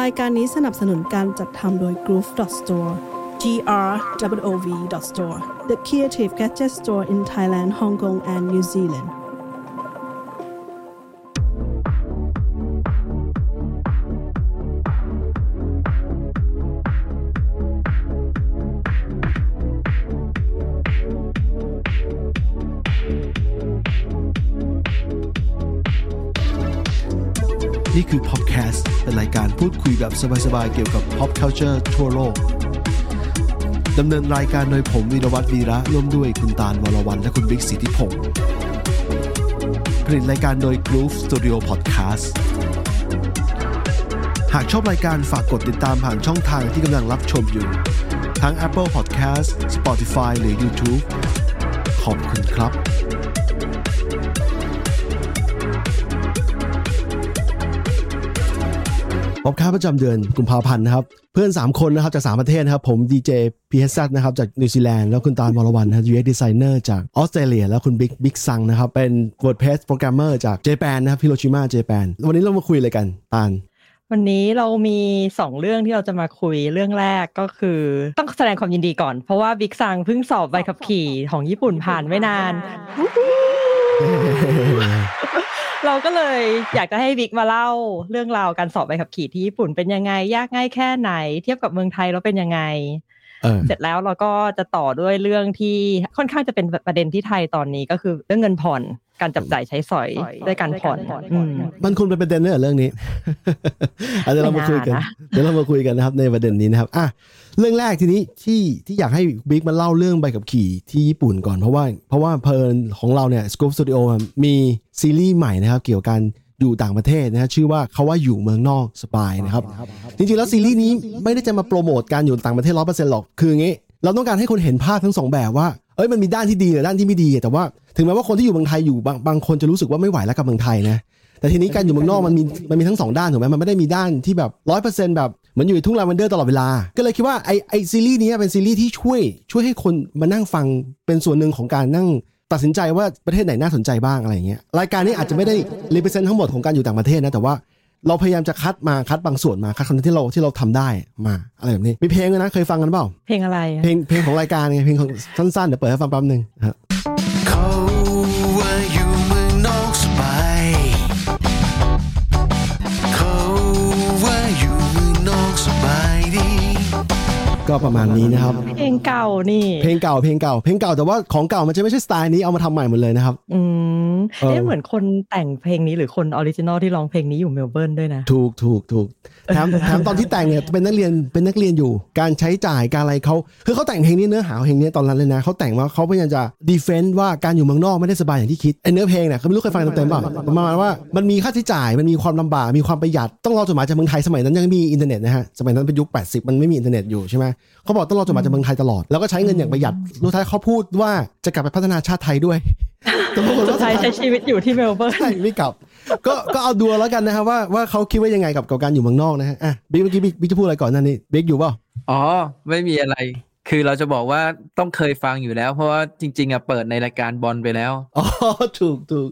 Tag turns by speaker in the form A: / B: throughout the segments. A: รายการนี้สนับสนุนการจัดทำโดย Groove Store grov store the creative gadget store in Thailand Hong Kong and New Zealand
B: นี่คือ Popcast เป็นรายการพูดคุยแบบสบายๆ เกี่ยวกับ pop culture ทั่วโลก ดำเนินรายการโดยผมวินวัตวีระร่วมด้วยคุณตาลวรวันและคุณบิ๊กสิทธิพงศ์ผลิตรายการโดย Groove Studio Podcast หากชอบรายการฝากกดติดตามผ่านช่องทางที่กำลังรับชมอยู่ ทั้ง Apple Podcast Spotify หรือ YouTube ขอบคุณครับ ป๊อปค้าประจำเดือนกุมภาพันธ์นะครับ เพื่อน 3 คนนะครับจาก 3 ประเทศนะครับ ผมดีเจพีเอสซัตนะครับจากนิวซีแลนด์แล้วคุณตาลวรวันนะครับ UX Designer จากออสเตรเลีย แล้วคุณบิ๊กบิ๊กซังนะครับ เป็น WordPress Programmer จากเจแปนนะครับฮิโรชิมาเจแปนวันนี้เรามาคุยอะไรกันตาล
C: วันนี้เรามีสองเรื่องที่เราจะมาคุยเรื่องแรกก็คือ ต้องแสดงความยินดีก่อน เพราะว่าบิ๊กซังเพิ่งสอบใบขับขี่ของญี่ปุ่นผ่านไม่นาน เราก็เลยอยากจะให้บิ๊กมาเล่าเรื่องราวการสอบใบขับขี่ที่ญี่ปุ่นเป็นยังไง ยากง่ายแค่ไหน เทียบกับเมืองไทยแล้วเป็นยังไง
B: เออ
C: เสร็จแล้วเราก็จะต่อด้วยเรื่องที่ค่อนข้างจะเป็นประเด็นที่ไทยตอนนี้ก็คือเรื่องเงินผ่อนการจับจ่ายใช้สอยด้วยการผ่อนอืม
B: มันคุณเป็นประเด็นเนอะเรื่องนี้ อ่ะเดี๋ยวเรามาคุยกัน
C: ไม่น่านะ
B: เดี๋ยวเรามาคุยกันนะครับในประเด็นนี้นะครับอ่ะเรื่องแรกทีนี้ที่ที่อยากให้บิ๊กมาเล่าเรื่องใบขับขี่ที่ญี่ปุ่นก่อนเพราะว่าเพราะว่าเพลินของเราเนี่ยสกู๊ปสตูดิโอมีซีรีส์ใหม่นะครับเกี่ยวกับการอยู่ต่างประเทศนะฮะชื่อว่าเขาว่าอยู่เมืองนอกสปายนะครับจริงๆแล้วซีรีส์นี้ไม่ได้จะมาโปรโมทการอยู่ต่างประเทศร้อเปอร์เซ็นต์หรอกคืออย่างงี้ เราต้องการให้คนเห็นภาพทั้งสองแบบว่าเอ้ยมันมีด้านที่ดีกับด้านที่ไม่ดีแต่ว่า ถึงแม้ว่าคนที่อยู่เมืองไทยอยู่บางบางคนจะรู้สึกว่าไม่ไหวแล้วกับเมืองไทยนะ แต่ทีนี้การอยู่เมืองนอกมันมีมันมีทั้งสองด้านถูกไหมมันไม่ได้มีด้านที่แบบร้อยเปอร์เซ็นต์แบบเหมือนอยู่ในทุ่งลาเวนเดอร์ตลอดเวลา ก็เลยคิดว่าไอไอซีรีส์นี้เป็นซีรีส์ที่ช่วย ช่วยให้คนมานั่งฟังเป็นส่วนหนึ่งของการนั่งตัดสินใจว่าประเทศไหนน่าสนใจบ้างอะไรอย่างเงี้ยรายการนี้อาจจะไม่ได้รีเปอร์เซ็นต์ทั้งหมดของการอยู่ต่างประเทศนะแต่ว่า เราพยายามจะคัดมาคัดบางส่วนมาคัดคอนเทนต์ที่เราที่เราทำได้มาอะไรแบบนี้มีเพลงด้วยนะเคยฟังกันเปล่า
C: เพลงอะไรอะ
B: เพลงเพลงของรายการไงเพลงของสั้นๆเดี๋ยวเปิดให้ฟังแป๊บหนึ่งฮะ
D: เขาว่าอยู่เมืองนอกสบายเขาว่าอยู่เมืองนอกสบายดี
B: ก็ประมาณนี้นะครับ
C: เพลงเก่านี่
B: เพลงเก่าเพลงเก่าเพลงเก่าแต่ว่าของเก่ามันจะไม่ใช่สไตล์นี้เอามาทำใหม่หมดเลยนะครับ
C: อืม
B: เออ
C: เอ๊ะเหมือนคนแต่งเพลงนี้หรือคนออริจินอลที่ร้องเพลงนี้อยู่เมลเบิร์นด้วยนะ
B: ถูกถูกถูกแถม แถมตอนที่แต่งเนี่ยเป็นนักเรียนเป็นนักเรียนอยู่ การใช้จ่ายการอะไรเขาคือเขาแต่งเพลงนี้เนื้อหาของเพลงนี้ตอนนั้นเลยนะเขาแต่งว่าเขาพยายามจะดีเฟนต์ว่าการอยู่เมืองนอกไม่ได้สบายอย่างที่คิดไอ้เนื้อเพลงเนี่ยเขาไม่รู้เคยฟังเต็มๆเปล่าประมาณว่ามันมีค่าใช้จ่ายมันมีความลำบากมีความประหยัดต้องรอจดหมายจากเมืองไทยสมัยนั้นยังไม่มีอินเทอร์เน็ตนะฮะสมัยนั้นเป็นยุค 80 มันไม่มีอินเทอร์เน็ตอยู่ใช่ไหมเขาบอกต้องรอจดหมายจากเมืองไทยตลอดแล้วก็ใช้เงินอย่างประหยัดรู้ท้ายเขาพูดว่าจะกลับไปพัฒนาชาติไทยด้วยแต่ปรากฏ
C: สุด
B: ว่า
C: ท้ายใช้ชีวิตอยู่ที่เมลเบิร์น
B: ใช่ไม่กลับ ก็ก็เอาดูแล้วกันนะครับว่าว่าเขาคิดว่ายังไงกับกับการอยู่เมืองนอกนะฮะอ่ะบิ๊กเมื่อกี้บิ๊กบิ๊กจะพูดอะไรก่อนหนั่นนี่บิ๊กอยู่เปล่า
E: อ๋อ ไม่มีอะไร คือเราจะบอกว่าต้องเคยฟังอยู่แล้ว เพราะว่าจริง ๆอ่ะเปิดในรายการบอลไปแล้ว
B: อ๋อ ถูกถูก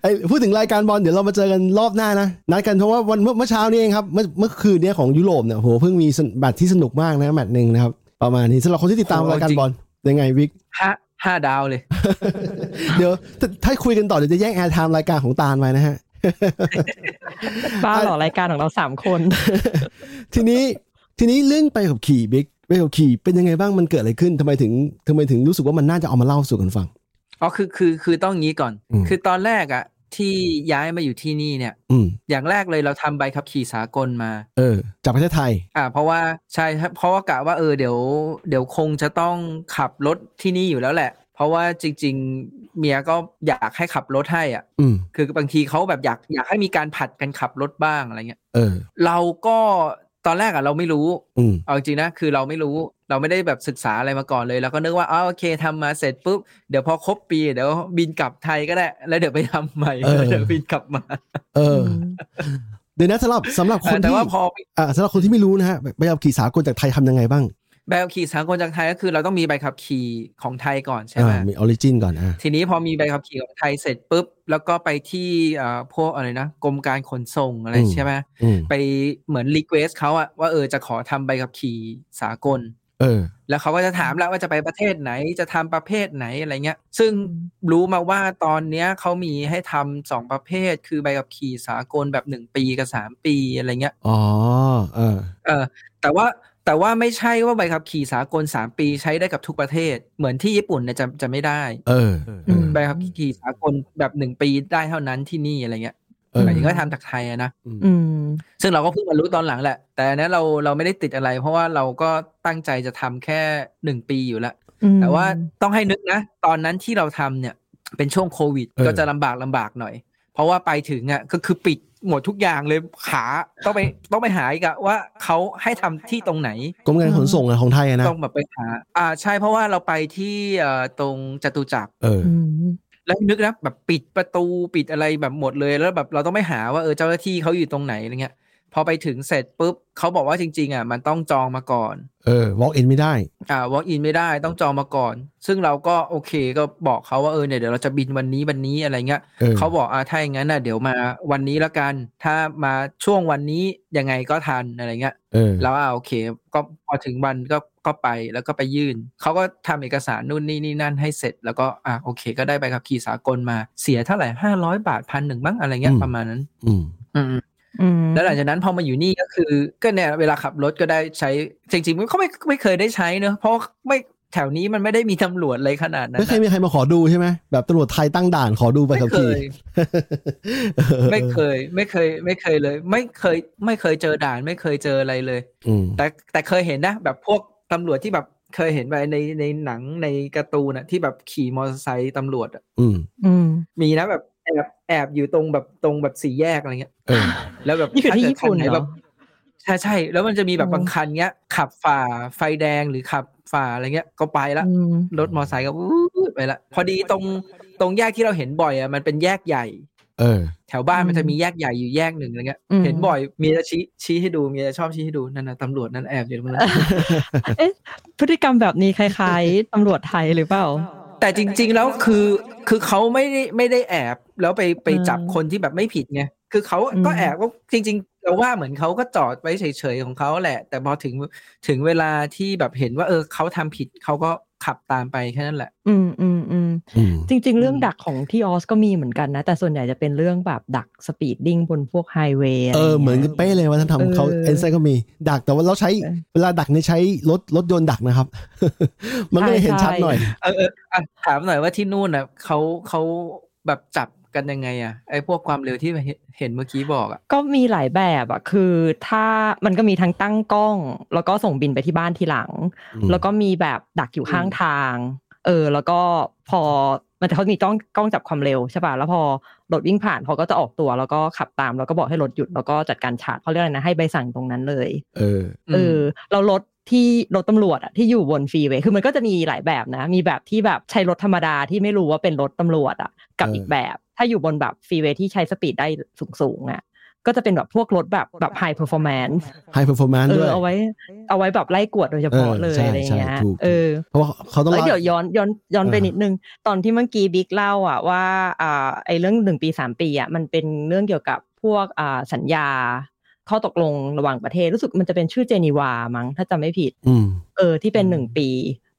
B: ไอยพูดถึงรายการบอลเดี๋ยวเรามาเจอกันรอบหน้านะนัดกันเพราะว่าวันเมื่อเมื่อเช้านี้เองครับเมื่อเมื่อคืนเนี้ยของยุโรปเนี่ยโหเพิ่งมีสนแมตช์ที่สนุกมากนะแมตช์หนึ่งนะครับประมาณนี้สำหรับคนที่ติดตาม
E: โห
B: รายการ
E: จริง
B: บอลยังไงบิ๊ก
E: ห้าห้าดาวเลย
B: เดี๋ยวถ้าถ้าคุยกันต่อเดี๋ยวจะแย่งแอร์ไทม์รายการของตาลไปนะฮะ
C: บ้าเหรอรายการของเราสามคน
B: ทีนี้ทีนี้เรื่องไปกับขี่บิ๊กไปกับขี่เป็นยังไงบ้างมันเกิดอะไรขึ้นทำไมถึงทำไมถึงรู้สึกว่ามันน่าจะเอามาเล่าสู่กันฟัง
E: อ๋อ คือ คือ คือต้องงี้ก่อน
B: อืม
E: คือตอนแรกอ่ะ ที่ย้ายมาอยู่ที่นี่เนี่ย
B: อืม
E: อย่างแรกเลยเราทำใบขับขี่สากลมา
B: เออจากประเทศไทย
E: อ่า เพราะว่าใช่ครับเพราะว่ากะว่าเออเดี๋ยว เดี๋ยวคงจะต้องขับรถที่นี่อยู่แล้วแหละ เพราะว่าจริง ๆ เมียก็อยากให้ขับรถให้อ่ะ
B: อืม
E: คือบางทีเขาแบบอยากอยากให้มีการผัดกันขับรถบ้างอะไรเงี้ย
B: เออ
E: เราก็ตอนแรกอ่ะเราไม่รู้
B: อืม
E: เอาจริงนะคือเราไม่รู้เราไม่ได้แบบศึกษาอะไรมาก่อนเลยเราก็นึกว่าอ้าวโอเคทำมาเสร็จปุ๊บเดี๋ยวพอครบปี เดี๋ยวบินกลับไทยก็ได้ แล้วเดี๋ยวไปทำใหม่
B: เออ
E: แล้วเดี๋ยวบินกลับมา
B: เออ เดี๋ยวนะสำหรับสำหรับคน
E: แต่
B: ที่
E: ว่าพอ
B: อ่าสำหรับคนที่ไม่รู้นะฮะไปไปเอาขี่สากลจากไทยทำยังไงบ้าง
E: ใบขับขี่สากลจากไทยก็คือ เราต้องมีใบขับขี่ของไทยก่อนใช่ไหม
F: อ่ามีออริจินก่อนอ่ะ
E: ทีนี้พอมีใบขับขี่ของไทยเสร็จปุ๊บ แล้วก็ไปที่เอ่อพวกอะไรนะกรมการขนส่งอะไรใช่ไหม
F: อืม
E: ไปเหมือนรีเควสเขาอะว่าเออจะขอทำใบขับขี่สากล
F: เออ
E: แล้วเขาก็จะถามแล้วว่าจะไปประเทศไหนจะทำประเภทไหนอะไรเงี้ย ซึ่งรู้มาว่าตอนเนี้ยเขามีให้ทำสองประเภท คือใบขับขี่สากลแบบหนึ่งปีกับสามปีอะไรเงี้ย
F: อ๋อเออ
E: เออแต่ว่าแต่ว่าไม่ใช่ว่าใบขับขี่สากลสามปีใช้ได้กับทุกประเทศ เหมือนที่ญี่ปุ่นเนี่ยจะจะไม่ได้
F: เออเออ
E: ใบขับขี่สากลแบบหนึ่งปีได้เท่านั้นที่นี่อะไรเงี้ย
F: เออ
E: หมายถึงก็ทำจากไทยอะนะ
C: อืม
E: ซึ่งเราก็เพิ่งมารู้ตอนหลังแหละ แต่อันนั้นเราเราไม่ได้ติดอะไร เพราะว่าเราก็ตั้งใจจะทำแค่หนึ่งปีอยู่แล้ว แต่ว่าต้องให้นึกนะ ตอนนั้นที่เราทำเนี่ยเป็นช่วงโควิด
F: เออ
E: ก็จะลำบากลำบากหน่อย เพราะว่าไปถึงอ่ะก็คือปิดหมดทุกอย่างเลยขาต้องไปต้องไปหาอีกอะว่าเขาให้ทำที่ตรงไหน
F: กรมการขนส่งอะของไทยอะนะ
E: ต้องแบบไปหา อ่าใช่เพราะว่าเราไปที่เอ่อตรงจตุจักร
F: เออ
E: แล้วนึกนะแบบปิดประตูปิดอะไรแบบหมดเลยแล้วแบบเราต้องไปหาว่าเออเจ้าหน้าที่เขาอยู่ตรงไหนอะไรเงี้ยพอไปถึงเสร็จปุ๊บเขาบอกว่าจริงๆอ่ะมันต้องจองมาก่อน
F: เออ walk in ไม่ได้
E: อ่า walk in ไม่ได้ต้องจองมาก่อน ซึ่งเราก็โอเคก็บอกเขาว่าเออเนี่ยเดี๋ยวเราจะบินวันนี้วันนี้อะไรเงี้ย
F: เออ
E: เขาบอกอ่าถ้าอย่างนั้นน่ะเดี๋ยวมาวันนี้ละกัน ถ้ามาช่วงวันนี้ยังไงก็ทันอะไรเงี้ย
F: เออ
E: แล้วอ่าโอเคก็พอถึงวันก็ก็ไปแล้วก็ไปยื่น เขาก็ทำเอกสารนู่นนี่นี่นั่นให้เสร็จ แล้วก็อ่าโอเค ก็ได้ใบขับขี่สากลมาเสียเท่าไหร่ห้าร้อยบาทพันหนึ่งบ้างอะไรเงี้ย
F: อืม
E: ประมาณนั้น
F: อืม
E: อืมแล้วหลังจากนั้นพอมาอยู่นี่ก็คือก็เนี่ยเวลาขับรถก็ได้ใช้จริงๆมันก็ไม่ไม่เคยได้ใช้เนอะเพราะไม่แถวนี้มันไม่ได้มีตำรวจเลยขนาดนั้น
F: ไม่
E: อะ
F: เคยมีใครมาขอดูใช่ไหมแบบตำรวจไทยตั้งด่านขอดูใบขับขี่
E: ไม่เคย ไม่เคยไม่เคยไม่เคยเลย ไม่เคยไม่เคยเจอด่านไม่เคยเจออะไรเลย
F: อืม
E: แต่แต่เคยเห็นนะแบบพวกตำรวจที่แบบเคยเห็นไปในในหนังในการ์ตูนอะที่แบบขี่มอเตอร์ไซค์ตำรวจอะ
F: อืม
E: มีนะแบบแอบแอบอยู่ตรงแบบตรงแบบสี่แยกอะไรเงี้ย
F: เออ
E: แล้วแบบ
C: นี่คือที่
E: ถ้าเกิด
C: ญี่ปุ่น
E: คั
C: เหรอ
E: แบบใช่ใช่แล้วมันจะมีแบบ
C: โอ้
E: บางคันเงี้ย ขับฝ่าไฟแดงหรือขับฝ่าอะไรเงี้ยก็ไปละรถมอเตอร์ไซค์ก็วู้ไปละพอดีตรงตรงแยกที่เราเห็นบ่อยอะมันเป็นแยกใหญ่
F: เออ
E: แถวบ้านมัน
C: อืม
E: จะมีแยกใหญ่อยู่แยกหนึ่งอะไรเงี้ย
C: อืม
E: เห็นบ่อยเมียจะชี้ชี้ให้ดูเมียจะชอบชี้ให้ดูนั่นนะตำรวจนั่นแอบอยู่ตรงนั้น
C: พฤติกรรมแบบนี้คล้ายๆตำรวจไทยหรือเปล่า
E: แต่จริง ๆ แล้วคือคือเขาไม่ได้ไม่ได้แอบแล้วไปไปจับ
C: อืม
E: คนที่แบบไม่ผิดไงคือเขา
C: อืม
E: ก็แอบก็จริงๆเราว่าเหมือนเขาก็จอดไว้เฉยๆของเขาแหละ แต่พอถึงถึงเวลาที่แบบเห็นว่า เออเขาทำผิดเขาก็ขับตามไปแค่นั้นแหละ
C: อืมอืมอืม
F: อืม
C: จริง
E: อืม
C: ๆ เรื่องดักของที่ออสก็มีเหมือนกันนะ แต่ส่วนใหญ่จะเป็นเรื่องแบบดักสปีดดิ้งบนพวกไฮเวย์ะไร
F: เออ
C: ย่างงี้ย
F: เหมือนกันเป๊ะเลยว่าท่านทำเขา
C: เออ
F: เอนไซก็มี ดักแต่ว่าเราใช้
C: เออ
F: เวลาดักเนี่ยใช้รถรถยนต์ดักนะครับ มันก็เลย
C: ใช่
F: เห็นชัด
C: ใช่
F: หน่อย
E: เออเอออ่ะถามหน่อยว่าที่นู่นน่ะเขาเขาแบบจับกันยังไงอะไอ้พวกความเร็วที่เห็นเห็นเมื่อกี้บอกอะ
C: ก็มีหลายแบบอะคือถ้ามันก็มีทั้งตั้งกล้อง แล้วก็ส่งบินไปที่บ้านทีหลัง แล้วก็มีแบบดักอยู่ข้างทาง เออ แล้วก็พอมันจะเขามีต้องกล้องจับความเร็วใช่ป่ะ แล้วพอรถวิ่งผ่านเขาก็จะออกตัว แล้วก็ขับตาม แล้วก็บอกให้รถหยุด แล้วก็จัดการชาร์จเขาเรียกอะไรนะ ให้ใบสั่งตรงนั้นเลย
F: เออ
C: เออเรารถที่รถตำรวจอะที่อยู่บนฟรีเวย์คือมันก็จะมีหลายแบบนะ มีแบบที่แบบใช้รถธรรมดาที่ไม่รู้ว่าเป็นรถตำรวจอะกับ
F: เอออี
C: อีกแบบ ถ้าอยู่บนแบบฟรีเวย์ที่ใช้สปีดได้สูงสูงๆอะก็จะเป็นแบบพวกรถแบบแบบไฮเพอร์ฟอร์แมนซ์
F: ไฮเพอร์ฟอร์แมน
C: เอ
F: ด้ว
C: อย เอาไว้เอาไว้แบบไล่กวดโดยเฉพาะ
F: เออ
C: เลย
F: ใช่
C: อะไรอย่างเงี้
F: ใช่
C: ย
F: ถูก
C: เออ
F: เพราะว่าเขาต้อง
C: เอ้ย
F: ไล่
C: เดี๋ยวย้อนย้อนย้อนไป
F: อ่านิ
C: นิดนึง ตอนที่เมื่อกี้บิ๊กเล่าอ่ะว่าอ่าไอ้เรื่องหนึ่งปีสามปีอ่ะมันเป็นเรื่องเกี่ยวกับพวกอ่าสัญญา ข้อตกลงระหว่างประเทศรู้สึกมันจะเป็นชื่อเจนีวามั้งถ้าจำไม่ผิด
F: อืม
C: เออที่เป็น
E: อืม
C: หนึ่งปี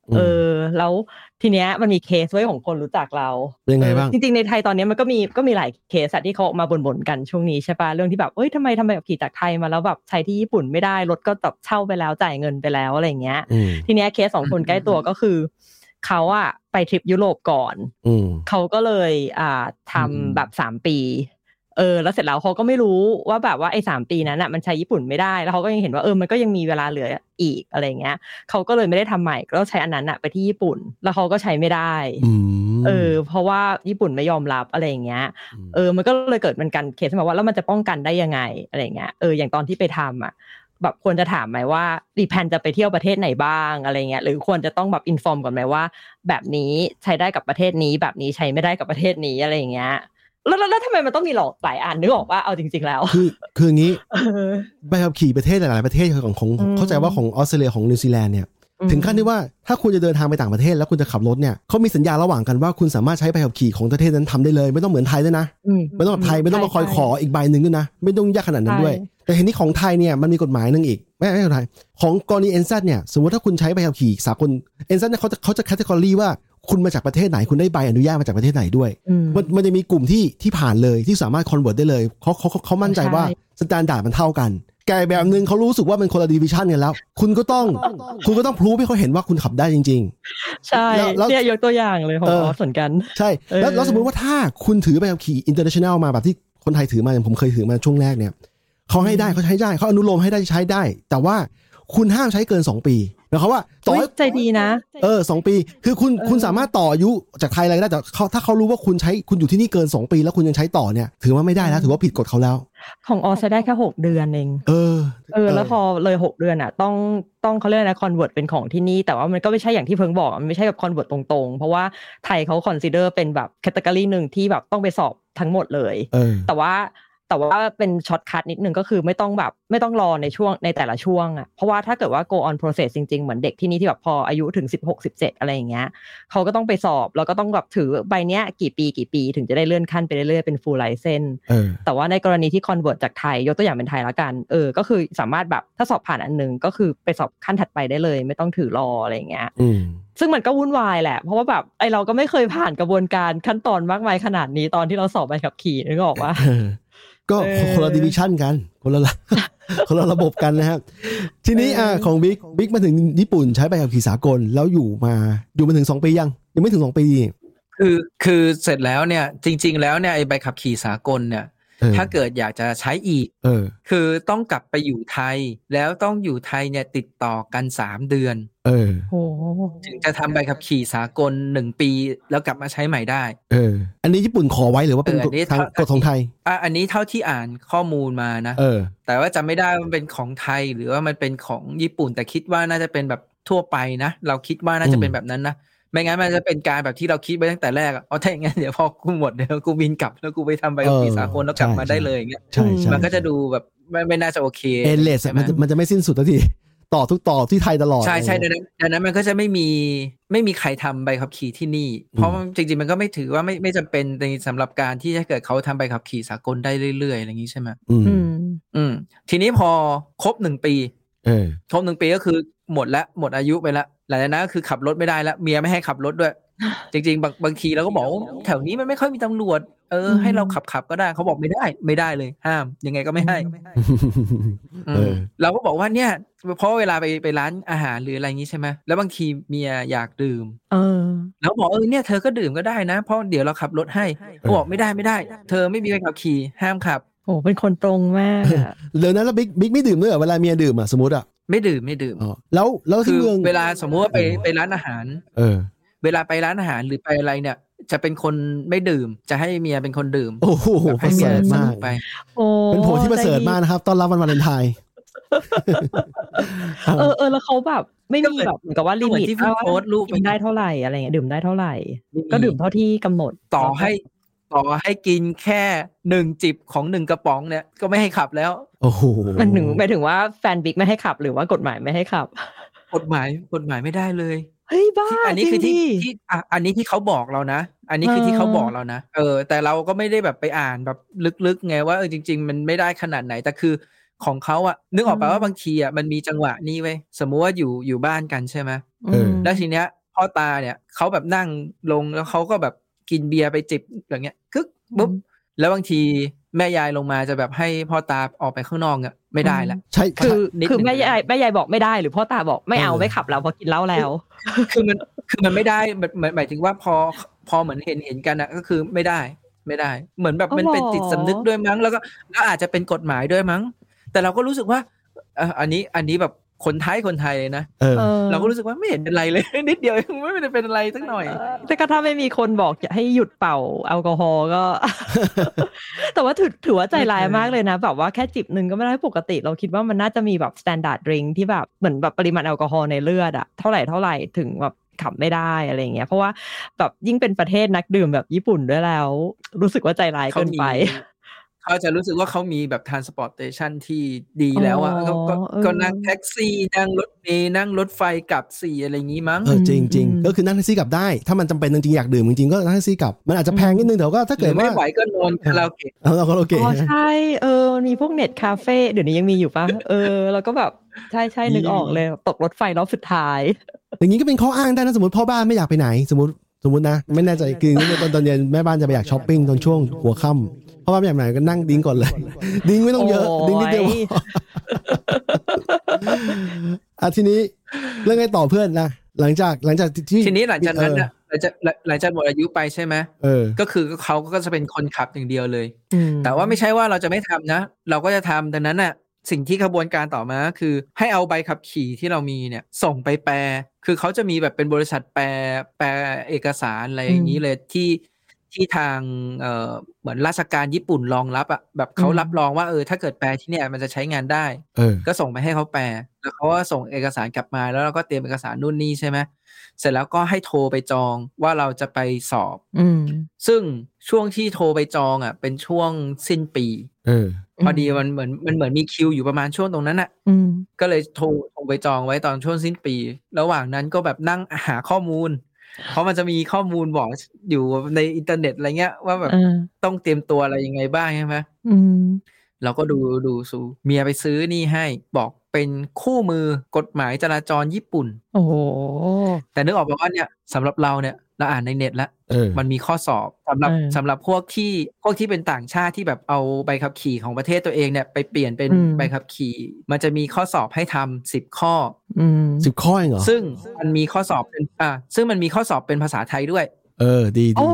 F: อืม
C: เออ แล้วทีเนี้ยมันมีเคสไว้ของคนรู้จักเรา
F: เป็นไงบ้า
C: อ
F: ง
C: อจริงๆในไทยตอนเนี้ยมันก็มีก็มีหลายเคสอะที่เขาออกมาบ่นๆกันช่วงนี้ใช่ปะเรื่องที่แบบเอ้ยทำไมทำไมแบบขี่จากไทยมาแล้วแบบใช้ที่ญี่ปุ่นไม่ได้รถก็แบบเช่าไปแล้วจ่ายเงินไปแล้วอะไรอย่างเงี้ย
F: อืม
C: ทีเนี้ยเคสสองคน
E: อืม
C: ใกล้ตัวก็คือ เขาอะไปทริปยุโรปก่อน
F: อืม
C: เขาก็เลยอ่าท
E: อืม
C: ำแบบสามปี เออ แล้วเสร็จแล้วเขาก็ไม่รู้ว่าแบบว่าไอ้สามปีนั้นอะมันใช้ญี่ปุ่นไม่ได้ แล้วเขาก็ยังเห็นว่าเออมันก็ยังมีเวลาเหลืออีกอะไรอย่างเงี้ยเขาก็เลยไม่ได้ทำใหม่ก็ใช้อันนั้นอะไปที่ญี่ปุ่น แล้วเขาก็ใช้ไม่ได้
F: อืม
C: เออ เพราะว่าญี่ปุ่นไม่ยอมรับอะไรอย่างเงี้ย เออ มันก็เลยเกิดเป็นการเคสขึ้นมาว่าแล้วมันจะป้องกันได้ยังไงอะไรอย่างเงี้ย เออ อย่างตอนที่ไปทำอ่ะ แบบควรจะถามไหมว่ารีแพนจะไปเที่ยวประเทศไหนบ้างอะไรเงี้ย หรือควรจะต้องแบบอินฟอร์มก่อนไหมว่า แบบนี้ใช้ได้กับประเทศนี้ แบบนี้ใช้ไม่ได้กับประเทศนี้อะไรอย่างเงี้ย แล้วแล้วแล้วทำไมมันต้องมีหลอกหลายอันนึกออกว่าเอาจริง ๆ แล้ว
F: คือคืออย่างนี้
C: เออ
F: ใบขับขี่ประเทศหลายๆประเทศของของ
C: อืม
F: เข้าใจว่าของออสเตรเลียของนิวซีแลนด์เนี่ย
C: อืม
F: ถึงขั้นที่ว่าถ้าคุณจะเดินทางไปต่างประเทศแล้วคุณจะขับรถเนี่ยเขามีสัญญาระหว่างกันว่าคุณสามารถใช้ใบขับขี่ของประเทศนั้นทำได้เลย ไม่ต้องเหมือนไทยด้วยนะ
C: อืม
F: ไม่ต้องแบบไทยไม่ต้องมาคอย
C: ใช่
F: ขออีกใบหนึ่งด้วยนะ ไม่ต้องยากขนาดนั้นด้วย
C: ใช่
F: แต่ทีนี้ของไทยเนี่ยมันมีกฎหมายหนึ่งอีก ไม่ไม่ใช่ของไทยของกรณีเอ็นซัเนี่ยสมมติถ้าคุณใช้ใบขับขี่สากลเอ็นซัเนี่ยเขาจะเขาจะแคตตากรีว่าคุณมาจากประเทศไหนคุณได้ใบอนุญาตมาจากประเทศไหนด้วย
C: อืม
F: มันมันจะมีกลุ่มที่ที่ผ่านเลยที่สามารถคอนเวิร์ตได้เลยเขาเขาเขาเขามั่นใจ
C: ใช่
F: ว่าสแตนดาร์ดมันเท่ากัน แกแบบนึงเขารู้สึกว่ามันคนละดีวิชั่นกันแล้ว คุณก็ต้องคุณก็ต้องพรูฟให้เขาเห็นว่าคุณขับได้จริง
C: ใช่
F: แล้วแล้ว
C: เนี่ยยกตัวอย่างเลยของ
F: เอ
C: อ
F: อ
C: อฟเหมือนกัน
F: ๆ ใช่แล้ว
C: เออ
F: แล้วสมมติว่าถ้าคุณถือใบขับขี่อินเตอร์เนชั่นแนลมาแบบที่คนไทยถือมาอย่างผมเคยถือมาช่วงแรกเนี่ยเขาให้ได้เขาใช้ได้เขาอนุโลมให้ได้ใช้ได้ แต่ว่าคุณห้ามใช้เกิน 2 ปีหมายความว่าต่อ
C: เฮ้ย
F: ให้
C: ใจดีนะ
F: เออสองปี คือคุณคุณสามารถต่ออายุจากไทยอะไรก็ได้แต่เขาถ้าเขารู้ว่าคุณใช้คุณอยู่ที่นี่เกิน 2 ปี แล้วคุณยังใช้ต่อเนี่ย ถือว่าไม่ได้แล้วถือว่าผิดกฎเขาแล้ว
C: ของออสใช้ได้แค่หกเดือนเอง
F: เออ
C: เออแล้วพอเลยหกเดือนอ่ะ ต้องต้องเขาเรียกอะไรนะคอนเวิร์ตเป็นของที่นี่ แต่ว่ามันก็ไม่ใช่อย่างที่เพิงบอกอะมันไม่ใช่แบบคอนเวิร์ตตรงๆ เพราะว่าไทยเขาคอนซีเดอร์เป็นแบบแคตตาล็อหนึ่งที่แบบต้องไปสอบทั้งหมดเลย
F: เออ
C: แต่ว่าแต่ว่าเป็นช็อตคัทนิดนึงก็คือไม่ต้องแบบไม่ต้องรอในช่วงในแต่ละช่วงอ่ะเพราะว่าถ้าเกิดว่า go on process จริงๆ เหมือนเด็กที่นี่ที่แบบพออายุถึง 16 17 อะไรอย่างเงี้ยเขาก็ต้องไปสอบแล้วก็ต้องแบบถือใบเนี้ยกี่ปีกี่ปีถึงจะได้เลื่อนขั้นไปเรื่อยๆเป็น full license
F: เออ
C: แต่ว่าในกรณีที่ convert จากไทย ยกตัวอย่างเป็นไทยละกัน เออ ก็คือสามารถแบบถ้าสอบผ่านอันหนึง ก็คือไปสอบขั้นถัดไปได้เลย ไม่ต้องถือรออะไรอย่างเงี้ย
F: อืม
C: ซึ่งมันก็วุ่นวายแหละ เพราะว่าแบบไอเราก็ไม่เคยผ่านกระบวนการขั้นตอนมากมายขนาดนี้ตอนที่เราสอบใบขับขี่นึกออกว่า
F: เออก็
C: เออ
F: คนละดิวิชั่นกัน คนละระ คนละระบบกันนะครับ ทีนี้
C: เอออ่
F: อ่าของบิ๊กบิ๊กมาถึงญี่ปุ่นใช้ใบขับขี่สากลแล้วอยู่มาอยู่มาถึง 2 ปียัง ยังไม่ถึง 2 ปี
E: คือคือเสร็จแล้วเนี่ยจริง ๆ แล้วเนี่ยไอ้ใบขับขี่สากลเนี่ย
F: ออ
E: ถ้าเกิดอยากจะใช้อีก
F: เออ
E: คือต้องกลับไปอยู่ไทย แล้วต้องอยู่ไทยเนี่ยติดต่อกันสามเดือน
F: เออ
C: โอ้
E: ถึงจะทำใบขับขี่สากลหนึ่งปี แล้วกลับมาใช้ใหม่ได้
F: เออ อันนี้ญี่ปุ่นขอไว้หรือว่าเป็น
E: เอออันนี้
F: ทาง
E: ถ้า
F: กฎของไทย
E: อ่ะอันนี้เท่าที่อ่านข้อมูลมานะ
F: เออ
E: แต่ว่าจำไม่ได้ว่ามันเป็นของไทยหรือว่ามันเป็นของญี่ปุ่น แต่คิดว่าน่าจะเป็นแบบทั่วไปนะ เราคิดว่าน่าจะเป็นแบบนั้นนะไม่งั้นมันจะเป็นการแบบที่เราคิดไว้ตั้งแต่แรกอะเอาถ้าอย่างงั้นเดี๋ยวพอกูหมดเดี๋ยวกูบินกลับแล้วกูไปทำใบขับขี่สากลแล้วกลับมาได้เลยอย่างเงี้ย
F: ใช่ใช่
E: มันก็จะดูแบบไม่ไม่น่าจะโอเค
F: เอนเลส
E: ใช่ไหม
F: มันจะมันจะไม่สิ้นสุดสักที ต่อทุกต่อที่ไทยตลอด
E: ใช่ใช่
F: อะไร
E: ดัง
F: เงี้ย
E: นั้นดังนั้นมันก็จะไม่มีไม่มีใครทำใบขับขี่ที่นี่
F: อืม
E: เพราะมันจริงๆมันก็ไม่ถือว่าไม่ไม่จำเป็นในสำหรับการที่จะเกิดเขาทำใบขับขี่สากลได้เรื่อยๆอะไรอย่างนี้ใช่ไหม
F: อืม
C: อืม
E: อืม ทีนี้พอครบหนึ่งปี
F: เออ
E: ครบหนึ่งปีก็คือหมดละหมดอายุไปละหลังจากนั้นก็คือขับรถไม่ได้ละเมียไม่ให้ขับรถ ด้วย จริงๆ บางบางทีเราก็บอกว่าแถวนี้มันไม่ค่อยมีตำรวจ เอออ
C: ม
E: ให้เราขับขับก็ได้เขาบอกไม่ได้ไม่ได้เลยห้าม ยังไงก็ไม่ให้
F: เออ
E: มเราก็บอกว่าเนี่ย เพราะเวลาไปไปร้านอาหารหรืออะไรอย่างนี้ใช่ไหมแล้วบางทีเมียอยากดื่ม
C: เออ
E: แล้วบอกเออเนี่ยเธอก็ดื่มก็ได้นะ เพราะเดี๋ยวเราขับรถให้เขาบอกไม่ได้ไม่ได้ เธอไม่มีใบขับขี่ห้ามขับ
C: โห เป็นคนตรงมากอะ
F: เดี๋ยวนั้นแล้วบิ๊กบิ๊กไม่ดื่มด้วยเหรอเวลาเมียดื่มอ่ะสมมติอ่ะ
E: ไม่ดื่มไม่ดื่ม
F: อ๋อแล้วแล้ว
E: คื
F: ที่
E: อ
F: เมือง
E: เวลาสมมุติว่าไปไปร้านอาหาร
F: เออ
E: เวลาไปร้านอาหารหรือไปอะไรเนี่ย จะเป็นคนไม่ดื่ม จะให้เมียเป็นคนดื่ม
F: โอ้โห
E: แบบ
F: ป
E: ให้
F: ระ
E: เมี
F: เสริฐ
E: ส
F: มาก
E: นุกไป
C: โอ้
F: เป็นโผที่ประเสริฐมากนะครับต้อนรับวันวาเลนไทน์
C: ใจดีเออเออแล้วเขาแบบไม่
E: ก็
C: มี
E: เหมือน
C: แบบเหมือนกับว่า
E: ก็
C: ลิ
E: เหมือ
C: มิ
E: น
C: ต
E: ที่พี่
C: ว่า
E: โพสต์รูป
C: กินได้เท่าไหร่อะไรเงี้ยดื่มได้เท่าไหร่ ก็ดื่มเท่าที่กำหนด
E: ต่อให้ต่อให้กินแค่หนึ่งจิบของหนึ่งกระป๋องเนี่ยก็ไม่ให้ขับแล้ว
F: โอ้โห
C: มันถึงหมายถึงว่าแฟนบิ๊กไม่ให้ขับหรือว่ากฎหมายไม่ให้ขับ
E: กฎหมายกฎหมายไม่ได้เลย
C: เฮ้ยบ้า
E: ที่อันนี้คือ
C: จริ
E: ที่
C: งดิ
E: ที่อ่ะอันนี้ที่เขาบอกเรานะ อันนี้คือที่เขาบอกเรานะ เออ แต่เราก็ไม่ได้แบบไปอ่านแบบลึกๆไงว่าเออจริง ๆ มันไม่ได้ขนาดไหนแต่คือของเขาอะนึกออกไปะ
C: อืม
E: ว่าบางทีอะมันมีจังหวะนี้เว้ยสมมุติว่าอยู่อยู่บ้านกันใช่ไหม
C: ม
E: แล้วทีเนี้ยพ่อตาเนี่ยเขาแบบนั่งลงแล้วเขาก็แบบกินเบียร์ไปจิบอย่างเงี้ยคึกปุ๊บแล้วบางทีแม่ยายลงมาจะแบบให้พ่อตาออกไปข้างนอกเนี่ยไม่ได้ละ
F: ใช่
C: คื
F: ใช่
E: คื
C: อ
E: นิด
C: คือ
E: หนึ่ง
C: แม่ยายแม่ยายบอกไม่ได้หรือพ่อตาบอกไม่เอา
F: เออ
C: ไม่ขับแล้วเพราะกินเหล้าแล้ว
E: คือมันคือมันไม่ได้หมายหมายหมายถึงว่าพอพอเหมือนเห็นเห็นกันอะก็คือไม่ได้ไม่ได้ เหมือนแบบ
C: อ๋อ
E: มันเป็น
C: เหรอ
E: จิตสำนึกด้วยมั้ง แล้วก็แล้วอาจจะเป็นกฎหมายด้วยมั้ง แต่เราก็รู้สึกว่าเอ่ออันนี้อันนี้แบบคนไทยคนไทยเลยนะ
F: เออ
C: ออ
E: เราก็รู้สึกว่าไม่เห็นเป็นไรเลย นิดเดียวเองไม่ได้เป็นอะไรสักหน่อย
C: แต่ก็ถ้าไม่มีคนบอกจะให้หยุดเป่าแอลกอฮอล์ก็ แต่ว่าถือถือว่าใจร้ายมากเลยนะ แบบว่าแค่จิบหนึ่งก็ไม่ได้ปกติ เราคิดว่ามันน่าจะมีแบบสแตนดาร์ดดริงที่แบบเหมือนแบบปริมาณแอลกอฮอล์ในเลือดอะเท่าไหร่เท่าไหร่ถึงแบบขับไม่ได้อะไรอย่างเงี้ยเพราะว่าแบบยิ่งเป็นประเทศนักดื่มแบบญี่ปุ่นด้วยแล้ว รู้สึกว่าใจร้ายเกินไป
E: เขาจะรู้สึกว่าเขามีแบบ transportation ที่ดีแล้วอ่ะก็ก็
C: อ๋อเออ
E: ก็นั่งแท็กซี่ นั่งรถเมล์นั่งรถไฟกลับสี่อะไรอย่างงี้มั้ง
F: เออจริงจริง
C: อืม
F: ก็คือนั่งแท็กซี่กลับได้ ถ้ามันจำเป็นจริงๆอยากดื่มจริงๆก็นั่งแท็กซี่กลับมันอาจจะแพงนิดนึงแต่ก็ถ้า
E: ห
F: เกิ
E: รื
F: ด
E: อไม่
F: ว่า
E: ไหวก็นอนคาราโอเกะ
F: เอาเราก็โอเค
C: อ๋อ
F: นะ
C: ใช่เออมันมีพวกเน็ตคาเฟ่เดี๋ยวนี้ยังมีอยู่ปะเออ แล้วก็แบบใช่ใช่นึกออกเลยตกรถไฟรอบสุดท้าย
F: อย่างนี้ก็เป็นข้ออ้างได้นะสมมติพ่อบ้านไม่อยากไปไหน สมมติสมมตินะ ไม่แน่ใจคือตอนตอนเย็นแม่บ้านจะไปอยากช้อปปิ้งตอนช่วงหัวค่ำพ่อบ้านไม่อยากไปไหนก็นั่งดิ้งก่อนเลย ดิ้งไม่ต้องเยอะ
C: โอ้ย
F: ดิ้งนิดเดียวพออ่ะทีนี้เรื่องไงต่อเพื่อนนะหลังจากหลังจากที่
E: ทีนี้หลังจากนั้นน่ะหลังจากหลังจากหมดอายุไปใช่ไหม
F: เออ
E: ก็คือเขาก็จะเป็นคนขับอย่างเดียวเลย
C: อืม
E: แต่ว่าไม่ใช่ว่าเราจะไม่ทำนะ เราก็จะทำดังนั้นน่ะสิ่งที่ขบวนการต่อมาก็คือ ให้เอาใบขับขี่ที่เรามีเนี่ย ส่งไปแปล คือเขาจะมีแบบเป็นบริษัทแปลแปลเอกสารอะไรอย่างนี้เลยที่ที่ทางเอ่อเหมือนราชการญี่ปุ่นรองรับอะแบบเขารับรองว่าเออถ้าเกิดแปลที่เนี่ยมันจะใช้งานได้
F: เออ
E: ก็ส่งไปให้เขาแปล แล้วเขาก็ส่งเอกสารกลับมา แล้วเราก็เตรียมเอกสารนู่นนี่ใช่ไหม เสร็จแล้วก็ให้โทรไปจองว่าเราจะไปสอบ
C: อืม
E: ซึ่งช่วงที่โทรไปจองอ่ะ เป็นช่วงสิ้นปี
F: เออ
E: พอดีมันเหมือนมันเหมือนมีคิวอยู่ประมาณช่วงตรงนั้นอ่ะ
C: อืม
E: ก็เลยโทรโทรไปจองไว้ตอนช่วงสิ้นปี ระหว่างนั้นก็แบบนั่งหาข้อมูล เพราะมันจะมีข้อมูลบอกอยู่ในอินเทอร์เน็ตอะไรเงี้ยว่าแบบ
C: เออ
E: ต้องเตรียมตัวอะไรยังไงบ้างใช่ไหม
C: อืม
E: เราก็ดูดูสูเมียไปซื้อนี่ให้บอกเป็นคู่มือกฎหมายจราจรญี่ปุ่น
C: โอ้โห
E: แต่นึกออกป่าว่าเนี่ยสำหรับเราเนี่ยเราอ่านในเน็ตแล้ว
F: เออ
E: มันมีข้อสอบสำหรับ
C: เออ
E: สำหรับพวกที่พวกที่เป็นต่างชาติที่แบบเอาใบขับขี่ของประเทศตัวเองเนี่ยไปเปลี่ยนเป็น
C: อืม
E: ใบขับขี่ มันจะมีข้อสอบให้ทำสิบข้อ
C: อืม
F: สิบข้อเองเหรอ
E: ซึ่งมันมีข้อสอบเป็นอ่าซึ่งมันมีข้อสอบเป็นภาษาไทยด้วย
F: เออดี
C: โอ้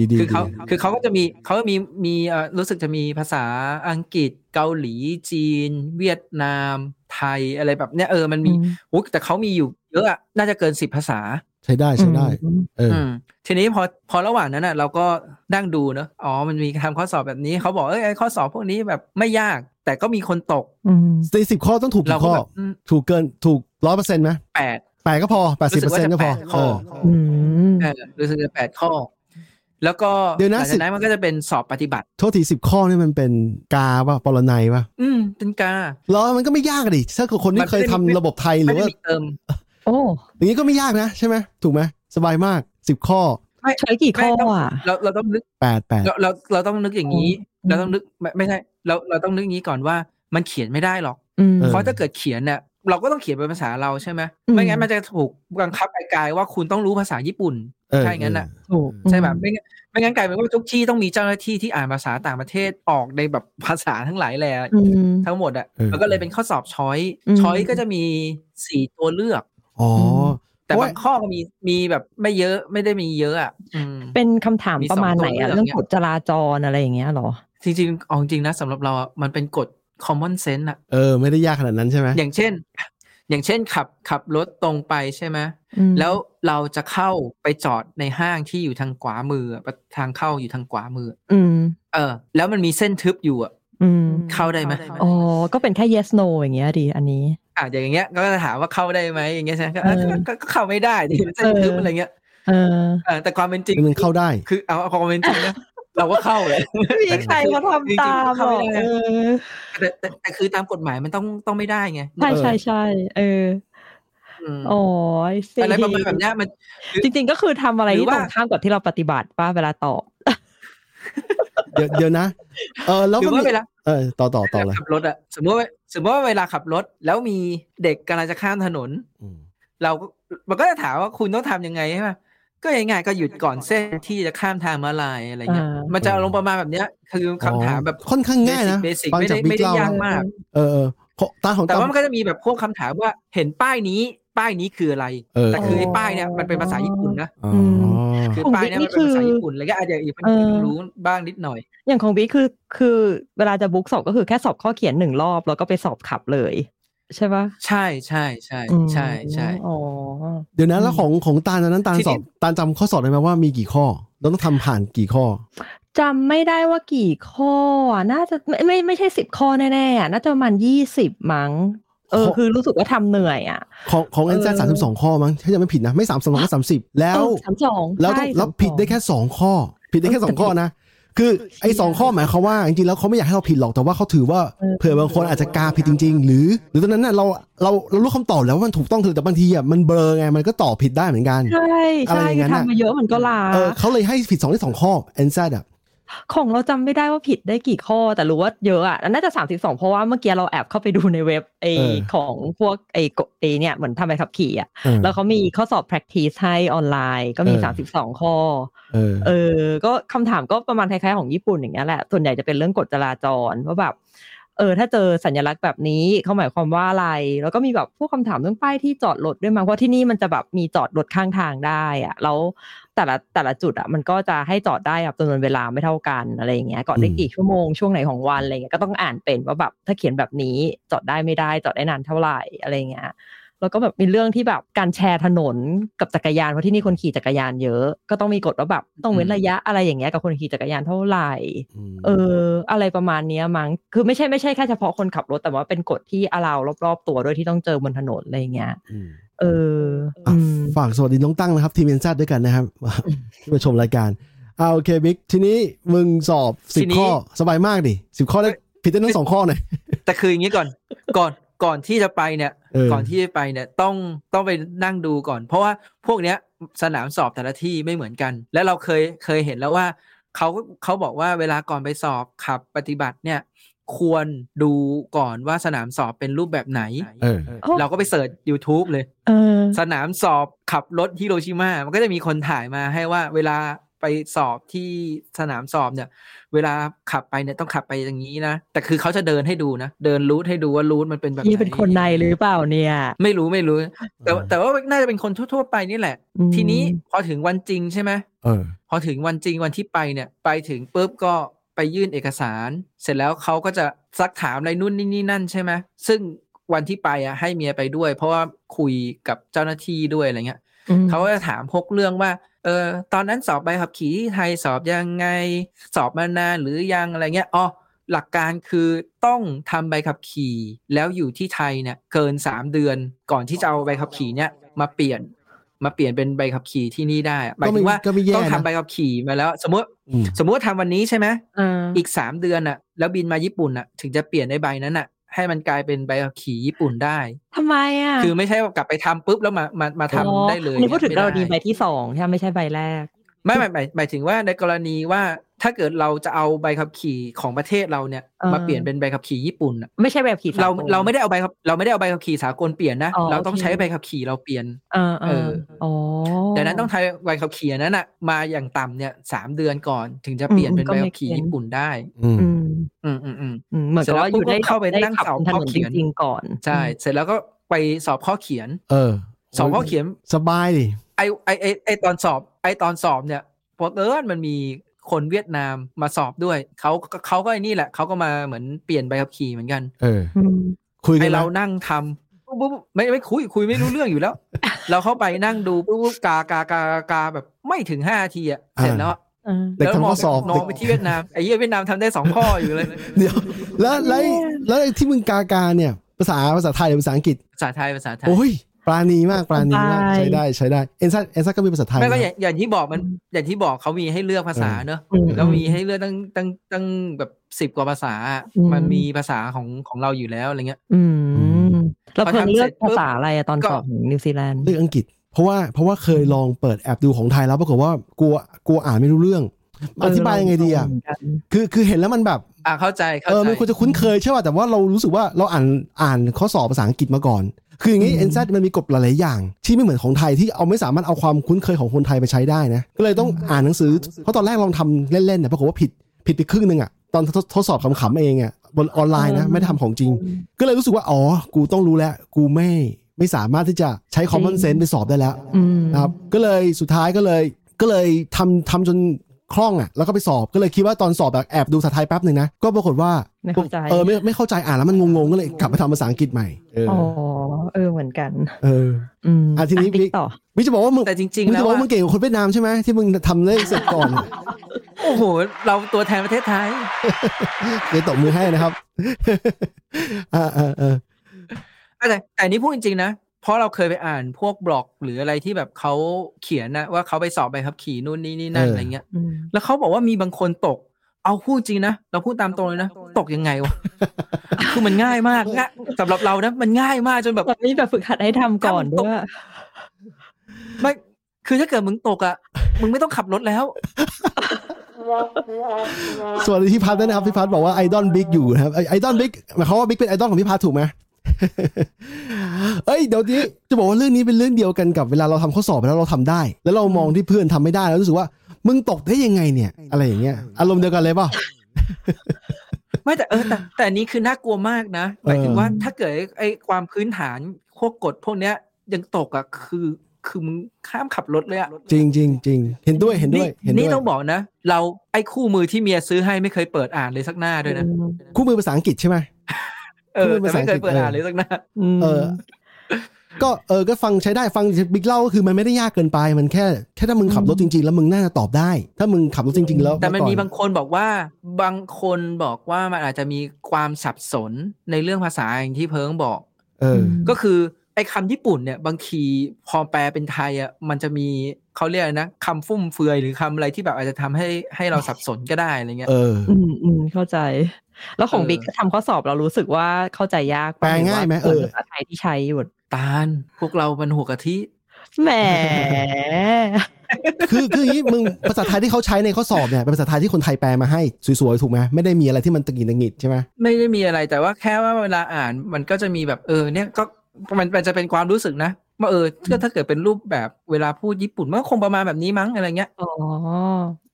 F: ดีดีดี
E: คือเขา
F: ดี
E: คือเขาก็จะมีเขามีมีเอ่อรู้สึกจะมีภาษาอังกฤษ เกาหลี จีน เวียดนาม ไทยอะไรแบบเนี้ยเออมันมีโอ้แต่เขามีอยู่เยอะอะน่าจะเกินสิบภาษา
F: ใช้ได้ใช้ได้
C: อืม
F: เออ
E: มทีนี้พอพอระหว่างนั้นอ่ะ เราก็นั่งดูเนอะอ๋อมันมีทำข้อสอบแบบนี้เขาบอกเอ้ยไอ้ข้อสอบพวกนี้แบบไม่ยาก แต่ก็มีคนตก
C: อืม
F: ในสิบข้อต้องถูก
E: เรา
F: กี่
E: ก็
F: ข้อ
E: แบบอืม
F: ถูกเกินถูกร้อยเปอร์เซ็นต์ไหม
E: แปด
F: แปดก็พอแปดสิบเปอร์เซ็นต์ก็พอ
E: รู้สึกว่าจะแป
F: เอ
E: ดข้อ
F: อ
C: อืม
E: เออรู้สึกจะแปดข้อ แล้วก็
F: เดี๋ยวนะ
E: หลัง
F: สิ
E: จาก
F: บ
E: นั้นมันก็จะเป็นสอบปฏิบัติ
F: โทษทีสิบข้อนี่มันเป็นกาป่ะปรนัยป่ะ
E: อืมเป็นกา
F: แล้วมันก็ไม่ยากอะดิถ้าเกิดคน
E: มั
F: ที่
E: น
F: เคย
E: ไม่ได้
F: ทำ
E: มี
F: ระบบไทยหรือ
E: ไม่ได้
F: ว่า
E: มีเติม
C: โอ้
F: อย่างนี้ก็ไม่ยากนะใช่ไหมถูกไหมสบายมากสิบข้อ
C: ใช้กี่ข้อ
E: ไม่ต้อง
C: อ่ะ
E: เราเราต้องนึก
F: แปดแปด
E: เราเราเราต้องนึกอย่างนี้
C: อืม
E: เราต้องนึกไม่ไม่ใช่เราเราต้องนึกอย่างนี้ก่อนว่ามันเขียนไม่ได้หรอก
C: อืม
E: เพราะถ้าเกิดเขียนเนี่ยเราก็ต้องเขียนเป็นภาษาเราใช่ไหม
C: อืม
E: ไม่งั้นมันจะถูกบังคับไกลๆว่าคุณต้องรู้ภาษาญี่ปุ่น
F: เออ
E: ใช่งั้นน่ะ
C: ถูก
E: ใช่ไหมไม่งั้นไม่งั้นกลายเป็นว่าทุกที่ต้องมีเจ้าหน้าที่ที่อ่านภาษาต่างประเทศออกในแบบภาษาทั้งหลายแหล่
C: อืม
E: ทั้งหมดอ่ะ
F: ออ
E: มันก็เลยเป็นข้อสอบช้อย
C: อืม
E: ช้อยก็จะมีสี่ตัวเลือก
F: อ๋อ
E: แต่
F: โอ้ย
E: บางข้อก็มีมีแบบไม่เยอะไม่ได้มีเยอะอ่ะอืม
C: เป็นคำถาม
E: มี
C: ประมาณ
E: สองตัว
C: ไหนอ่ะ
E: เลือก
C: เรื่อง
E: เนี่ย
C: กฎจราจรอะไรอย่างเงี้ยเหรอ
E: จริงๆเอาจริงๆนะสำหรับเราอะมันเป็นกฎ common sense อะ
F: เออ ไม่ได้ยากขนาดนั้นใช่ไหม
E: อย่างเช่น อย่างเช่นขับขับรถตรงไปใช่ไหม
C: อืม
E: แล้วเราจะเข้าไปจอดในห้างที่อยู่ทางขวามืออะทางเข้าอยู่ทางขวามือ
C: อืม
E: เออ แล้วมันมีเส้นทึบอยู่อ่ะ
C: อืม
E: เข้าได้ไหม
C: อ๋อ ก็เป็นแค่ yes no อย่างเงี้ยดี อันนี้
E: อ่ะอย่างเงี้ย ก็จะถามว่าเข้าได้ไหมอย่างเงี้ยใช่ไหมก็เออ
C: เออ
E: ก็ก็ก็เข้าไม่ได้ดิมันเส้นทึบ
C: เอออ
E: อะไรเงี้ย
C: เออ
E: เออแต่ความเป็นจริง
F: คือมันเข้าได้
E: คือเอาเอาความเป็นจริงนะเราก็เข้าเลย
C: ไม่มีใครเขาทำตามหรอก
E: จริงๆ
C: เอ
E: เข้าไม่ได้
C: อ
E: แต่แต่แต่คือตามกฎหมายมันต้องต้องไม่ได้ไง
C: ใช่ใช่ใช่เออ
E: อืม
C: อ๋อ I see
E: อะไรประมาณแบบเนี้ยมัน
C: จริงๆก็คือทำอะไร
E: หรื
C: ที่
E: อ
C: ต
E: ว่า
C: รงข้ามกับที่เราปฏิบัติป้าเวลาตอบ
F: เดี๋ยวเดี๋ยวนะ เออแล้ว
E: หรื
F: ก็
E: อว่า
F: มี
E: เวลา
F: เออต่อต่อต่อเลย
E: ขับรถอะสมมติว่าสมมติว่าเวลาขับรถแล้วมีเด็กกำลังจะข้ามถนน
F: อืม
E: เราก็มันก็จะถามว่าคุณต้องทำยังไงใช่ไหมก็ง่ายๆก็หยุดก่อนเส้นที่จะข้ามทางม้าลายอะไรเงี้ย
C: อ่ามั
E: มันจะลงประมาณแบบเนี้ยคือคำถามแบบ
F: อ๋อค่อนข้างง่ายนะ
E: basic basic
F: ฟังจากบิ๊
E: ไม่ได้ไม่
F: กเล่าย
E: ได้าก
F: นะ
E: มาก
F: เออเออขอตาของ
E: แต่
F: ตา
E: ว่ามันก็จะมีแบบพวกคำถามว่าเห็นป้ายนี้ป้ายนี้คืออะไร
F: เออ
E: แต่คือไอ้ป้ายเนี่ยมันเป็นภาษาญี่ปุ่นนะ
F: อ๋อ
E: คือ
C: ของ
E: ป้ายเนี่ยมันเป็นภาษา
C: นี่คือ
E: ญี่ปุ่นเลยก็อาจจะอีกคน
C: เออ
E: รู้บ้างนิดหน่อย
C: อย่างของบิ๊กคือคือเวลาจะบุ๊กสอบก็คือแค่สอบข้อเขียนหนึ่งรอบ แล้วก็ไปสอบขับเลย ใช่ปะ
E: ใช่ใช่ใช่ใช่ใช่
C: อ๋อ
F: เดี๋ยวนะแล้วของของตาตอนนั้นตาสอบตาจำข้อสอบได้ไหมว่ามีกี่ข้อเราต้องทำผ่านกี่ข้อ
C: จำไม่ได้ว่ากี่ข้ออะน่าจะไม่ไม่ไม่ใช่สิบข้อแน่ๆอะน่าจะประมาณยี่สิบมั้ง เออ
F: ข้อ
C: คือรู้สึกว่าทำเหนื่อยอ่ะ
F: ของของเอ็น
C: เอ
F: แซ
C: อ
F: สามสิบสองข้อมั้งถ้าจะไม่ผิดนะไม่สามสองก็สามสิบแล้ว
C: สามสอง
F: แล้วต้องแล้วผิดได้แค่สองข้อ ผิดได้แค่สองข้อนะ คือไอ้สองข้อหมายความว่าจริงๆแล้วเขาไม่อยากให้เราผิดหรอกแต่ว่าเขาถือว่า
C: เออ
F: เผื่อบางคนอาจจะกาผิดจริง ๆ หรือ หรือตอนนั้นน่ะเราเราเรารู้คำตอบแล้วว่ามันถูกต้องคือแต่บางทีอ่ะมันเบลอไงมันก็ตอบผิดได้เหมือนกัน
C: ใช่
F: อะไร
C: ใช่
F: อย่างนั้นอะ
C: ทำมาเยอะมันก็ลา
F: เออเขาเลยให้ผิดสองได้สองข้อแอนซ่าอ่ะ
C: ของเราจำไม่ได้ว่าผิดได้กี่ข้อ แต่รู้ว่าเยอะอ่ะน่าจะสามสิบสองเพราะว่าเมื่อกี้เราแอบเข้าไปดูในเว็บไอของพวกไอกไอเนี่ยเหมือนทำใบขับขี่อ่ะ
F: เออ
C: แล้วเขามีข้อสอบ practice ให้ออนไลน์ก็มี
F: เออ
C: สามสิบสองข้อ
F: เออ
C: เออ ก็คำถามก็ประมาณคล้ายๆของญี่ปุ่นอย่างเงี้ยแหละ ส่วนใหญ่จะเป็นเรื่องกฎจราจรว่าแบบ เออ ถ้าเจอสัญลักษณ์แบบนี้เขาหมายความว่าอะไร แล้วก็มีแบบพวกคำถามเรื่องป้ายที่จอดรถด้วยมั้งเพราะที่นี่มันจะแบบมีจอดรถข้างทางได้อะแล้วแต่ละแต่ละจุดอะมันก็จะให้จอดได้แบบจำนวนเวลาไม่เท่ากันอะไรอย่างเงี้ยก่อนได้
F: อืม
C: กี่ชั่วโมงช่วงไหนของวันอะไรเงี้ยก็ต้องอ่านเป็นว่าแบบถ้าเขียนแบบนี้จอดได้ไม่ได้จอดได้นานเท่าไหร่อะไรเงี้ย แล้วก็แบบมีเรื่องที่แบบการแชร์ถนนกับจักรยานเพราะที่นี่คนขี่จักรยานเยอะ ก็ต้องมีกฎว่าแบบต้องเว้น
E: อืม
C: ระยะอะไรอย่างเงี้ยกับคนขี่จักรยานเท่าไหร่
F: ม
C: เออ อะไรประมาณเนี้ยมั้งคือไม่ใช่ไม่ใช่แค่เฉพาะคนขับรถแต่ว่าเป็นกฎที่อาราวรอบๆตัวด้วยที่ต้องเจอบนถนนอะไรอย่างเงี้ยเออ
F: อ่ะ
C: อืม
F: ฝากสวัสดีน้องตั้งนะครับ ทีมเอ็นซัดด้วยกันนะครับ ที่มาชมรายการเอาโอเคบิ๊กทีนี้มึงสอบสิ
E: ที
F: บ
E: นี้
F: ข้อสบายมากดิสิบข้อได้ผิดได้ทั้งสองข้อเลย
E: แต่คืออย่างนี้ ก่อน ก่อนก่อนที่จะไปเนี่ย
F: เออ
E: ก่อนที่จะไปเนี่ยต้องต้องไปนั่งดูก่อน เพราะว่าพวกเนี้ยสนามสอบแต่ละที่ไม่เหมือนกัน และเราเคยเคยเห็นแล้วว่าเขาเขาบอกว่าเวลาก่อนไปสอบขับปฏิบัติเนี่ย ควรดูก่อนว่าสนามสอบเป็นรูปแบบไหน
F: เออ
C: โอ้
E: เราก็ไปเสิร์ช YouTube เลย
C: เออ
E: สนามสอบขับรถฮิโรชิมา มันก็จะมีคนถ่ายมาให้ว่าเวลาไปสอบที่สนามสอบเนี่ย เวลาขับไปเนี่ยต้องขับไปอย่างนี้นะ แต่คือเขาจะเดินให้ดูนะ เดินรูทให้ดูว่ารูทมันเป็นแบบไห
C: นี่เป็นคนในหรือเปล่าเนี่ย
E: ไม่รู้ไม่รู้ แต่ว่าแต่ว่าน่าจะเป็นคนทั่วๆไปนี่แหละ
C: อืม
E: ทีนี้พอถึงวันจริงใช่ไหม
F: เออ
E: พอถึงวันจริงวันที่ไปเนี่ยไปถึงปุ๊บก็ไปยื่นเอกสาร เสร็จแล้วเขาก็จะซักถามอะไรนู่นนี่นี่นั่นใช่ไหมซึ่งวันที่ไปอ่ะให้เมียไปด้วย เพราะว่าคุยกับเจ้าหน้าที่ด้วยอะไรเงี้ย
C: อืม
E: เขาก็จะถามพกเรื่องว่าเออตอนนั้นสอบใบขับขี่ที่ไทยสอบยังไง สอบมานานหรือยังอะไรเงี้ยอ๋อหลักการคือต้องทำใบขับขี่ แล้วอยู่ที่ไทยเนี่ยเกิน 3 เดือนก่อนที่จะเอาใบขับขี่เนี่ยมาเปลี่ยนมาเปลี่ยนเป็นใบขับขี่ที่นี่ได้อะหมายถึงว่า
F: ก็ไม่แย่
E: ต้องทำ
F: นะ
E: ใบขับขี่มาแล้ว สมมติ
F: อืม
E: สมมติว่าทำวันนี้ใช่ไหม
C: อ่า
E: อีกสามเดือนน่ะ แล้วบินมาญี่ปุ่นน่ะ ถึงจะเปลี่ยนในใบนั้นน่ะ ให้มันกลายเป็นใบขับขี่ญี่ปุ่นได้
C: ทำไมอ่ะ
E: คือไม่ใช่ว่ากลับไปทำปุ๊บแล้วมามามาทำได้เลย
C: นี่พูดถึงเราดีใบ
E: ไม่
C: ที่สองใช่ไหมไม่ใช่ใบแรก
E: ไม่หมายหมายหมายถึงว่าในกรณีว่าถ้าเกิดเราจะเอาใบขับขี่ของประเทศเราเนี่ย
C: เออ
E: มาเปลี่ยนเป็นใบขับขี่ญี่ปุ่นน่ะ
C: ไม่ใช่แบบขี่สกล
E: เราเราไม่ได้เอาใบขับเราไม่ได้เอาใบขับขี่สากลเปลี่ยนนะ
C: อ๋อ
E: เราต้อง
C: โอเค
E: ใช้ใบขับขี่เราเปลี่ยน
C: เออเอ
E: เอ
C: อ
E: อ
C: อ๋อ
E: ดังนั้นต้องใช้ใบขับขี่อันนั้นน่ะมาอย่างต่ำเนี่ยสามเดือนก่อนถึงจะเปลี่ยน
C: อืม
E: เป็น
C: ก็
E: ใบ
C: ไม่
E: ขับขี่
C: เปลี่ยน
E: ญี่ปุ่นได้
F: อืม
C: อืม
E: อืมอืมอืม
C: อืมเหมือนกับว่า
E: เส
C: อ
E: ร็จ
C: ยู่
E: แล้ว
C: ได้
E: ปุ๊บก็เข้าไป
C: ด้
E: นั่ง
C: ขับ
E: สอบ
C: น
E: บ
C: ถนน
E: ข้อ
C: จ
E: เขียน
C: ริงๆก่อน
E: ใช่ เสร็จแล้วก็ไปสอบข้อเขียน
F: เออ
E: สอบข้อเขียน
F: สบายดิ
E: ไอไอไอไอตอนสอบไอตอนสอบเนี่ยพอเอิญมันมีคนเวียดนามมาสอบด้วยเขาเขาก็ไอนี่แหละเขาก็มาเหมือนเปลี่ยนใบขับขี่เหมือนกัน
F: เออ
C: อืม
F: คุย
E: ไอ
F: กัน
E: เรา
F: นะ
E: นั่งทำปุ๊บปุ๊บปุ๊บไม่ไม่คุยคุยไม่รู้เรื่องอยู่แล้ว เราเข้าไปนั่งดูปุ๊บปุ๊บกากากากาแบบไม่ถึงห้าทีอะเสร็จแล้วอะ
C: เออ
F: เด็ก
E: แล้ว
F: ทำ
E: ม
F: ข้
E: อ
F: อง สอบ
E: มองไปที่เวียดนามไอ้เหี้ยเวียดนามทำได้สองข้ออยู่เลย
F: เดี๋ยวแล้วแล้วแล้วไอ้ที่มึงกากาเนี่ย ภาษาภาษาไทยหรือภาษาอังกฤษ
E: ภาษาไทยภาษาไทย
F: โอ้ยปราณีมากปราณีมาก
C: สบาย
F: ใช้ได้ใช้ได้เอ็นซัดเอ็นซัดก็มีภาษาไทย
E: ไม่ก็
F: นะ
E: อย่างอย่างที่บอกมันอย่างที่บอกเขามีให้เลือกภาษาเนอะ
C: อืม
E: แล้วมีให้เลือกตั้งตั้งตั้งแบบสิบกว่าภาษาอะ
C: อืม
E: มันมีภาษาของของเราอยู่แล้วอะไรเงี้ย
C: อื
F: อื
C: ม
F: ม
C: แล้วเพิ่งเลือก
E: พอทำเสร็จปุ๊
C: ภา
E: บ
C: ษาอะไรอะตอน
E: ก็
C: สอบของนิวซีแลนด์
F: เลือกอังกฤษ เพราะว่าเพราะว่าเคยลองเปิดแอปดูของไทยแล้วปรากฏว่ากลัวกลัวอ่านไม่รู้เรื่องอธิบายยังไงดีอ่ะ
C: เหมืนกัน
F: คือคือเห็นแล้วมันแบบ
E: อ่ะเข้าใจเข้า
F: เออ
E: ใจ
F: มันควรจะคุ้นเคยใช่ป่ะแต่ว่าเรารู้สึกว่าเราอ่านอ่านข้อสอบภาษาอังกฤษมาก่อน คืออย่างนี้
C: อืม
F: เอ็นซมันมีกฎหลายๆอย่าง ที่ไม่เหมือนของไทยที่เอาไม่สามารถเอาความคุ้นเคยของคนไทยไปใช้ได้นะก็เลยต้องอ่านหนังสือเพราะตอนแรกลองทำเล่นๆเนี่ยปรากฏว่าผิดผิดไปครึ่งหนึ่งอ่ะตอนทดทดสอบขำๆเองอ่ะบนออนไลน์นะ
C: เออ
F: ไม่ได้ทำของจริง ก็เลยรู้สึกว่าอ๋อกูต้องรู้แล้วกูไม่ไม่สามารถที่จะใช้คอมมอนเซนส์ไปสอบได้แล้ว
C: อืม
F: นะครับก็เลยสุดท้ายก็เลยก็เลยทำทำจนคล่องอ่ะแล้วก็ไปสอบก็เลยคิดว่าตอนสอบแบบแอบดูภาษาไทยแป๊บหนึ่งนะ ก็ปรากฏว่า
C: ไม่เข้าใจ
F: เออไม่ไม่เข้าใจอ่านแล้วมันงงๆก็เลยกลับมาทำภาษาอังกฤษใหม่เออ
C: อ๋อเออเหมือนกัน
F: เออ
C: อืม
F: อ่ะทีนี้
C: ติ๊กต่อ
F: มิจะบอกว่ามึง
E: แต่จริง
F: มึง
E: ๆแล้
F: จะบ
E: ว
F: อก
E: อะ
F: ว่ามึงเก่งกว่าคนเวียดนามใช่ไหมที่มึงทำได้เสร็จก่อน
E: โอ้โห เราตัวแทนประเทศไทย
F: เลยวตบมือให้นะครับ อ่าอ่าอ่า
E: แต่แต่นี่พูดจริงๆนะ เพราะเราเคยไปอ่านพวกบล็อกหรืออะไรที่แบบเขาเขียนนะว่าเขาไปสอบใบขับขี่นู่นนี่นี่นั่นอะไรเงี้ย
C: อืม
E: แล้วเขาบอกว่ามีบางคนตก เอาพูดจริงนะ เราพูดตามตรงเลยนะ ตกยังไงวะ คือมันง่ายมากง่ายสำหรับเรานะมันง่ายมากจนแบบ
C: เรามีแบบฝึกหัดให้ทำก่อน
E: ถ้ามันตก
C: ด้วย
E: ไม่คือถ้าเกิดมึงตกอ่ะมึงไม่ต้องขับรถแล้ว
F: สวัสดีพี่พัทด้วยนะครับพี่พัทบอกว่าไอดอลบิ๊กอยู่นะครับไอดอลบิ๊กหมายความว่าบิ๊กเป็นไอดอลของพี่พัทถูกไหม เอ้ยเดี๋ยวนี้จะบอกว่าเรื่องนี้เป็นเรื่องเดียวกันกับเวลาเราทำข้อสอบไปแล้วเราทำได้ แล้วเรามองที่เพื่อนทำไม่ได้แล้วรู้สึกว่ามึงตกได้ยังไงเนี่ย อะไรอย่างเงี้ยอารมณ์เดียวกันเลยเปล่ะ
E: ไม่แต่เออแต่แต่อันนี้คือน่ากลัวมากนะหมายถึงว่าถ้าเกิดไอ้ความพื้นฐานพวกกฎพวกเนี้ยยังตกอ่ะคือคือมึงข้ามขับรถเลยอ่ะ
F: จริงจริงจริงเห็นด้วยเห็นด้วยเห็น
E: นี่
F: ด้วย
E: ต้องบอกนะ เราไอ้คู่มือที่เมียซื้อให้ไม่เคยเปิดอ่านเลยสักหน้าด้วยนะ
F: คู่มือภาษาอังกฤษใช่ไหม
E: เออแต่ไม่เคยเปิดอ่านเลยสักหน้า
F: เออ ก็เออก็ฟังใช้ได้ฟังบิ๊กเล่าก็คือมันไม่ได้ยากเกินไป มันแค่แค่ถ้ามึงขับรถจริง ๆ แล้วมึงน่าจะตอบได้ ถ้ามึงขับรถจริง ๆ แล้ว
E: แต่มัน
F: ก่อ
E: มีบางคนบอกว่าบางคนบอกว่ามันอาจจะมีความสับสนในเรื่องภาษาอย่างที่เพิงบอก
F: เออ
E: ก็คือไอ้คำญี่ปุ่นเนี่ยบางทีพอแปลเป็นไทยอ่ะมันจะมีเขาเรียกอะไรนะคำฟุ่มเฟือยหรือคำอะไรที่แบบอาจจะทำให้ให้เราสับสนก็ได้อะไรเงี้ย
F: เออ
C: อืมอืมเข้าใจ แล้วของ
E: เออ
C: บิ๊กทำข้อสอบเรารู้สึกว่าเข้าใจยาก
F: แปลง่ายไหมเออ
C: ภาษาไทยที่ใช้อยู่
E: ตาลพวกเรามันหัวกะทิ
C: แห ม
F: คือคืออย่างนี้มึงภาษาไทยที่เขาใช้ในข้อสอบเนี่ยเป็นภาษาไทยที่คนไทยแปลมาให้สวยๆถูกไหมไม่ได้มีอะไรที่มันตะกินตะกิดใช่ไหม
E: ไม่ได้มีอะไรแต่ว่าแค่ว่าเวลาอ่านมันก็จะมีแบบเออเนี่ยก็มันมันจะเป็นความรู้สึกนะว่าเออถ้าถ้าเกิดเป็นรูปแบบเวลาพูดญี่ปุ่นมันก็คงประมาณแบบนี้มั้งอะไรเงี้ย
C: อ๋อ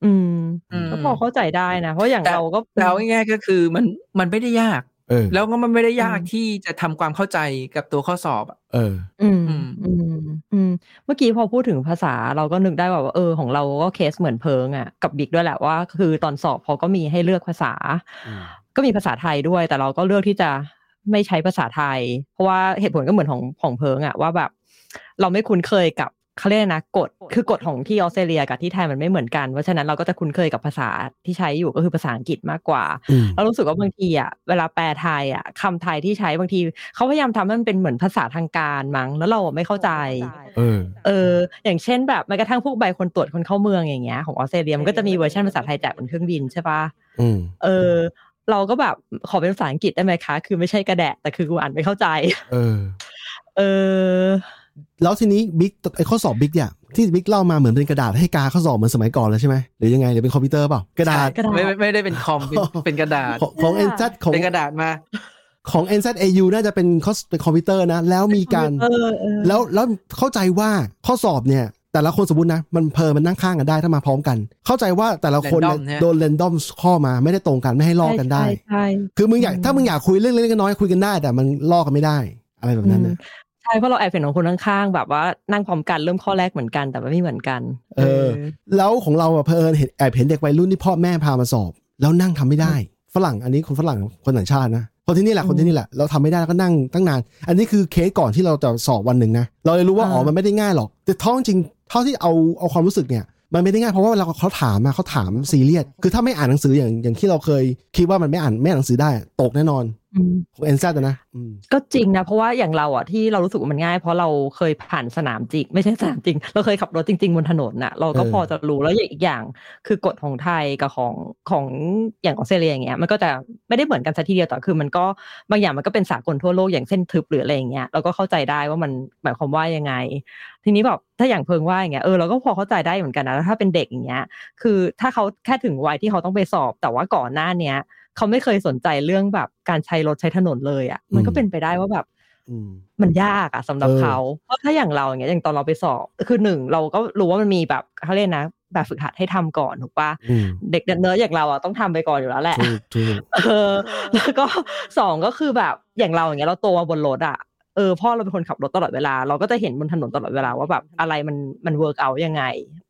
C: อืม
E: อืม
C: ก็พอเข้าใจได้นะ เพราะอย่าง
E: แต่
C: เราก็
E: แต่เอาง่ายๆก็คือมันมันไม่ได้ยาก
F: เออ
E: แล้วก็มันไม่ได้ยากที่จะทำความเข้าใจกับตัวข้อสอบอะ
F: เออ
C: อืม
E: อืม
C: อืม อืม เมื่อกี้พอพูดถึงภาษาเราก็นึกได้แบบว่าเออของเราก็เคสเหมือนเพิงอ่ะกับบิ๊กด้วยแหละว่า คือตอนสอบเขาก็มีให้เลือกภาษา
F: อืม
C: ก็มีภาษาไทยด้วย แต่เราก็เลือกที่จะไม่ใช้ภาษาไทย เพราะว่าเหตุผลก็เหมือนของของเพิงอ่ะว่าแบบ เราไม่คุ้นเคยกับเขาเรียกอะไรนะกฎคือกฎของที่ออสเตรเลียกับที่ไทยมันไม่เหมือนกันเพราะฉะนั้นเราก็จะคุ้นเคยกับภาษาที่ใช้อยู่ก็คือภาษาอังกฤษมากกว่า
F: อืม
C: เรารู้สึกว่าบางทีอ่ะเวลาแปลไทยอ่ะคำไทยที่ใช้บางทีเขาพยายามทำให้มันเป็นเหมือนภาษาทางการมั้งแล้วเราอะไม่เข้าใจ
F: เออ
C: เออ อย่างเช่นแบบแม้กระทั่งพวกใบคนตรวจคนเข้าเมืองอย่างเงี้ยของออสเตรเลียมันก็จะมีเวอร์ชันภาษาไทยแจกบนเครื่องบินใช่ปะ
F: อืม
C: เออ เราก็แบบขอเป็นภาษาอังกฤษได้ไหมคะ คือไม่ใช่กระแดะแต่คือกูอ่านไม่เข้าใจ
F: เออ
C: เออ
F: แล้วทีนี้บิ๊กไอข้อสอบบิ๊กเนี่ยที่บิ๊กเล่ามาเหมือนเป็นกระดาษให้กาข้อสอบเหมือนสมัยก่อนเลยใช่ไหมหรือยังไงหรือเป็นคอมพิวเตอร์เปล่ากระดาษ
C: กระดาษ
E: ไม่ไม่ไม่ได้เป็นคอมเป็น เป็นกระดาษ
F: ของของเอ็นซัของ
E: เป็นกระดาษมา
F: ของ n z a u น่าจะเป็นคอสเป็นคอมพิวเตอร์นะ แล้วมีการ
C: เออเออ
F: แล้วแล้วเข้าใจว่าข้อสอบเนี่ย แต่ละคนสมมตินะ มันเพอมันนั่งข้างกันได้ถ้ามาพร้อมกัน เข้าใจว่าแต่ละคนเนี่ยโดนเรนดอมข้อมาไม่ได้ตรงกันไม่ให้ลอกกันได้
C: ใช่ใช่
F: คือมึงอยากถ้ามึงอยากคุยเรื่องเล็กๆน้อยๆคุยกันได้ แต่มันลอกกันไม่ได้ อะไรแบบนั้นนะ
C: อืมใช่เพราะเราแอบเห็นของคนข้างๆแบบว่านั่งพร้อมกันเริ่มข้อแรกเหมือนกันแต่ว่าไม่เหมือนกัน
F: เออ แล้วของเราอะเพอเห็นแอบเห็นเด็กวัยรุ่นที่พ่อแม่พามาสอบ แล้วนั่งทำไม่ได้ ฝรั่งอันนี้คนฝรั่งคนต่างชาตินะคนที่นี่แหละ
C: อืม
F: คนที่นี่แหละเราทำไม่ได้แล้วก็นั่งตั้งนาน อันนี้คือเคสก่อนที่เราจะสอบวันหนึ่งนะเราเลยรู้ว่า
C: อ่า
F: อ๋อมันไม่ได้ง่ายหรอก แต่ท้องจริงเท่าที่เอาเอาความรู้สึกเนี่ยมันไม่ได้ง่ายเพราะว่าเวลาเขาถามมาเขาถามซีเรียสคือถ้าไม่อ่านหนังสืออย่างอย่างที่เราเคย คิดว่ามันไม่อ่านไม่อ่านหนังสือได้ตกแน่นอน
C: อืม
F: ของเอนซ่านะอืม
C: ก็จริงนะ เพราะว่าอย่างเราอ่ะที่เรารู้สึกว่ามันง่าย เพราะเราเคยผ่านสนามจริงไม่ใช่สนามจริง เราเคยขับรถจริง ๆ บนถนนน่ะเราก็พอจะรู้แล้วอีกอย่างคือกฎของไทยกับของของอย่างออสเตรเลียอย่างเงี้ยมันก็จะไม่ได้เหมือนกันซะทีเดียวแต่คือมันก็บางอย่างมันก็เป็นสากลทั่วโลกอย่างเส้นทึบหรืออะไรอย่างเงี้ยเราก็เข้าใจได้ว่ามันหมายความว่ายังไง ทีนี้แบบถ้าอย่างเพิงว่าอย่างเงี้ยเออเราก็พอเข้าใจได้เหมือนกันนะแล้วถ้าเป็นเด็กอย่างเงี้ย คือถ้าเขาแค่ถึงวัยที่เขาต้องไปสอบ แต่ว่าก่อนหน้าเนี้ย เขาไม่เคยสนใจเรื่องแบบการใช้รถใช้ถนนเลยอะ่ะ มันก็เป็นไปได้ว่าแบบ
F: อืม
C: มันยากอะ่ะสำหรับ
F: เออ
C: เขาเพราะถ้าอย่างเราอย่างเงี้ยอย่างตอนเราไปสอบคือหนึ่งเราก็รู้ว่ามันมีแบบเขาเรียกนะ แบบฝึกหัดให้ทำก่อนถูกปะ
F: อืม
C: เด็กเนิร์ดอย่างเราอะ่ะต้องทำไปก่อนอยู่แล้วแหละ
F: ถูกถูก
C: เออแล้วก็สองก็คือแบบอย่างเราอย่างเงี้ยเราโตมาบนรถอ่ะเออพ่อเราเป็นคนขับรถตลอดเวลา เราก็จะเห็นบนถนนตลอดเวลาว่าแบบอะไรมันมันเวิร์กเอายังไง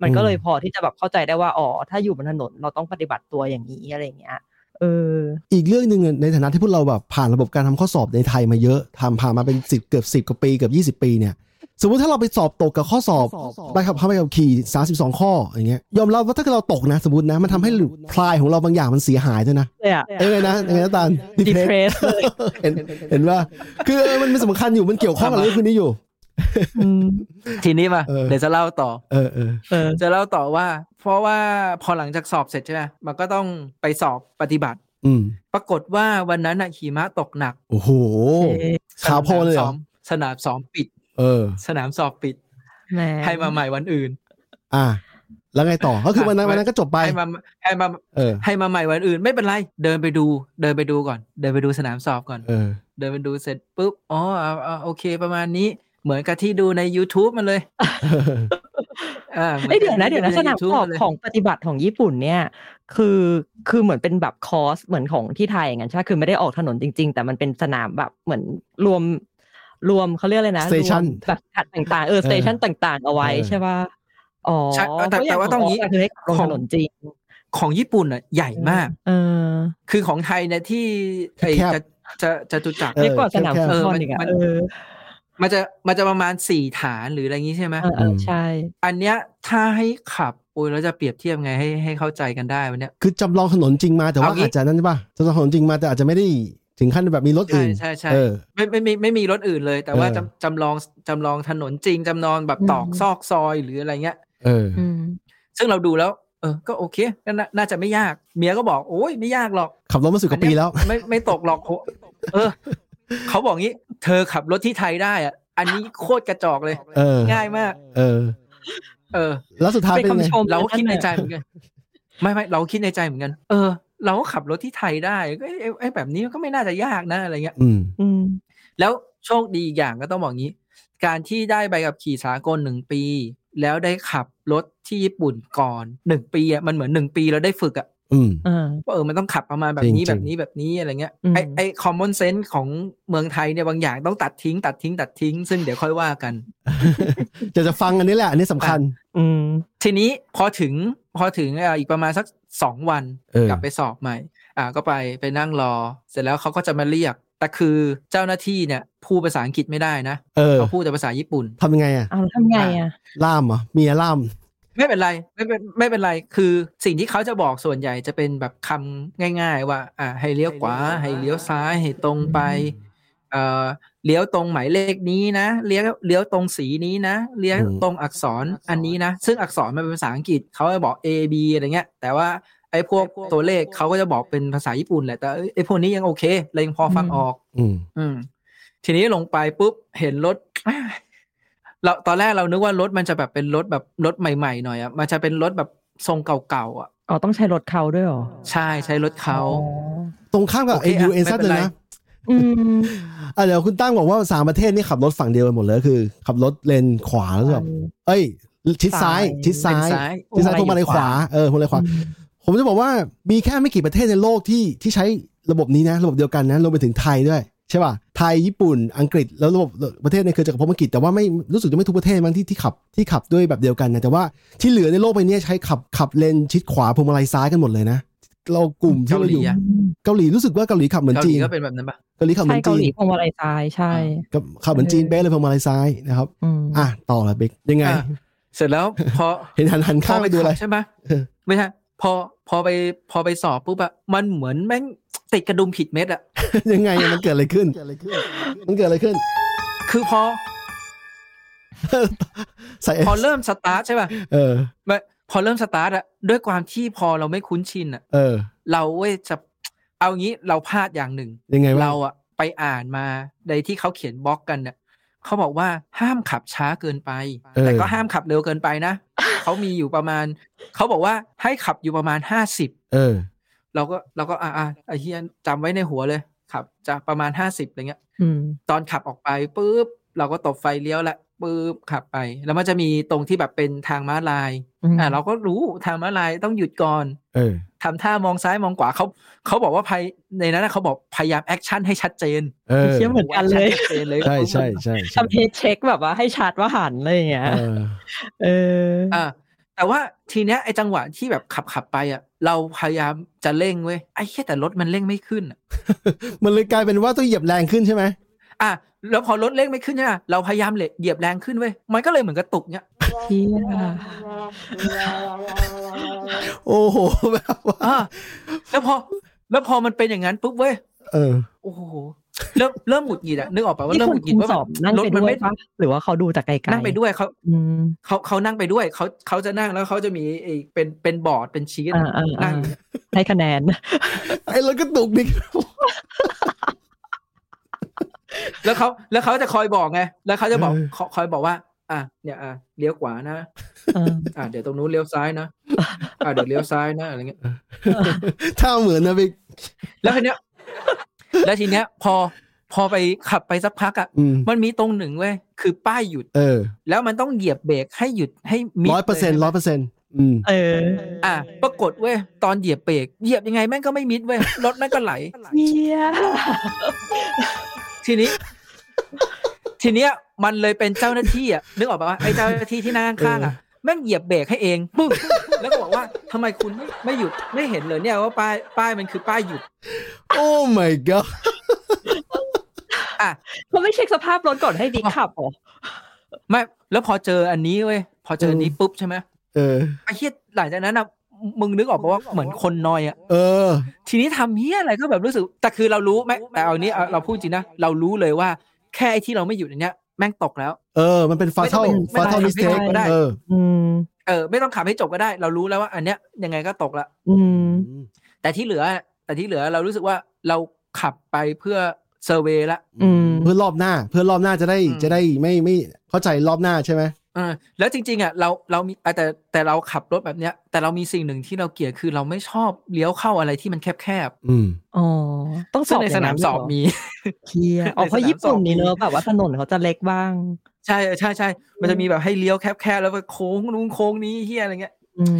C: มันก็เลย
F: อืม
C: พอที่จะแบบเข้าใจได้ว่าอ๋อถ้าอยู่บนถนนเราต้องปฏิบัติตัวอย่างนี้อะไรอย่างเงี้ยเออ
F: อีกเรื่องหนึ่งในฐานะที่พวกเราแบบผ่านระบบการทำข้อสอบในไทยมาเยอะทำผ่านมาเป็นสิบเกือบสิบกว่าปีเกือบยี่สิบ20 ปีเนี่ย สมมติถ้าเราไปสอบตกกับข้อสอบใบขับเข้าไปกับขี่สามสิบสองข้ออย่างเงี้ยยอมรับว่าถ้าเกิดเราตกนะ สมมตินะมันทำให้พลายของเราบางอย่างมันเสียหายด้วยนะ
C: เลยอะ
F: เอ้ยไงนะยังไงนะตาล depressed
C: depress เลย
F: เห็นเห็นว่าคือเออมันมันสำคัญอยู่มันเกี่ยวข้องกับเรื่องพวกนี้อยู่
C: อื ม
E: ทีนี้มา
F: เออ
E: เดี๋ยวจะเล่าต่อ
F: เออเออ
C: เออ
E: จะเล่าต่อว่า เพราะว่าพอหลังจากสอบเสร็จใช่ไหมมันก็ต้องไปสอบปฏิบัติ
F: อืม
E: ปรากฏว่าวันนั้นน่ะหิมะตกหนัก
F: โอ้โห
E: ส
F: ขาวโพลนเลยเหร
E: ซ้
F: อ
E: มสนามซ้อมปิด
F: เออ
E: สนามสอบปิด
C: แหม
E: ให้มาใหม่วันอื่น
F: อ่ะแล้วไงต่อก็คือวันนั้น
E: อ่ะ
F: วันนั้นก็จบไป
E: ให้มาให้มา
F: เออ
E: ให้มาใหม่วันอื่น ไม่เป็นไร เดินไปดู เดินไปดูก่อน เดินไปดูสนามสอบก่อน
F: เออ
E: เดินไปดูเสร็จปุ๊บอ๋อเอาเอาโอเคประมาณนี้ เหมือนกับที่ดูใน YouTube มันเลยอ่าหมือ
C: เอ้ย
E: กั
C: เดี๋
E: บ
C: ยวนะ
E: ที่
C: เดี๋ยวนะสนาม
E: ใ YouTube
C: สอบ
E: เลย
C: ของปฏิบัติของญี่ปุ่นเนี่ย คือคือเหมือนเป็นแบบคอร์สเหมือนของที่ไทยอย่างนั้นใช่ไหมคือไม่ได้ออกถนนจริง ๆ แต่มันเป็นสนามแบบเหมือนรวม รวมเขาเรียกอะไรนะ
F: Station
C: รวมแบบจัดต่างๆเออสเตชันต่างๆ เอาไว้
F: เออ
C: ใช่ป่ะอ๋อ
E: ใช่แต่แต่ว่าต้อง
C: ข
E: งี้
C: กคือให้ลงถนนจริง
E: ของญี่ปุ่นอ่ะใหญ่มาก
C: เออ
E: คือของไทยเนี่ยที่ไอ
F: แคบ
E: จะจะจะตุจักร
F: เออ
C: เรียกว่าสนาม
F: แคบๆ
C: ฟุตบอลอีกอะ
E: เออมัน
C: เออ
E: มันจะมันจะประมาณสี่ฐานหรืออะไรอย่างงี้ใช่ไหม
C: เออเออใช่
E: อันเนี้ยถ้าให้ขับโอ้ยเราจะเปรียบเทียบไงให้ให้เข้าใจกันได้วันเนี้ย
F: คือจำลองถนนจริงมาแต่ว่า
E: เอางี้
F: อาจจะนั่นใช่ป่ะจำลองถนนจริงมาแต่อาจจะไม่ได้ถึงขั้นแบบมีรถ
E: ใช่
F: อื่น
E: ใช่ใช่
F: เออ
E: ไม่ไม่ไม่ไม่มีรถอื่นเลย แต่ว่า
F: เออ
E: จำจำลองจำลองถนนจริงจำลองแบบตอก
C: อืม
E: ซอกซอยหรืออะไรเงี้ย
F: เออ
C: อืม
E: ซึ่งเราดูแล้ว เออ ก็โอเคก็น่าน่าจะไม่ยาก เมียก็บอก โอ้ยไม่ยากหรอก
F: ขับรถมาสิบกว่าปีแล้ว
E: อันเนี้ยไม่ไม่ตกหรอกโหเออ เขาบอกงี้ เธอขับรถที่ไทยได้อะอันนี้โคตรกระจอกเลย
F: เออ
E: ง่ายมาก
F: เออ
E: เออ
F: แล้วสุดท้ายเป็น
C: เป็น
F: ไง
C: คำชม
E: เราก็คิดในใจเหมือนกัน ไม่ไม่เราคิดในใจเหมือนกัน เออ เราก็ขับรถที่ไทยได้ก็เอ้ยเอ้ยเอ้ยแบบนี้ก็ไม่น่าจะยากนะอะไรเงี้ย
F: อืม
C: อืม
E: แล้วโชคดีอีกอย่างก็ต้องบอกงี้ การที่ได้ใบขับขี่สากลหนึ่งปี แล้วได้ขับรถที่ญี่ปุ่นก่อนหนึ่งปีอ่ะมันเหมือนหนึ่งปีเราได้ฝึกอ่ะ
F: อื ม
C: เออ
E: ว่าเออมันต้องขับประมาณแบบนี้
F: จริงๆ
E: แบบนี้แบบนี้อะไรเงี้ย
C: อืม
E: ไอไอคอมมอนเซนส์ของเมืองไทยเนี่ยบางอย่างต้องตัดทิ้ง ตัดทิ้งตัดทิ้ง ซึ่งเดี๋ยวค่อยว่ากัน
F: จะจะฟังอันนี้แหละ อันนี้สำคัญ
C: อืม
E: ทีนี้พอถึงพอถึงอ่ะอีกประมาณสักสองวัน
F: เออ
E: กลับไปสอบใหม่ อ่า ก็ไปไปนั่งรอ เสร็จแล้วเขาก็จะมาเรียก แต่คือเจ้าหน้าที่เนี่ยพูดภาษาอังกฤษไม่ได้นะ
F: เออ
E: เขาพูดแต่ภาษาญี่ปุ่น
F: ทำยังไงอ่ะ
C: เอาแล้วทำไงอ่ะ
F: ล่ามเหรอ่ะเมียล่าม
E: ไม่เป็นไรไม่เป็นไม่เป็นไรคือสิ่งที่เขาจะบอกส่วนใหญ่จะเป็นแบบคำง่าย ๆ ว่า อ่าให้เลี้ยวขวาให้เลี้ยวซ้ายให้ตรงไปเอ่อเลี้ยวตรงหมายเลขนี้นะเลี้ยวเลี้ยวตรงสีนี้นะเลี้ยว
F: อืม
E: ตรงอักษรอันนี้นะ ซึ่งอักษรมันเป็นภาษาอังกฤษเขาจะบอก A B อะไรเงี้ย แต่ว่าไอ้พวกตัวเลขเขาก็จะบอกเป็นภาษาญี่ปุ่นแหละแต่เอ้ยไอ้พวกนี้ยังโอเคเรายังพอฟัง
C: อืม
E: ออก
F: อืม
E: อืมทีนี้ลงไปปุ๊บเห็นรถ เราตอนแรกเรานึกว่ารถมันจะแบบเป็นรถแบบรถใหม่ๆหน่อยอะมันจะเป็นรถแบบทรงเก่าๆอ่ะ
C: อ๋อต้องใช้รถเขาด้วยเหรอ
E: ใช่ใช้รถเขา
F: ตรงข้ามกับ
E: โอเค
F: a
E: อ่ะ
F: u n
E: ไม่
F: z
E: เป็
F: เล
E: น
F: ย
E: ไร
F: นะ
C: อืม
F: อ่ะเดี๋ยวคุณตั้งบอกว่าสามประเทศนี่ขับรถฝั่งเดียวกันหมดเลยคือ ขับรถเลนขวาแล้วแบบเอ้ย ชิดซ้ายชิดซ้าย
E: เป็นซ้าย
F: ชิดซ้ายพวงมาลัยขวาเออพวงมาลัยขวา ผมจะบอกว่ามีแค่ไม่กี่ประเทศในโลกที่ที่ใช้ระบบนี้นะ ระบบเดียวกันนะรวมไปถึงไทยด้วย ใช่ป่ะ ไทยญี่ปุ่นอังกฤษแล้วระบบประเทศในเครือจักรภพอังกฤษแต่ว่าไม่รู้สึกจะไม่ทุกประเทศมั้งที่ที่ขับที่ขับด้วยแบบเดียวกันนะแต่ว่าที่เหลือในโลกใบเนี้ยใช้ขับขับเลนชิดขวาพวงมาลัยซ้ายกันหมดเลยนะเรากลุ่มที่เราอยู่
E: เกาหลีอะ
F: เกาหลีรู้สึกว่าเกาหลีขับเหมือน
E: เกาห
F: จี
E: ลี
F: น
E: ก็เป็นแบบนั้นปะ
F: เกาหลีขับเหมื
C: ใช่
F: อน
C: เกาห
F: จีน
C: ลีพวงมาลัยซ้ายใช่
E: อ่
F: กับขับเหมือนจีนเป๊ะเลยพวงมาลัยซ้ายนะครับ
C: อืม
F: อ่ะต่อละเบกยังไง
E: อ่ะเสร็จแล้วพอ
F: เห็นหันหันข้างไปดูอะไร
E: พขับใช่ไหม
F: เออ
E: ไม่ใช่พอพอไปพอไปสอบปุ๊บอะมันเหมือนแม่งติดกระดุมผิดเม็ดอะ
F: ยังไงมันเกิดอะไรขึ้นมันเกิดอะไรขึ้น
E: คือพอ
F: ใส่
E: พอเริ่มสตาร์ทใช่ป่ะ
F: เออ
E: ไม่พอเริ่มสตาร์ทอะด้วยความที่พอเราไม่คุ้นชินอะ
F: เออ
E: เราเว้ยจะเอางี้เราพลาดอย่างหนึ่ง
F: ยังไงวะ
E: เราอะไปอ่านมาในที่เขาเขียนบล็อกกันเนี่ยเขาบอกว่าห้ามขับช้าเกินไป
F: เออ
E: แต่ก็ห้ามขับเร็วเกินไปนะ เขามีอยู่ประมาณ เขาบอกว่าให้ขับอยู่ประมาณห้าสิบ
F: เออ
E: เราก็เราก็อ่าอ่าไอ้เฮียจำไว้ในหัวเลยขับจะประมาณห้าสิบอะไรเงี้ย
C: อืม
E: ตอนขับออกไปปุ๊บเราก็ตบไฟเลี้ยวละปุ๊บขับไป แล้วมันจะมีตรงที่แบบเป็นทางม้าลาย
C: อืม
E: อ่าเราก็รู้ทางม้าลายต้องหยุดก่อน
F: เออ
E: ทำท่ามองซ้ายมองขวาเขาเขาบอกว่าภายในนั้นนะเขาบอกพยายามแอคชั่นให้ชัดเจน
F: เออ
C: เชื่อเหมือนกันเลย
E: แอคชั่นชัดจนเลย
F: ใช่ใช่ใช่ใช่
C: ทำเทสเช็คแบบว่าให้ชัดว่าหันอะไรอย่างเงี้ย
F: เออ
C: เออ
E: อ่าแต่ว่าทีเนี้ยไอจังหวะที่แบบขับขับไปอ่ะ เราพยายามจะเร่งเว้ยไอ้แค่แต่รถมันเร่งไม่ขึ้นอะ
F: มันเลยกลายเป็นว่าต้องเหยียบแรงขึ้นใช่ไหม
E: อ่ะแล้วพอรถเร่งไม่ขึ้นใช่ไหมเราพยายามเหยียบแรงขึ้นเว้ยมันก็เลยเหมือนกระตุกเนี้ย
C: ที่ะ
F: โอ้โห แบบว่า
E: อ่าแล้วพอแล้วพอมันเป็นอย่างนั้นปุ๊บเว้ย
F: เออ
E: โอ้โห เริ่มเริ่มหงุดหงิดอะนึกออกปะว่า
C: ที่
E: เริ่ม
C: คุ
E: ห
C: ณคุ
E: งุดหงิด
C: ม
E: ว่า
C: ส
E: แบ
C: อ
E: บบ
C: นั่ง
E: รถ
C: ไป
E: มั
C: ด้
E: น
C: วย
E: ไม่
C: ปะหรือว่าเขาดูจากไกลๆ
E: นั่งไปด้วยเขา
C: อืม
E: เขาเขานั่งไปด้วยเขาเขาจะนั่งแล้วเขาจะมีไอ้เป็นเป็นบอร์ดเป็นชีต
C: อ่าอ่า
E: นั่ง
C: อ่า
E: อยู่เนี่ย
C: ให้คะแนน
F: ไอ้รถกระตุกนี่
E: แล้วเขาแล้วเขาจะคอยบอกไงแล้วเขาจะบอก
F: เออ
E: คอคอยบอกว่า อ่ะเนี่ยอ่ะเลี้ยวขวานะ
C: เออ
E: อ่ะเดี๋ยวตรงนู้นเลี้ยวซ้ายนะอ่ะเดี๋ยวเลี้ยวซ้ายนะอะไรเงี้ย
F: ถ้าเหมือนนะพี่
E: แล้วทีเนี้ย แล้วทีเนี้ย พอพอไปขับไปสักพักอ่ะ
F: อืม
E: มันมีตรงหนึ่งเว้ยคือป้ายหยุด
F: เออ
E: แล้วมันต้องเหยียบเบรกให้หยุดให้มิด
F: ร้อยเปอร์เซ็นต์
E: ล
F: ร้อยเปอร์เซ็นต์อืม
C: เออ
E: อ่ะปรากฏเว้ยตอนเหยียบเบรกเหยียบยังไงแม่งก็ไม่มิดเว้ยรถแม่งก็ไหล
C: เฮีย
E: ทีนี้ ทีเนี้ยมันเลยเป็นเจ้าหน้าที่อ่ะนึกออกปะว่าไอ้เจ้าหน้าที่ที่นั่งข้างๆอ่ะแม่งเหยียบเบรกให้เองปึ้งแล้วก็บอกว่าทำไมคุณไม่ไม่หยุดไม่เห็นเลยเนี่ยว่าป้ายป้ายมันคือป้ายหยุด
F: โอ้ my god
C: เขาไม่เช็คสภาพรถก่อนให้บิ๊กขับเหรอ
E: ไม่แล้วพอเจออันนี้เว้ยพอเจออันนี้
F: อืม
E: ปุ๊บใช่ไหม
F: เออ
E: ไอ้เฮียหลังจากนั้นนะมึงนึกออกปะว่าเหมือนคนนอยอ่ะ
F: เออ
E: ทีนี้ทำเฮียอะไรก็แบบรู้สึกแต่คือเรารู้แม่แต่เอานี้เอาเราพูดจริงนะเรารู้เลยว่า แค่ไอ้ที่เราไม่หยุดอันเนี้ยแม่งตกแล้ว
F: เออ มันเป็นฟาเท่า
E: ไม่ต้องไป
F: ฟาเท่า
E: ไม่
F: มิสเท
E: ต้อง
F: ค
E: ไปก็ได้
F: เออ
C: อืม
E: เออไม่ต้องขับให้จบก็ได้ เรารู้แล้วว่า อันเนี้ยยังไงก็ตกละ
C: อืม
E: แต่ที่เหลือ แต่ที่เหลือเรารู้สึกว่าเราขับไปเพื่อเซอร์เวย์ละ
C: อืม
F: เพื่อรอบหน้า เพื่อรอบหน้าจะได้
E: อืม
F: จะได้ไม่ไม่เข้าใจรอบหน้าใช่ไหม
E: เออแล้วจริงๆอ่ะเราเรามีอ่ะแต่แต่เราขับรถแบบเนี้ย แต่เรามีสิ่งหนึ่งที่เราเกลียดคือเราไม่ชอบเลี้ยวเข้าอะไรที่มันแคบ
F: อืม
C: อ๋อ ต้อง
E: ๆ
C: ส
E: ซึ่
C: อง บ
E: ในสนามสอบมี
C: เฮียอ๋อเพราะญี่ปุ่นนี่เนอะแบบว่าถนนเขาจะเล็กบ้าง
E: ใช่ใช่ใช่มั
C: อื
E: น
C: ม
E: จะมีแบบให้เลี้ยวแคบๆแล้วก็โค้งนู้นโค้งนี้เฮียอะไรเงี้ย
C: อืม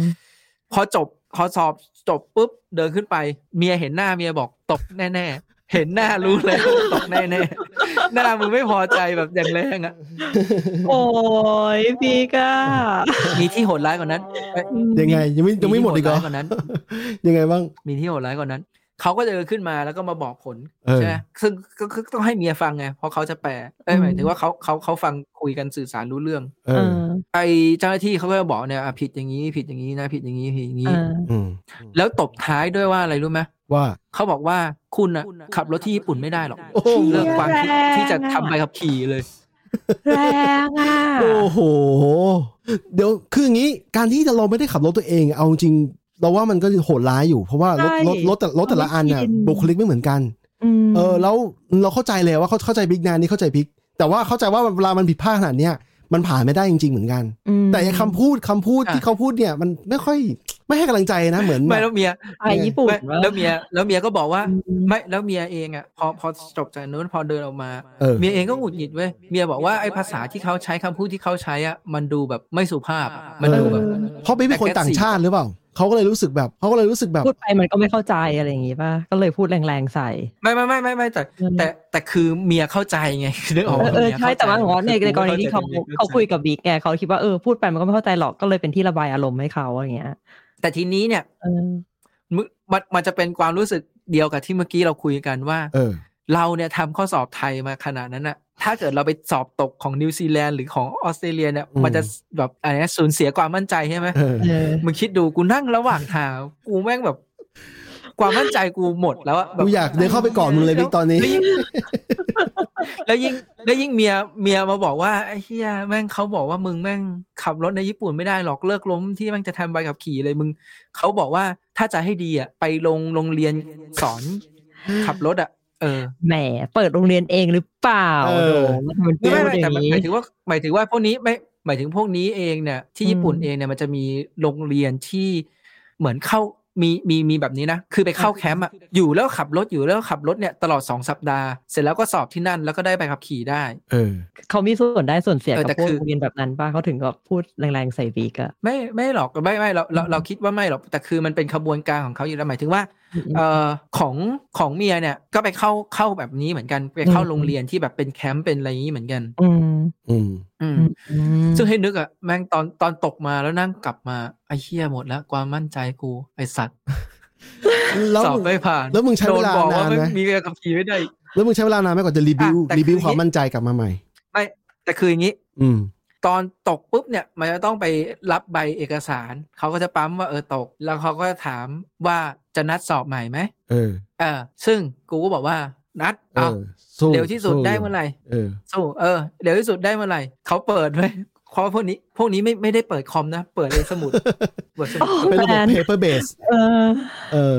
E: พอจบพอสอบจบปุ๊บเดินขึ้นไป เมียเห็นหน้าเมียบอกตกแน่ๆเห็นหน้ารู้เลยตกแน่ๆหน้ามึงไม่พอใจแบบอย่างแรงอ่ะ
C: โอ้ยบิ๊กอะ
E: มีที่โหดร้ายกว่านั้นเอ้ย
F: ยังไงยังไม่ยังไม่หมดอี
E: ที่
F: กเหรอ
E: ร้ายกว่านั้น
F: ยังไงบ้าง
E: มีที่โหดร้ายกว่านั้น เขาก็จะเดินขึ้นมาแล้วก็มาบอกผล
F: เออ
E: ใช่ไหมซึ่งก็ก็ก็ต้องให้เมียฟังไง เพราะเขาจะแปลเอ้ยหมายถึงว่าเขาเขาเขาฟังคุยกันสื่อสารรู้เรื่อง
F: เอ
C: เอ
F: อ
C: อ
E: ไอเจ้าหน้าที่เขาก็จะบอกเนี่ยอ่ะผิดอย่างนี้ผิดอย่างนี้นะผิดอย่างนี้ผิดอย่าง
C: เอ
E: นี้
C: อ
F: อืม
E: แล้วตบท้ายด้วยว่าอะไรรู้ไหม
F: ว่า
E: เขาบอกว่าคุณอ่ะขับรถที่ญี่ปุ่นไม่ได้หรอก
F: โอ้โห
E: เลิกความคิดที่จะทำใบขับขี่เลย
C: แรงอ่ะ
F: โอ้โห เดี๋ยวคืออย่างนี้ การที่เราไม่ได้ขับรถตัวเอง เอาจริงเราว่ามันก็โหดร้ายอยู่ เพราะว่ารถ
C: ใช่
F: รถรถแต่รถแต่ละอันน่ะ
C: เราไม่ชิน
F: บุคลิกไม่เหมือนกัน
C: ม
F: เออแล้วเราเข้าใจเลยว่าเขาเข้าใจบิ๊กนานนี่เข้าใจบิ๊กแต่ว่าเข้าใจว่าเวลามันผิดพลาดขนาดเนี้ยมันผ่านไม่ได้จริง ๆ เหมือนกัน
C: ม
F: แต่ไอ้คำพูดคำพูด
E: อ่ะ
F: ที่เขาพูดเนี่ย มันไม่ค่อยไม่ให้กำลังใจนะเหมือน
E: ไม่
F: แบ
E: แล้ว
F: บ
E: เมีย
C: ไปญี่ปุ่น
E: ไม่
C: ว่า
E: แล้วเมียแล้วเมียก็บอกว่า
C: อืม
E: ไม่แล้วเมียเองอ่ะพอพอจบจากนู้นพอเดินออกมา
F: เออ
E: เมียเองก็หงุดหงิดเว้ยเมียบอกว่าไอ้ภาษาที่เขาใช้คำพูดที่เขาใช้อ่ะมันดูแบบไม่สุภาพอะมันดูแบบ
C: เออ
F: เพราะบิ๊กเป็นคนต่างชาติหรือเปล่าเขาก็เลยรู้สึกแบบเขาก็เลยรู้สึกแบบ
C: พูดไปมันก็ไม่เข้าใจอะไรอย่างงี้ป่ะ ก็เลยพูดแรงๆใส่
E: ไม่ไม่ไม่ไม่ไม่แต่แต่แต่คือเมียเข้าใจไง นึกออก
C: เออ
E: ว่า
C: เออ
E: มีย
C: ใช่แต่ว่าของ
E: เข้
C: เขาใน
E: จ
C: ในกรณีที่เขา
E: แต่มีย
C: เขาคุยกับบิ๊กไงเขาคิดว่าเออพูดไปมันก็ไม่เข้าใจหรอกก็เลยเป็นที่ระบายอารมณ์ให้เขาอะไรอย่างเงี้ย
E: แต่ทีนี้เนี่ย
C: เออ
E: มึมันมันจะเป็นความรู้สึกเดียวกับที่เมื่อกี้เราคุยกันว่า
F: เออ
E: เราเนี่ยทำข้อสอบไทยมาขนาดนั้นอะถ้าเกิดเราไปสอบตกของนิวซีแลนด์หรือของออสเตรเลียเนี่ย
F: อืม
E: มันจะแบบอะไรนะสูญเสียความมั่นใจใช่ไหม
F: เออ
C: เออ
E: มึงคิดดูกูนั่งระหว่างทาง กูแม่งแบบ ความมั่นใจกูหมดแล้วอะแบบ
F: กูอยากเดินเข้าไปกอดมึงเลยบิ๊กตอนนี้
E: แล้วยิ่งแล้วยิ่งแล้วยิ่งเมียเมียมาบอกว่าไอ้เฮียแม่งเขาบอกว่ามึงแม่งขับรถในญี่ปุ่นไม่ได้หรอกเลิกล้มที่แม่งจะทำใบขับขี่เลยมึงเขาบอกว่าถ้าจะให้ดีอะไปลงโรงเรียนสอนขับรถอะเออ
C: แหมเปิดโรงเรียนเองหรือเปล่า
F: เออ
C: โดมทำเป็นพูดอ
E: ไม่ไม่ไม่แต่
C: ย่าง
E: หมาย
C: นี้
E: หมายถึงว่าหมายถึงว่าพวกนี้ไม่หมายถึงพวกนี้เองเนี่ยที่ญี่ปุ่น
C: อืม
E: เองเนี่ยมันจะมีโรงเรียนที่เหมือนเข้ามีมีมีแบบนี้นะคือไปเข้าแคมป์อะอยู่แล้วขับรถอยู่แล้วขับรถเนี่ยตลอดสองสัปดาห์ เสร็จแล้วก็สอบที่นั่นแล้วก็ได้ใบขับขี่ได้
F: เออ
C: เขามีส่วนได้ส่วนเสีย
E: เออ
C: กับ
E: แต่
C: พวก
E: คือ
C: โรงเรียนแบบนั้นป่ะเขาถึงก็พูดแรงๆใส่บิ๊กอะ
E: ไม่ไม่หรอกไม่ไม่เราเราเราคิดว่าไม่หรอกแต่คือมันเป็นขบวนการของเขาอยู่แล้วหมายถึงว่า เอ่อของของเมียเนี่ยก็ไปเข้าเข้าแบบนี้เหมือนกันไปเข้าโรงเรียนที่แบบเป็นแคมป์เป็นอะไรอย่างนี้เหมือนกัน
C: อืม
F: อืม
E: อืม
C: อืมอืม
E: ซึ่งให้นึกอะแม่งตอนตอนตกมาแล้วนั่งกลับมาไอ้เหี้ยหมดแล้วความมั่นใจกูไอ้สัตว์
F: แล้ว
E: สอบ
F: มึง
E: ไม่ผ่าน
F: แล้วมึงใช้เวลา
E: โดนบอกว่าน
F: านไหม
E: ไม่มีใบขับขี่ไม่ได้
F: แล้วมึงใช้เวลานานไหมกว่อนจะรีบิว
E: อ่ะแต่คือ
F: รีบิว
E: อย่างงี้
F: ความมั่นใจกลับมาใหม่
E: ไม่แต่คืออย่างนี้
F: อืม
E: ตอนตกปุ๊บเนี่ย มันจะต้องไปรับใบเอกสาร เขาก็จะปั๊มว่าเออตก แล้วเขาก็ถามว่าจะนัดสอบใหม่ไหม
F: เออ
E: เออซึ่งกูก็บอกว่า นัดเอา
F: อสู้
E: เร็วที่สุด
F: สู้
E: ได้เมื่อไหร่
F: เอ อ
E: สู้เออเร็วที่สุดได้เมื่อไหร่เขาเปิดไหมเพราะพวกนี้พวกนี้ไม่ไม่ได้เปิดคอมนะ เปิดในสมุดเปิดสมุด
F: เป็นระบบ
C: แบรนด์
F: paper base
C: เออ
F: เออ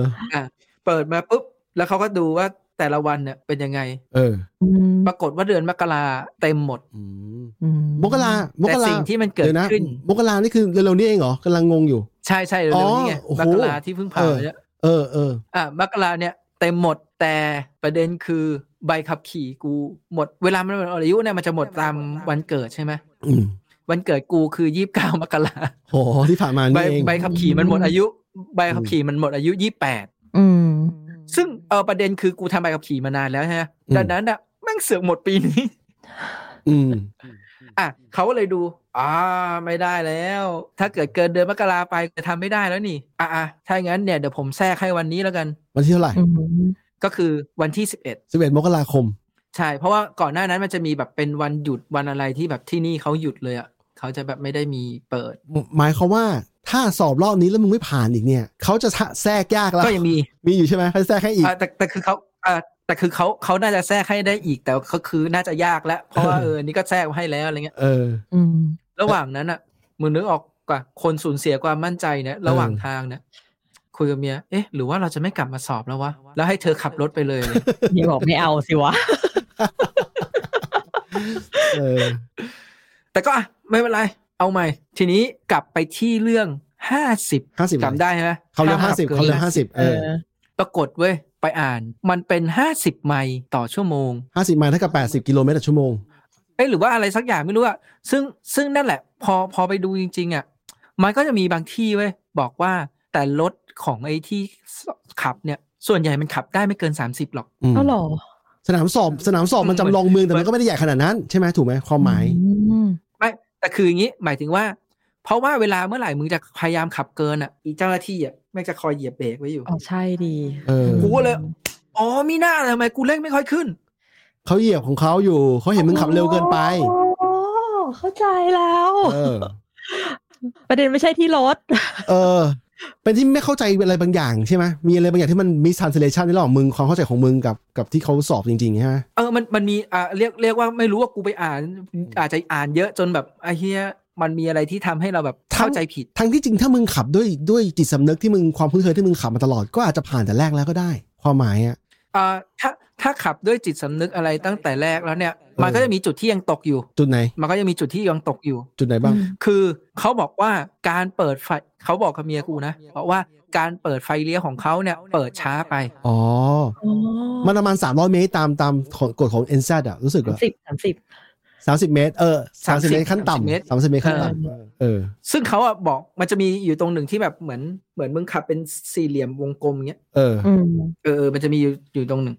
E: เปิดมาปุ๊บ แล้วเขาก็ดูว่าแต่ละวันเนี่ยเป็นยังไง
F: เออ
C: อืม
E: ปรากฏว่าเดือนมกราเต็มหมด
F: อืม
C: อื
F: มกราม ม
E: แต่
F: กรา
E: สิ่งที่มันเกิด
F: ยวนะ
E: ขึ้น
F: มกรานี่คือเร็วๆนี้เองเหรอกำลังงงอยู่
E: ใช่ใช่เร็วๆนี้ไง
F: อ๋อโอ้โห
E: มกราที่เพิ่งผ่า
F: เอน อ
E: มาเนี่ย
F: เออเออ
E: อ่ะมกราเนี่ยเต็มหมดแต่ประเด็นคือใบขับขี่กูหมดเวลามันหมดอายุเนี่ยมันจะหมดตามวันเกิดใช่ไหม
F: อืม
E: วันเกิดกูคือยี่สิบเก้ามกรา
F: โหที่ผ่านมา
E: ใบ
F: นี่เอง
E: ใบขับขี่มันหมดอายุ ใบขับขี่มันหมดอายุยี่แปด
C: อืม
E: ซึ่งเออประเด็นคือกูทำใบขับขี่มานานแล้วใช่ไหม
F: อืม
E: ดังนั้นอ่ะแม่งเสือกหมดปีนี้
F: อืม
E: อ่ะเขาก็เลยดู อ่า ไม่ได้แล้ว ถ้าเกิดเกินเดือนมกราไปจะทำไม่ได้แล้วนี่ อ่ะอ่ะถ้าอย่างนั้นเนี่ยเดี๋ยวผมแทรกให้วันนี้แล้วกัน
F: วันที่เท่าไหร่
C: อืม
E: ก็คือวันที่ 11
F: สิบเอ็ดมกราคม
E: ใช่ เพราะว่าก่อนหน้านั้นมันจะมีแบบเป็นวันหยุดวันอะไรที่แบบที่นี่เขาหยุดเลยอ่ะเขาจะแบบไม่ได้มีเปิด
F: หมายความว่าถ้าสอบรอบนี้แล้วมึงไม่ผ่านอีกเนี่ย เขาจะแทรกยากแล้ว
E: ก็ยังมี
F: มีอยู่ใช่ไหมเขาจะแทรกให้อีก
E: อ่ะแต่แต่คือเขาอ่ะแต่คือเขาเขาน่าจะแทรกให้ได้อีกแต่ก็คือน่าจะยากแล้ว เพราะว่าเออนี่ก็แทรกมาให้แล้วอะไรเงี้ย
F: เออ
C: อืม
E: ระหว่างนั้นอ่ะมึงนึกออกกว่าคนสูญเสียความมั่นใจเนี่ย ระหว่างทางเนี่ยคุยกับเมียเอ๊ะ หรือว่าเราจะไม่กลับมาสอบแล้ววะ แล้วให้เธอขับรถไปเลย
C: นี่บอกไม่เอาสิวะ
F: เออ
E: แต่ก็อ่ะไม่เป็นไร เอาใหม่ ทีนี้กลับไปที่เรื่องห้าสิบ
F: ห้าสิบ
E: จำได้ใช่ไหม
F: เขาเหลือ
E: ม
F: ห้าสิบ
E: กิน
F: เขาเหลือห้าสิบเออ
E: ปรากฏเว้ย ไปอ่าน มันเป็นห้าสิบไมล์ต่อชั่วโมง
F: ห้าสิบไมล์เท่ากับแปดสิบกิโลเมตรต่อชั่วโมง
E: เอ้ยหรือว่าอะไรสักอย่างไม่รู้อะซึ่งซึ่งนั่นแหละ พอพอไปดูจริง ๆอะมันก็จะมีบางที่เว้ยบอกว่าแต่รถของไอ้ที่ขับเนี่ย ส่วนใหญ่มันขับได้ไม่เกิน 30 หรอก
F: อืม
C: ก็หรอ
F: สนามสอบสนามสอบมันจำลองเมืองแต่มันก็ไม่ได้ใหญ่ขนาดนั้นใช่ไหมถูกไหมความหมาย
C: อืม
E: ไม่แต่คืออย่างนี้หมายถึงว่า เพราะว่าเวลาเมื่อไหร่มึงจะพยายามขับเกินอะอีเจ้าหน้าที่อะแม่งจะคอยเหยียบเบรกไว้อยู่
C: อ๋อใช่ดี
F: เออ
E: กูก็เลย อ๋อมีหน้าเลยทำไมกูเร่งไม่ค่อยขึ้น
F: เขาเหยียบของเขาอยู่เขาเห็นมึงขับเร็วเกินไป
C: อ๋อเข้าใจแล้ว
F: เออ
C: ประเด็นไม่ใช่ที่รถ
F: เออ เป็นที่ไม่เข้าใจอะไรบางอย่างใช่ไหมมีอะไรบางอย่างที่มันมิสทันเซเลชันในระหว่างมึงความเข้าใจของมึงกับกับที่เขาสอบจริงๆใช่ไหม
E: เออมันมันมีอ่าเรียกเรียกว่าไม่รู้ว่ากูไปอ่าน อาจจะอ่านเยอะจนแบบไอ้เฮียมันมีอะไรที่ทำให้เราแบบเข้าใจผิด
F: ทั้งที่จริงถ้ามึงขับด้วยด้วยจิตสำนึกที่มึงความคุ้นเคยที่มึงขับมาตลอดก็อาจจะผ่านแต่แรกแล้วก็ได้ ความหมายอ่ะ
E: อ่าถ้าถ้าขับด้วยจิตสำนึกอะไรตั้งแต่แรกแล้วเนี่ย มันก็จะมีจุดที่ยังตกอยู่
F: จุดไหน
E: มันก็ยังมีจุดที่ยังตกอยู่
F: จุดไหนบ้าง
E: คือเขาบอกว่าการเปิดไฟเขาบอกกับเมียกูนะบอกว่าการเปิดไฟเลี้ยวของเขาเนี่ยเปิดช้าไป
F: อ๋อ
C: อ๋อ
F: มันประมาณ 300 เมตรตามตามของกฎของ NZ อ่ะรู้สึกเหร
C: สาม
F: อ
C: สิบสามสิบ
F: สามสิบเมตร เออสามสิบ
E: 30
F: เมตรขั้นต่
E: 30เมตร
F: ำสามสิบเมตรขั้นต่ำเออ
E: ซึ่งเขาอ่ะบอกมันจะมีอยู่ตรงหนึ่งที่แบบเหมือนเหมือนมึงขับเป็นสี่เหลี่ยมวงกลมอย่างเงี้ย
F: เออ
C: อืม
E: เออเออมันจะมีอยู่อยู่ตรงหนึ่ง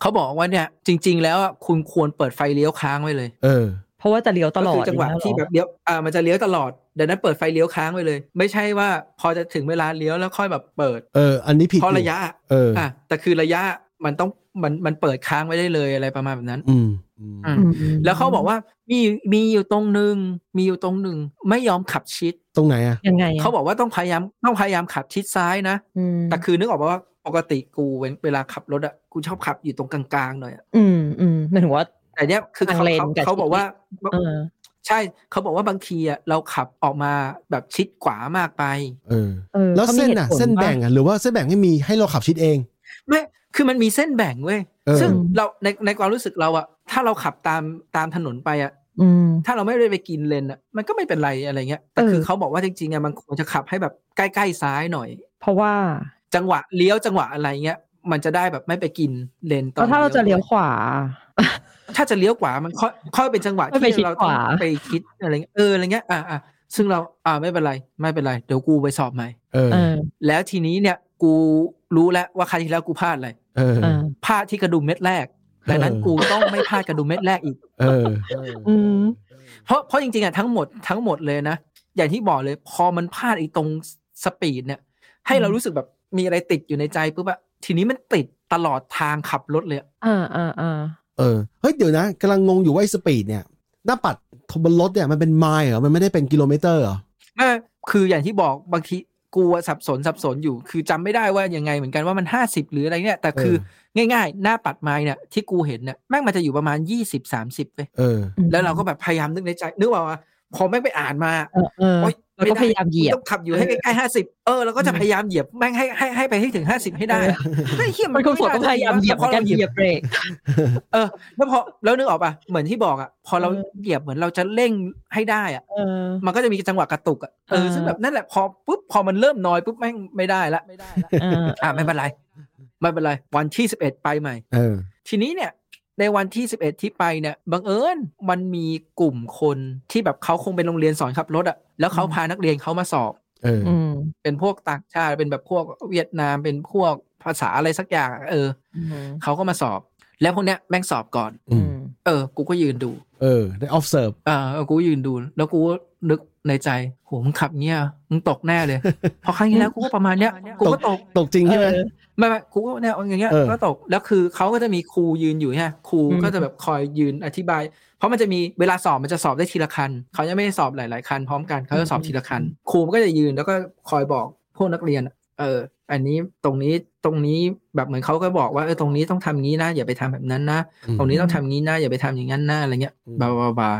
E: เขาบอกว่าเนี่ยจริง ๆ แล้วอ่ะคุณควรเปิดไฟเลี้ยวค้างไว้เลย
F: เออ
C: เพราะว่าจะเลี้ยวตลอด
E: ก็คือจังหวะ
C: อย่าเย
E: ที่
C: เรอ
E: แบบเลี้ยวอ่ามันจะเลี้ยวตลอดดังนั้นเปิดไฟเลี้ยวค้างไว้เลย ไม่ใช่ว่าพอจะถึงเวลาเลี้ยวแล้วค่อยแบบเปิด
F: เออ อันนี้ผิด
E: เพราะ
F: อยู่
E: ระยะ
F: เออ
E: อ่ะแต่คือระยะมันต้องมันมันเปิดค้างไว้ได้เลยอะไรประมาณแบบนั้น
F: อืมอืม
E: อืม แล้วเขาบอกว่ามีมีอยู่ตรงหนึ่งมีอยู่ตรงหนึ่งไม่ยอมขับชิด
F: ตรงไหนอ่ะ
C: ยังไงะ
E: เขาบอกว่าต้องพยายามต้องพยายามขับชิดซ้ายนะ
C: อืม
E: แต่คือนึกออกปะว่าปกติกูเวลเวลาขับรถอะกูชอบขับอยู่ตรงกลางๆหน่อยอะ
C: อืมอืมหมายถึงว่า
E: แต่เนี้ยคือเขา
C: ทางเลน
E: เขา
C: กับ
E: เขาบอกว่า
C: เออ
E: ใช่เขาบอกว่าบางทีอะเราขับออกมาแบบชิดขวามากไป
F: เออ
C: ออ
F: แล้ว
C: ขามี
F: เส้น
C: หตุ
F: อ่ะ
C: ผล
F: เส้นแบ่ง
C: ว่า
F: อ่ะ หรือว่าเส้นแบ่งให้มีให้เราขับชิดเอง
E: ไม่ คือมันมีเส้นแบ่งเว้ย
F: เออ
E: ซึ่งเราในในความรู้สึกเราอะถ้าเราขับตามตามถนนไปอะ
C: อืม
E: ถ้าเราไม่ได้ไปกินเลนอะมันก็ไม่เป็นไรอะไรเงี้ย แต่คือ
C: เออ
E: เขาบอกว่าจริงๆอะมันควรจะขับให้แบบใกล้ๆซ้ายหน่อย
C: เพราะว่า
E: จังหวะเลี้ยวจังหวะอะไรเงี้ย มันจะได้แบบไม่ไปกินเลนตอ
C: ก็
E: น
C: ถ้าเราจะเลี้ยวขวา
E: ถ้าจะเลี้ยวขวามันค่อยค่อยเป็นจังหวะ
C: ไม่ไปชิด
E: ที่เราต้อ
C: ข
E: ง
C: วา
E: ไปคิดอะไรเงี้ย เอออะไรเงี้ย อ่าอ่าซึ่งเรา อ่าไม่เป็นไร ไม่เป็นไร เดี๋ยวกูไปสอบใหม่
F: เออ
C: เออ
E: แล้วทีนี้เนี่ยกูรู้แล้วว่าครั้งที่แล้วกูพลาดอะไร
F: เออ
C: เออ
E: พลาดที่กระดุมเม็ดแรกดังนั้น
F: เออ
E: กูต้องไม่พลาดกระดุมเม็ดแรกอีก
F: เออ
C: อืม
E: เพราะเพราะจริงๆอ่ะทั้งหมดทั้งหมดเลยนะ อย่างที่บอกเลยพอมันพลาดไอ้ตรงสปีดเนี่ย ให้เรารู้สึกแบบมีอะไรติดอยู่ในใจปุ๊บอะทีนี้มันติดตลอดทางขับรถเลยอะ
C: อ่าอ่าอ่า
F: เออ เฮ้ย เดี๋ยวนะกำลังงงอยู่ว่าไอ้สปีดเนี่ย หน้าปัดบนรถเนี่ยมันเป็นไมล์เหรอ มันไม่ได้เป็นกิโลเมตรเหรอ
E: ไม่คืออย่างที่บอกบางที กลัวสับสนสับสนอยู่ คือจำไม่ได้ว่ายังไงเหมือนกันว่ามันห้าสิบหรืออะไรเนี่ย แต่คือง่ายๆ หน้าปัดไม้เนี่ยที่กูเห็นเนี่ยแม่งมันจะอยู่ประมาณยี่สิบสามสิบเว้ย
F: เออ
E: แล้วเราก็แบบพยายามนึกในใจ นึกว่าว่าพอแม่งไปอ่านมา
C: เออเออ
E: โอ๊ย
C: แล้วก็
E: ไได้
C: พยายามเหยียบ
E: นต้องขับอยู่ให้ใกล้ๆห้าสิบเออเราก็จะพยายามเหยียบแม่งให้ให้ให้ไปให้ถึงห้าสิบให้ได้อะไม่เหี้ย
C: มันคงสวด
E: ไได้
C: ก็พยายามเหยียบเหมือนกันเหยียบเบรก
E: เออแล้วพอแล้วนึกออกป่ะเหมือนที่บอกอ่ะพอเรา
C: เออ
E: เหยียบเหมือนเราจะเร่งให้ได้อ่ะ
C: เออ
E: มันก็จะมีจังหวะกระตุกอ่ะเออ
C: เออ
E: ซึ่งแบบนั่นแหละพอปุ๊บพอมันเริ่มน้อยปุ๊บแม่งไม่ได้ละไม่ได้ละ
C: เออ
E: อ่ะไม่เป็นไรไม่เป็นไรวันที่สิบเอ็ดไปใหม่
F: เออ
E: ทีนี้เนี่ยในวันที่ 11 ที่ไปเนี่ยบังเอิญมันมีกลุ่มคนที่แบบเขาคงเป็นโรงเรียนสอนขับรถอะแล้วเขา
C: อืม
E: พานักเรียนเขามาสอบ
F: เออ
C: อืม
E: เป็นพวกต่างชาติเป็นแบบพวกเวียดนามเป็นพวกภาษาอะไรสักอย่างอะเออ
C: อืม
E: เขาก็มาสอบ แล้วพวกเนี้ยแม่งสอบก่อน
F: อื
C: อื
F: ม
C: ม
E: เออ กูก็ยืนดู
F: เออ ได้ observe
E: อ่าเออกูก็ยืนดู แล้วกูก็นึกในใจโหมึงขับเงี้ยมึงตกแน่เลย เพอครั้งที่แล้วกูก็ประมาณเนี้ยกูก็ตก
F: ตกจริงใช่ไหม
C: เออ
E: ไม่ไม่ครูก็เนี่ยอย่างเงี้ย
F: เออ
E: ก็ตกแล้วคือเขาก็จะมีครูยืนอยู่เนี่ยครู
C: อืม
E: ก็จะแบบคอยยืนอธิบาย เพราะมันจะมีเวลาสอบมันจะสอบได้ทีละคันเขายังไม่ได้สอบหลาย ๆ คันพร้อมกันเขาจะสอบทีละคันครูมันก็จะยืนแล้วก็คอยบอกพวกนักเรียน เออ อันนี้ตรงนี้ตรงนี้แบบเหมือนเขาก็บอกว่าเออตรงนี้ต้องทำงี้นะอย่าไปทำแบบนั้นนะ
F: อืม
E: ตรงนี้ต้องทำงี้นะอย่าไปทำอย่างนั้นนะอะไรเงี้ย
F: อืม
E: บาบาบา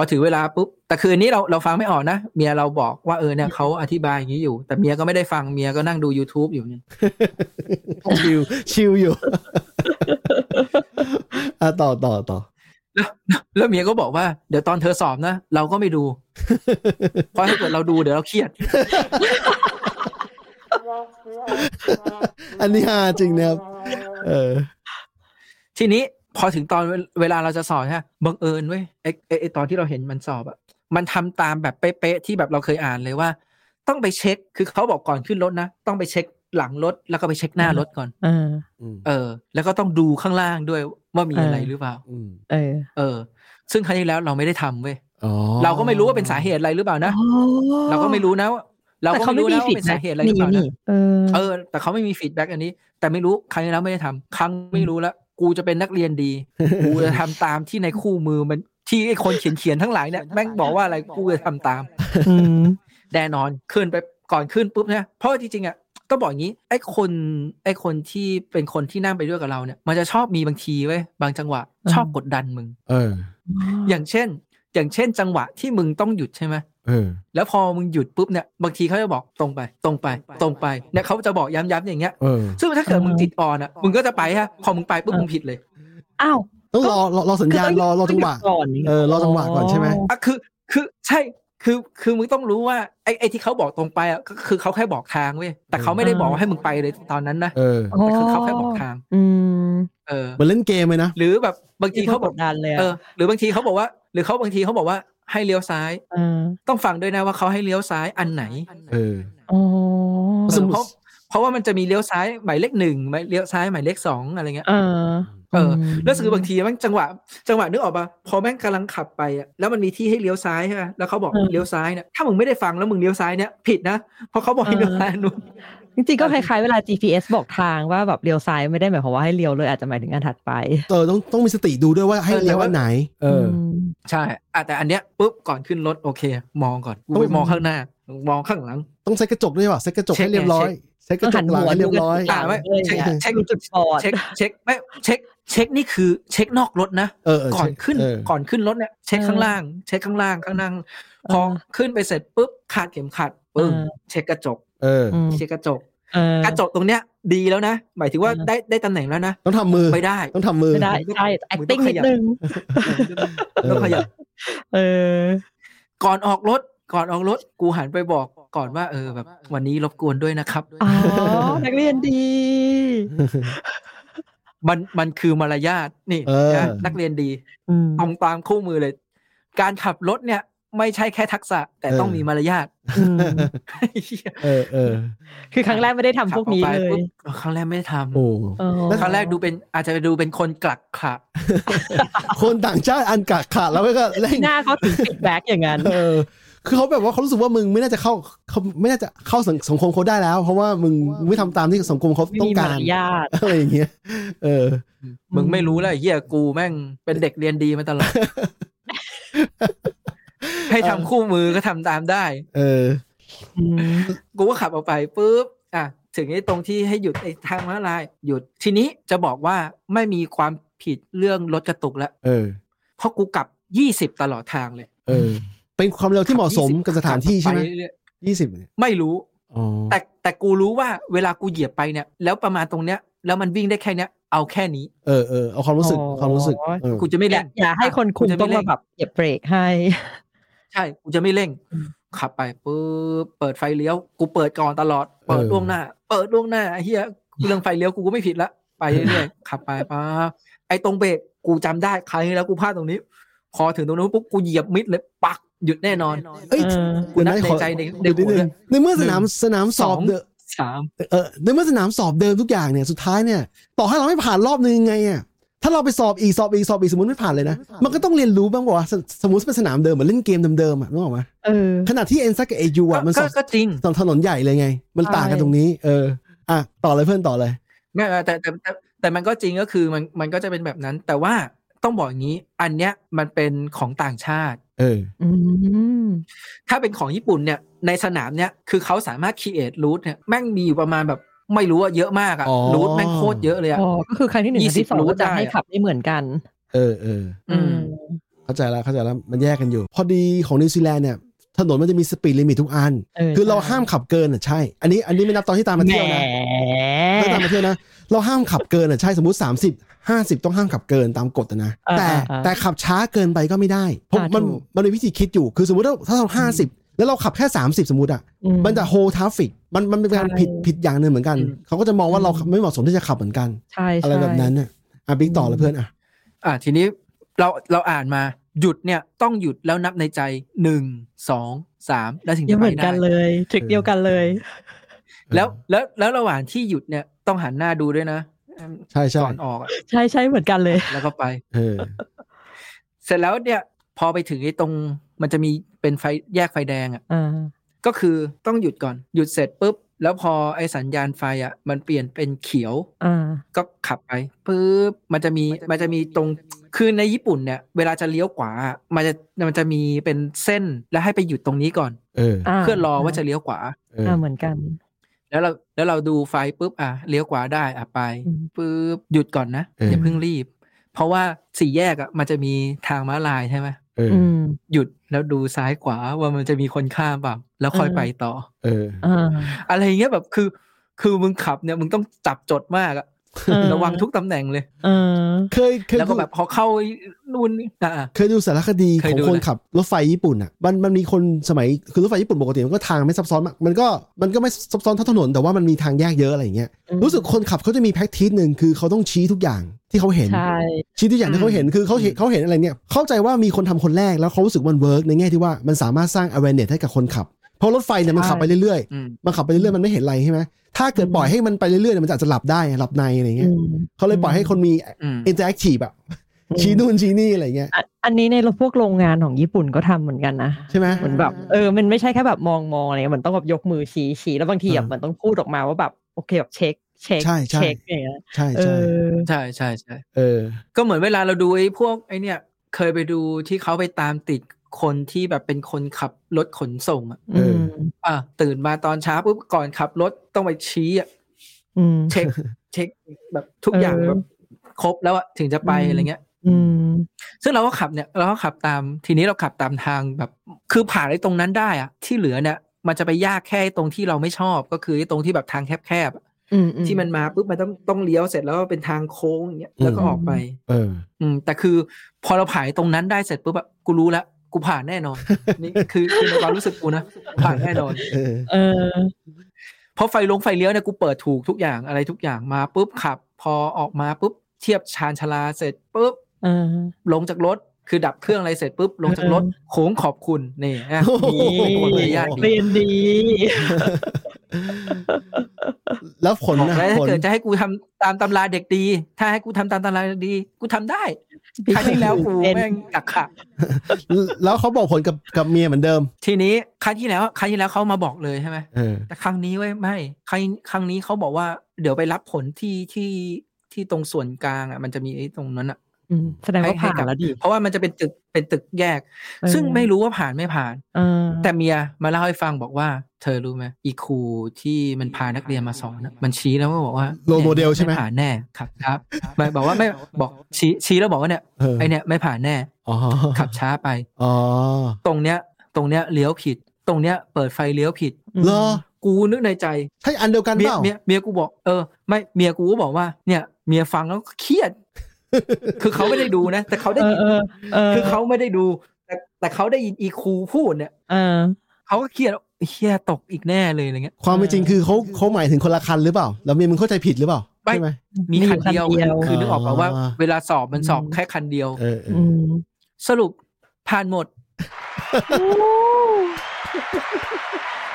E: พอถึงเวลาปุ๊บแต่คืนนี้เราเราฟังไม่ออกนะเมียเราบอกว่าเออเนี่ยเขาอธิบายอย่างนี้อยู่ แต่เมียก็ไม่ได้ฟังเมียก็นั่งดู YouTube อยู่เนี่ย
F: ชิลชิลอยู่ อ่ะต่อต่อต่อ
E: แล้วเมียก็บอกว่าเดี๋ยวตอนเธอสอบนะเราก็ ไม่ดู เพราะถ้าเกิดเราดูเดี๋ยวเราเครียด
F: อันนี้ฮาจริงนะครับ เออ
E: ทีนี้พอถึงตอนเวเวลาเราจะสอบฮะบังเอิญเว้ยไอไอ้ไอตอนที่เราเห็นมันสอบอะมันทำตามแบบเป๊ะๆที่แบบเราเคยอ่านเลยว่า ต้องไปเช็คคือเขาบอกก่อนขึ้นรถนะ ต้องไปเช็คหลังรถแล้วก็ไปเช็คหน้ารถก่อน
C: เออ
F: อืม
E: เออ แล้วก็ต้องดูข้างล่างด้วยว่ามีอะไร
C: เออ
E: หรือเปล่า
F: อืม
C: เออ
E: เออ ซึ่งครั้งที่แล้วเราไม่ได้ทำเว้ย
F: อ๋อ
E: เราก็ไม่รู้ว่าเป็นสาเหตุอะไรหรือเปล่านะ เราก็ไม่รู้นะว่าเรา
C: แต่
E: ก็
C: เขา
E: ไม่
C: ไม่
E: รู้
C: มีสิ
E: นะว่า
C: ท
E: เป็
C: ธิ์
E: นสา
C: นะ
E: เหตุอะไรหรือเปล่านะ
C: นี่เออ
E: เออ แต่เขาไม่มีฟีดแบ็กอันนี้ แต่ไม่รู้ครั้งที่แล้วไม่ได้ทำครั้งไม่รู้ละกูจะเป็นนักเรียนดี กูจะทำตามที่ในคู่มือมันที่ไอ้คนเขียนเขียนๆทั้งหลายเนี่ยแม่งบอกว่าอะไรกูจะทำตาม
C: อืม
E: แน่นอนขึ้นไปก่อนขึ้นปุ๊บเนี่ยเพราะว่าจริงๆอ่ะก็บอกอย่างนี้ไอ้คนไอ้คนที่เป็นคนที่นั่งไปด้วยกับเราเนี่ย มันจะชอบมีบางทีเว้ยบางจังหวะ
C: อืม
E: ชอบกดดันมึง
F: เออ
E: อย่างเช่น อย่างเช่น จังหวะที่มึงต้องหยุดใช่ไหม
F: เออ
E: แล้วพอมึงหยุดปุ๊บเนี่ยบางทีเขาจะบอกตรงไป ตรงไป ตรงไปเนี่ยเขาจะบอกย้ำๆอย่างเงี้ย
F: เออ
E: ซึ่งถ้าเกิดมึงจิตอ่อนอ่ะมึงก็จะไปฮะพอมึงไปปุ๊บ
C: เออ
E: มึงผิดเลย
C: อ้าว
F: ต้องรอรอรอสัญญาณรอรอจังหวะ
C: ก่อน
F: เออรอจังหวะก่อนใช่ไหม
E: อ่ะคือคือใช่คือคือมึงต้องรู้ว่าไอ้ไอ้ที่เขาบอกตรงไปอ่ะก็คือเขาแค่บอกทางเว้ยแต่เขาไม่ได้บอกว่าให้มึงไปเลยตอนนั้นนะ
F: เออ
E: แต่คือเขาแค่บอกทาง
C: อืม
E: เออ
F: เหมือนเล่นเกมเลยนะ
E: หรือแบบบางทีเขา
C: ก
E: บอก
C: ดดันเลยะ
E: เออ หรือบางทีเขาบอกว่า หรือเขาบางทีเขาบอกว่าให้เลี้ยวซ้าย
C: เออ
E: ต้องฟังด้วยนะว่าเขาให้เลี้ยวซ้ายอันไหน
F: เออ
C: อ๋อ
E: เออ
F: สมมุติ
E: เพราะเพราะว่ามันจะมีเลี้ยวซ้ายหมายเลขหนึ่งหมายเลี้ยวซ้ายหมายเลขสองอะไรเงี้ย
C: เออ
E: เออแล้วคือบางทีแม่งจังหวะ จังหวะนึกออกปะพอแม่งกำลังขับไปอะแล้วมันมีที่ให้เลี้ยวซ้ายใช่ไหมแล้วเขาบอก
C: เออ
E: เลี้ยวซ้ายเนี่ยถ้ามึงไม่ได้ฟังแล้วมึงเลี้ยวซ้ายเนี่ยผิดนะเพราะเขาบอกให้เลี้ยวซ้ายนู่น
C: จริงๆก็คล้ายๆเวลา GPS บอกทางว่าแบบเลี้ยวซ้ายไม่ได้หมายความว่าให้เลี้ยวเลยอาจจะหมายถึงอันถัดไป
F: เออต้องต้องมีสติดูด้วยว่าให้เลี้ยวอันไหน เออ
C: ม
E: ใช่อ่ะแต่อันเนี้ยปุ๊บก่อนขึ้นรถโอเค มองก่อนกูไปมองข้างหน้า มองข้างหลัง
F: ต้องเซ็ตกระจกด้วยว่ะเซ็ตกระจกให้เรียบร้อยเซ็ตก
C: ต้อง
F: ระจ
C: หั
F: ก
C: น
F: หลัง
C: หัว
F: ให้เรียบร้อย
E: ต่างไว้
C: เลย
E: เช็ค
C: อะ
E: เช็ค
C: ดูจุดบอด
E: เช็คเช็คไม่เช็คเช็คนี่คือเช็คนอกรถนะ
F: เออเออ
E: ก่อน
F: เช็ค
E: ขึ้น
F: เออ
E: ก่อนขึ้นรถเนี่ยเช็คข้างล่าง เช็คข้างล่างข้างล่างพอขึ้นไปเสร็จปุ๊บขาดเข็มขัดปึ้งเช็คกระจก
F: เออ
C: อืม
E: เช็คกระจก
C: เออ
E: กระจกตรงเนี้ยดีแล้วนะ หมายถึงว่า
C: เออ
E: ได้ได้ตำแหน่งแล้วนะ
F: ต้องทำมือ
E: ไม่ได้
F: ต้องทำมือ
C: ไม่ได้ใช่
E: มึงต้อ
C: acting
E: ง
C: นิดนึง
E: แล้วขยับ
C: เออ
E: ก่อนออกรถก่อนออกรถกูหันไปบอกก่อนว่าเออแบบ วันนี้รบกวนด้วยนะครับ
C: อ๋อ นักเรียนดี
E: มันมันคือมารยาทนี่
F: เออ
E: นะนักเรียนดี
C: อืม
E: ตรงตามคู่มือเลย การขับรถเนี่ยไม่ใช่แค่ทักษะ แต่ต้องมีมารยาท
C: อืม
F: เออเออ
C: คือครั้งแรกไม่ได้ทำพวกนี้
E: ขับออ
C: เล
E: ไป
C: ย
E: ปุ๊บเออครั้งแรกไม่ได้ทำ
F: โอ้
C: อ๋อ
E: ครั้งแรกดูเป็นอาจจะดูเป็นคนกลักขระ
F: คนต่างชาติอันกะขาดแล้วก็เล่น
C: หน้าเขาถึงปิดแบ็กอย่างนั้น
F: เออ คือเขาแบบว่าเขารู้สึกว่ามึงไม่น่าจะเข้าเขาไม่น่าจะเข้าสังสังคมเขาได้แล้ว เพราะว่ามึงไม่ทำตามที่สังคมเขา
C: ไม่
F: ต้องกา
C: มีา
F: ม
C: ร รยาท
F: อะไรอย่างเงี้ย เออ
E: มึงไม่รู้แล้วไอ้เฮียกูแม่งเป็นเด็กเรียนดีมาต ลอด ให้ทำคู่มือก็ทำตามได้
F: เออ
C: อืม
E: กูก็ขับออกไปปุ๊บอ่ะถึงไอ้ตรงที่ให้หยุดไอ้ทางม้าลายหยุดทีนี้จะบอกว่าไม่มีความผิดเรื่องรถกระตุกแล้ว
F: เออ
E: เพราะกูกลับยี่สิบตลอดทางเลย
F: เออ เป็นความเร็วที่เหมาะสมกับสถานที่ใช่ไหม
E: ขับปเรื่อย
F: ยี่สิบ
E: ๆไม่รู้
F: อ๋อ
E: แต่แต่กูรู้ว่าเวลากูเหยียบไปเนี่ย แล้วประมาณตรงเนี้ย แล้วมันวิ่งได้แค่เนี้ยเอาแค่นี้
F: เออเออเอาความรู้สึกความรู้สึกเออ
E: กูจะไม่
C: อย่า
E: เร่ง
C: อย่าให้คนคุมต้องมาแบบเหยียบเบรกให้
E: ใช่กูจะไม่เร่ง
C: อืม
E: ขับไปปุ๊บเปิดไฟเลี้ยว กูเปิดก่อนตลอด เปิดล่วงหน้า เปิดล่วงหน้าไอ้เฮียเรื่องไฟเลี้ยวกูก็ไม่ผิดละไปเรื่อย ๆขับไปปั๊บไอ้ตรงเบรกกูจำได้ครั้งที่แล้วกูพลาดตรงนี้ พอถึงตรงนู้นปุ๊บกูเหยียบมิดเลยปักหยุดแน่นอน
F: เอ้ย
C: เออ
F: เดี๋ยวนะ
E: กูนับ
F: ขอ
E: ในใจในใน
F: เดี๋ยวนิด
E: หัว
F: นึงในเมื่อสนาม
E: หนึ่ง
F: สนามสอบ
E: สอง
F: เดอะ
E: สาม
F: เออในเมื่อสนามสอบเดิมทุกอย่างเนี่ยสุดท้ายเนี่ยต่อให้เราไม่ผ่านรอบนึงไงอ่ะถ้าเราไปสอบอีกสอบอีกสอบอีกสมมติไม่ผ่านเลยนะ มันก็ต้องเรียนรู้บ้างว่าสมมติเป็นสนามเดิมเหมือนเล่นเกมเดิมๆอ่ะนึกออกไหม
C: เออ
F: ขนาดที่เอ็นซักกับเอยูอ่ะมันส
E: ก็
F: อบ
E: ก็จริง
F: สอบถนนใหญ่เลยไง มันต่างกัน
C: ใช่
F: ตรงนี้ เอออ่ะต่อเลยเพื่อนต่อเลย
E: ไม่ไม่แต่แต่แต่แต่มันก็จริงก็คือมันมันก็จะเป็นแบบนั้น แต่ว่าต้องบอกอย่างนี้ อันเนี้ยมันเป็นของต่างชาติ
F: เออ
C: อืม
E: ถ้าเป็นของญี่ปุ่นเนี่ยในสนามเนี่ยคือเขาสามารถคีเอทรูทเนี่ยแม่งมีอยู่ประมาณแบบไม่รู้อะเยอะมากอะ
F: อ๋อ
E: รูทแม่งโคตรเยอะเลยอะ
C: อ๋อก็คือครั้งที่หนึ่งครั้งที่สอง
E: 20
C: ก็จะให้
E: รู้ได้
C: ขับได้เหมือนกัน
F: เออเออ
E: อืม
F: เข้าใจแล้วเข้าใจแล้วมันแยกกันอยู่ พอดีของนิวซีแลนด์เนี่ย ถนนมันจะมีสปีดลิมิตทุกอัน
C: เออ
F: คือเรา
C: ใช่
F: ห้ามขับเกินอ่ะใช่ อันนี้อันนี้ไม่นับตอนที่ตามมาเที่ยวนะถ้าตามมาเที่ยวนะ เราห้ามขับเกินอ่ะใช่สมมติ 30 50 ต้องห้ามขับเกินตามกฎอะนะ
C: อ่า
F: แต่
C: อ่า
F: แต่ขับช้าเกินไปก็ไม่ได้เพราะ
C: อ่า
F: มัน
C: ถูก
F: มันมีวิธีคิดอยู่คือสมมติว่าถ้าเรา 50 แล้วเราขับแค่ 30 สมมติอ่ะ
C: อื
F: มันจะโฮทาฟิกมันมันเป็นการ
C: ใช่
F: ผิดผิดอย่างหนึ่งเหมือนกัน
E: อืม
F: เขาก็จะมองว่าเราไม่เหมาะสมที่จะขับเหมือนกัน
C: ใช่ใช่
F: อะไรแบบนั้นอ่ะอ่ะบิ๊กต่อเลยเพื่อนอ่ะ
E: อ่าทีนี้เราเราอ่านมาหยุดเนี่ยต้องหยุดแล้วนับในใจหนึ่งสองสามแล้วถึง
C: ยั
E: จะ
C: งเห
E: ไป
C: มือน
E: ได้
C: กันเลยทริคเดียวกันเลย
E: แล้วแล้วแล้วระหว่างที่หยุดเนี่ยต้องหันหน้าดูด้วยนะ
F: ใช่ใช่
E: ก่อนออกอะ
C: ใช่ใช่เหมือนกันเลย
E: แล้วก็ไป
F: เออ
E: เสร็จแล้วเนี่ยพอไปถึงไอ้ตรงมันจะมีเป็นไฟแยกไฟแดงอ่ะ
C: อ่า
E: ก็คือต้องหยุดก่อนหยุดเสร็จปุ๊บ แล้วพอไอ้สัญญาณไฟอ่ะ มันเปลี่ยนเป็นเขียว
C: อ่า
E: ก็ขับไปปุ๊บมันจะมีมันจะมีตรงคือในญี่ปุ่นเนี่ย เวลาจะเลี้ยวขวาอะมันจะมันจะมีเป็นเส้นแล้วให้ไปหยุดตรงนี้ก่อน
F: เออ
C: อ่า
E: เพื่อรอว่าจะเลี้ยวขวา
F: เออ
C: อ่าเหมือนกัน
E: แล้วเราแล้วเราดูไฟปุ๊บอ่ะเลี้ยวขวาได้อ่ะไป
C: อืม
E: ปุ๊บหยุดก่อนนะ
F: เอออ
E: อย่าเพิ่งรีบ เพราะว่าสี่แยกอ่ะมันจะมีทางม้าลายใช่ไหม
F: เออ
C: อืม
E: หยุดแล้วดูซ้ายขวาว่ามันจะมีคนข้ามเปล่าแล้วค่อย
C: เออ
E: ไปต่อ
F: เออ
C: อ่า
E: อะไรอย่างเงี้ยแบบคือ คือมึงขับเนี่ยมึงต้องจับจดมากอะ
C: เออ
E: ระวังทุกตำแหน่งเลย
C: เออ
F: เคยเคย
E: แล้วก็
F: ดู
E: แบบพอเข้านู่นนี่อ่ะ
F: เคยดูสารคดี
E: เค
F: ข
E: ย
F: อง
E: ดู
F: คน
E: นะ
F: ขับรถไฟญี่ปุ่นอ่ะมันมันมีคนสมัยคือรถไฟญี่ปุ่นปกติมันก็ทางไม่ซับซ้อนมากมันก็มันก็ไม่ซับซ้อนเท่าถนนแต่ว่ามันมีทางแยกเยอะอะไรอย่างเงี้ย
C: อืม
F: รู้สึกคนขับเขาจะมีแพ็กทีสหนึ่งคือเขาต้องชี้ทุกอย่างที่เขาเห็น
C: ใช่
F: ชี้ทุกอย่างที่เขาเห็นคือเขาเห็นเขาเห็นอะไรเนี่ยเข้าใจว่ามีคนทำคนแรกแล้วเขารู้สึกมันเวิร์กในแง่ที่ว่ามันสามารถสร้าง awareness ให้กับคนขับเพราะรถไฟเนี่ยมัน
C: ใช่
F: ขับไปเรื่อย
E: อืม
F: ๆมันขับไปเรื่อยๆมันไม่เห็นอะไรใช่ไหมถ้าเกิดปล่อยให้มันไปเรื่อยๆเนี่ยมันจะอาจจะหลับได้หลับในอะไรอย่างเงี้ย
C: อืม
F: เขาเลยปล่อยให้คนมี
E: อืม
F: อินเตอร์แอคทีฟอะ
C: อืม
F: ชี้นู่นชี้นี่อะไรเงี้ย
C: อ่ะอันนี้ในพวกโรงงานของญี่ปุ่นก็ทำเหมือนกันนะ
F: ใช่ไหม
C: เหมือนแบบเออ มันไม่ใช่แค่แบบมองมองอะไรเงี้ยมันต้องแบบยกมือชี้ชี้แล้วบางทีแบบ
F: อ่า
C: เหมือนต้องพูดออกมาว่าแบบโอเคแบบเช็ค เช็ค
F: ใช่ใช่
C: เช็คอย่างเงี้ย
F: ใช่
C: เอ
F: ใช่
C: อ
E: ใช่ใช่ใช่
F: เออ
E: ก็เหมือนเวลาเราดูไอ้พวกไอ้เนี่ย เคยไปดูที่เขาไปตามติดคนที่แบบเป็นคนขับรถขนส่งอะ
F: เอ
C: อื
F: อ
C: ม
E: อ่ะตื่นมาตอนเช้าปุ๊บก่อนขับรถต้องไปชี้อะ
C: อืม
E: เช็ค เช็คแบบทุกอย่าง
C: เออ
E: แบบครบแล้วอะถึงจะไป
C: อืม
E: อะไรเงี้ย
C: อืม
E: ซึ่งเราก็ขับเนี่ยเราก็ขับตามทีนี้เราขับตามทางแบบ คือผ่านไอ้ตรงนั้นได้อะที่เหลือเนี่ย มันจะไปยากแค่ไอ้ตรงที่เราไม่ชอบก็คือไอ้ตรงที่แบบทางแคบๆอะ
C: อืมอื
E: ที่มันมาปุ๊บมันต้องต้องเลี้ยวเสร็จแล้วก็เป็นทางโค้งอย่างเงี้ย
F: อืม
E: แล้วก็ออกไป
F: เออ
E: อืมแต่คือพอเราผ่านไอ้ตรงนั้นได้เสร็จปุ๊บแบบกูรู้แล้วกูผ่านแน่นอน นี่คือคือในความรู้สึกกูนะผ่านแน่นอน
F: เออ
C: เออ
E: เพราะไฟลงไฟเลี้ยวเนี่ยกูเปิดถูกทุกอย่างอะไรทุกอย่างมาปุ๊บขับ พอออกมาปุ๊บเทียบชานชาลาเสร็จปุ๊บ
C: เออ
E: ลงจากรถคือดับเครื่องอะไรเสร็จปุ๊บลงจากรถโค้งขอบคุณนี่นะ
F: โอ้โห
E: มีคนมารยาทดี
C: เรียนดี
F: แล้วผล
E: บอก
F: นะ
E: แล้ว
F: ผ
E: ถ้า
F: ล
E: เกิดจะให้กูทำตามตำราเด็กดี ถ้าให้กูทำตามตำราเด็กดี กูทำได้ครั้งที่แล้วกูแม่งกักขะ
F: แล้วเขาบอกผลกับกับเมียเหมือนเดิม
E: ทีนี้ครั้งที่แล้วครั้งที่แล้วเขามาบอกเลยใช่ไหม
F: เออ
E: แต่ครั้งนี้เว้ยไม่ครั้งครั้งนี้เขาบอกว่า เดี๋ยวไปรับผลที่ที่ที่ตรงส่วนกลางอ่ะมันจะมีไอ้ตรงนั้นอ่ะ
C: อืมแสดงว่าผ่าน
E: ให้ให้กับ
C: แล้วดิ
E: เพราะว่ามันจะเป็นตึกเป็นตึกแยก
C: เออ
E: ซึ่งไม่รู้ว่าผ่านไม่ผ่าน
C: เออ
E: แต่เมียมาเล่าให้ฟังบอกว่า เธอรู้ไหมอีครูที่มันพานักเรียนมาสอนน่ะมันชี้แล้วก็บอกว่า
F: โลโมเดลใช่ไหม
E: ผ่านแน่ครับครับไม่บอกว่าไม่บอกชี้ชี้แล้วบอกว่าเนี่ย
F: เออ
E: ไอเนี่ยไม่ผ่านแน่
F: อ๋อ
E: ขับช้าไป
F: อ๋อ
E: ตรงเนี้ย ตรงเนี้ยเลี้ยวผิด ตรงเนี้ยเปิดไฟเลี้ยวผิด
C: ม
F: เหรอ
E: กูนึกในใจ
F: ใช่อันเดียวกัน
E: เมี
F: เป
E: ย
F: ล่า
E: เมียเมียกูบอกเออไม่เมียกูก็บอกว่าเนี่ย เมียฟังแล้วเครียด คือเขาไม่ได้ดูนะ แต่เขาได้
C: เอ
E: ยิ
C: อน เออเออ
E: คือเขาไม่ได้ดู แต่แต่เขาได้ยินอีครูพูดเนี่ย
C: เออ
E: เขาก็เครียดว่าเฮียตกอีกแน่เลยอะไรเงี้ย
F: ความเป็นจริงคือเขาเขาหมายถึงคนละคันหรือเปล่า แล้วเมียมึงเข้าใจผิดหรือเปล่า
E: ไม่
F: ใช่ไหม
E: มีคันเดียว
C: มีอยู่คันเดียว
E: คือนึกออกป่าว่า
F: อ่า
E: เวลาสอบมันสอบแค่คันเดียว
F: เออเอ
C: อื
F: อ
C: ม
E: สรุปผ่านหมด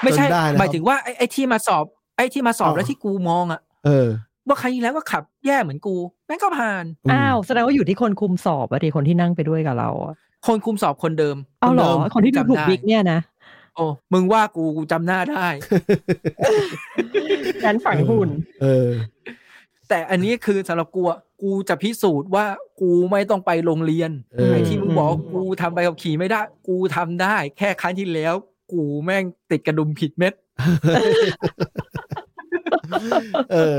E: ไม่ใช่
F: จนด้นะครับ
E: หมายถึงว่าไอ้ไอ้ที่มาสอบ ไอ้ที่มาสอบแล้วที่กูมองอะ
F: เออ
E: ว่าใครแล้วก็ขับแย่เหมือนกูแม่งก็ผ่าน
F: อืม
C: อ้าวแสดงว่าอยู่ที่คนคุมสอบอะดิคนที่นั่งไปด้วยกับเราอะ
E: คนคุมสอบคนเดิม
C: เอาเหรอ
F: คนเดิม
C: คนที่ดูถูกบิ๊กเนี่ยนะ
E: โอ้มึงว่ากูกูจำหน้าได้
C: นั้นฝังหุ่น
F: เออ
E: แต่อันนี้คือสำหรับกูอะกูจะพิสูจน์ว่ากูไม่ต้องไปโรงเรียน
F: เออ
E: ไอ้ที่มึงบอกว่า
C: อืม
E: กูทำใบขับขี่ไม่ได้ กูทำได้ แค่ครั้งที่แล้ว กูแม่งติดกระดุมผิดเม็ด
F: เออ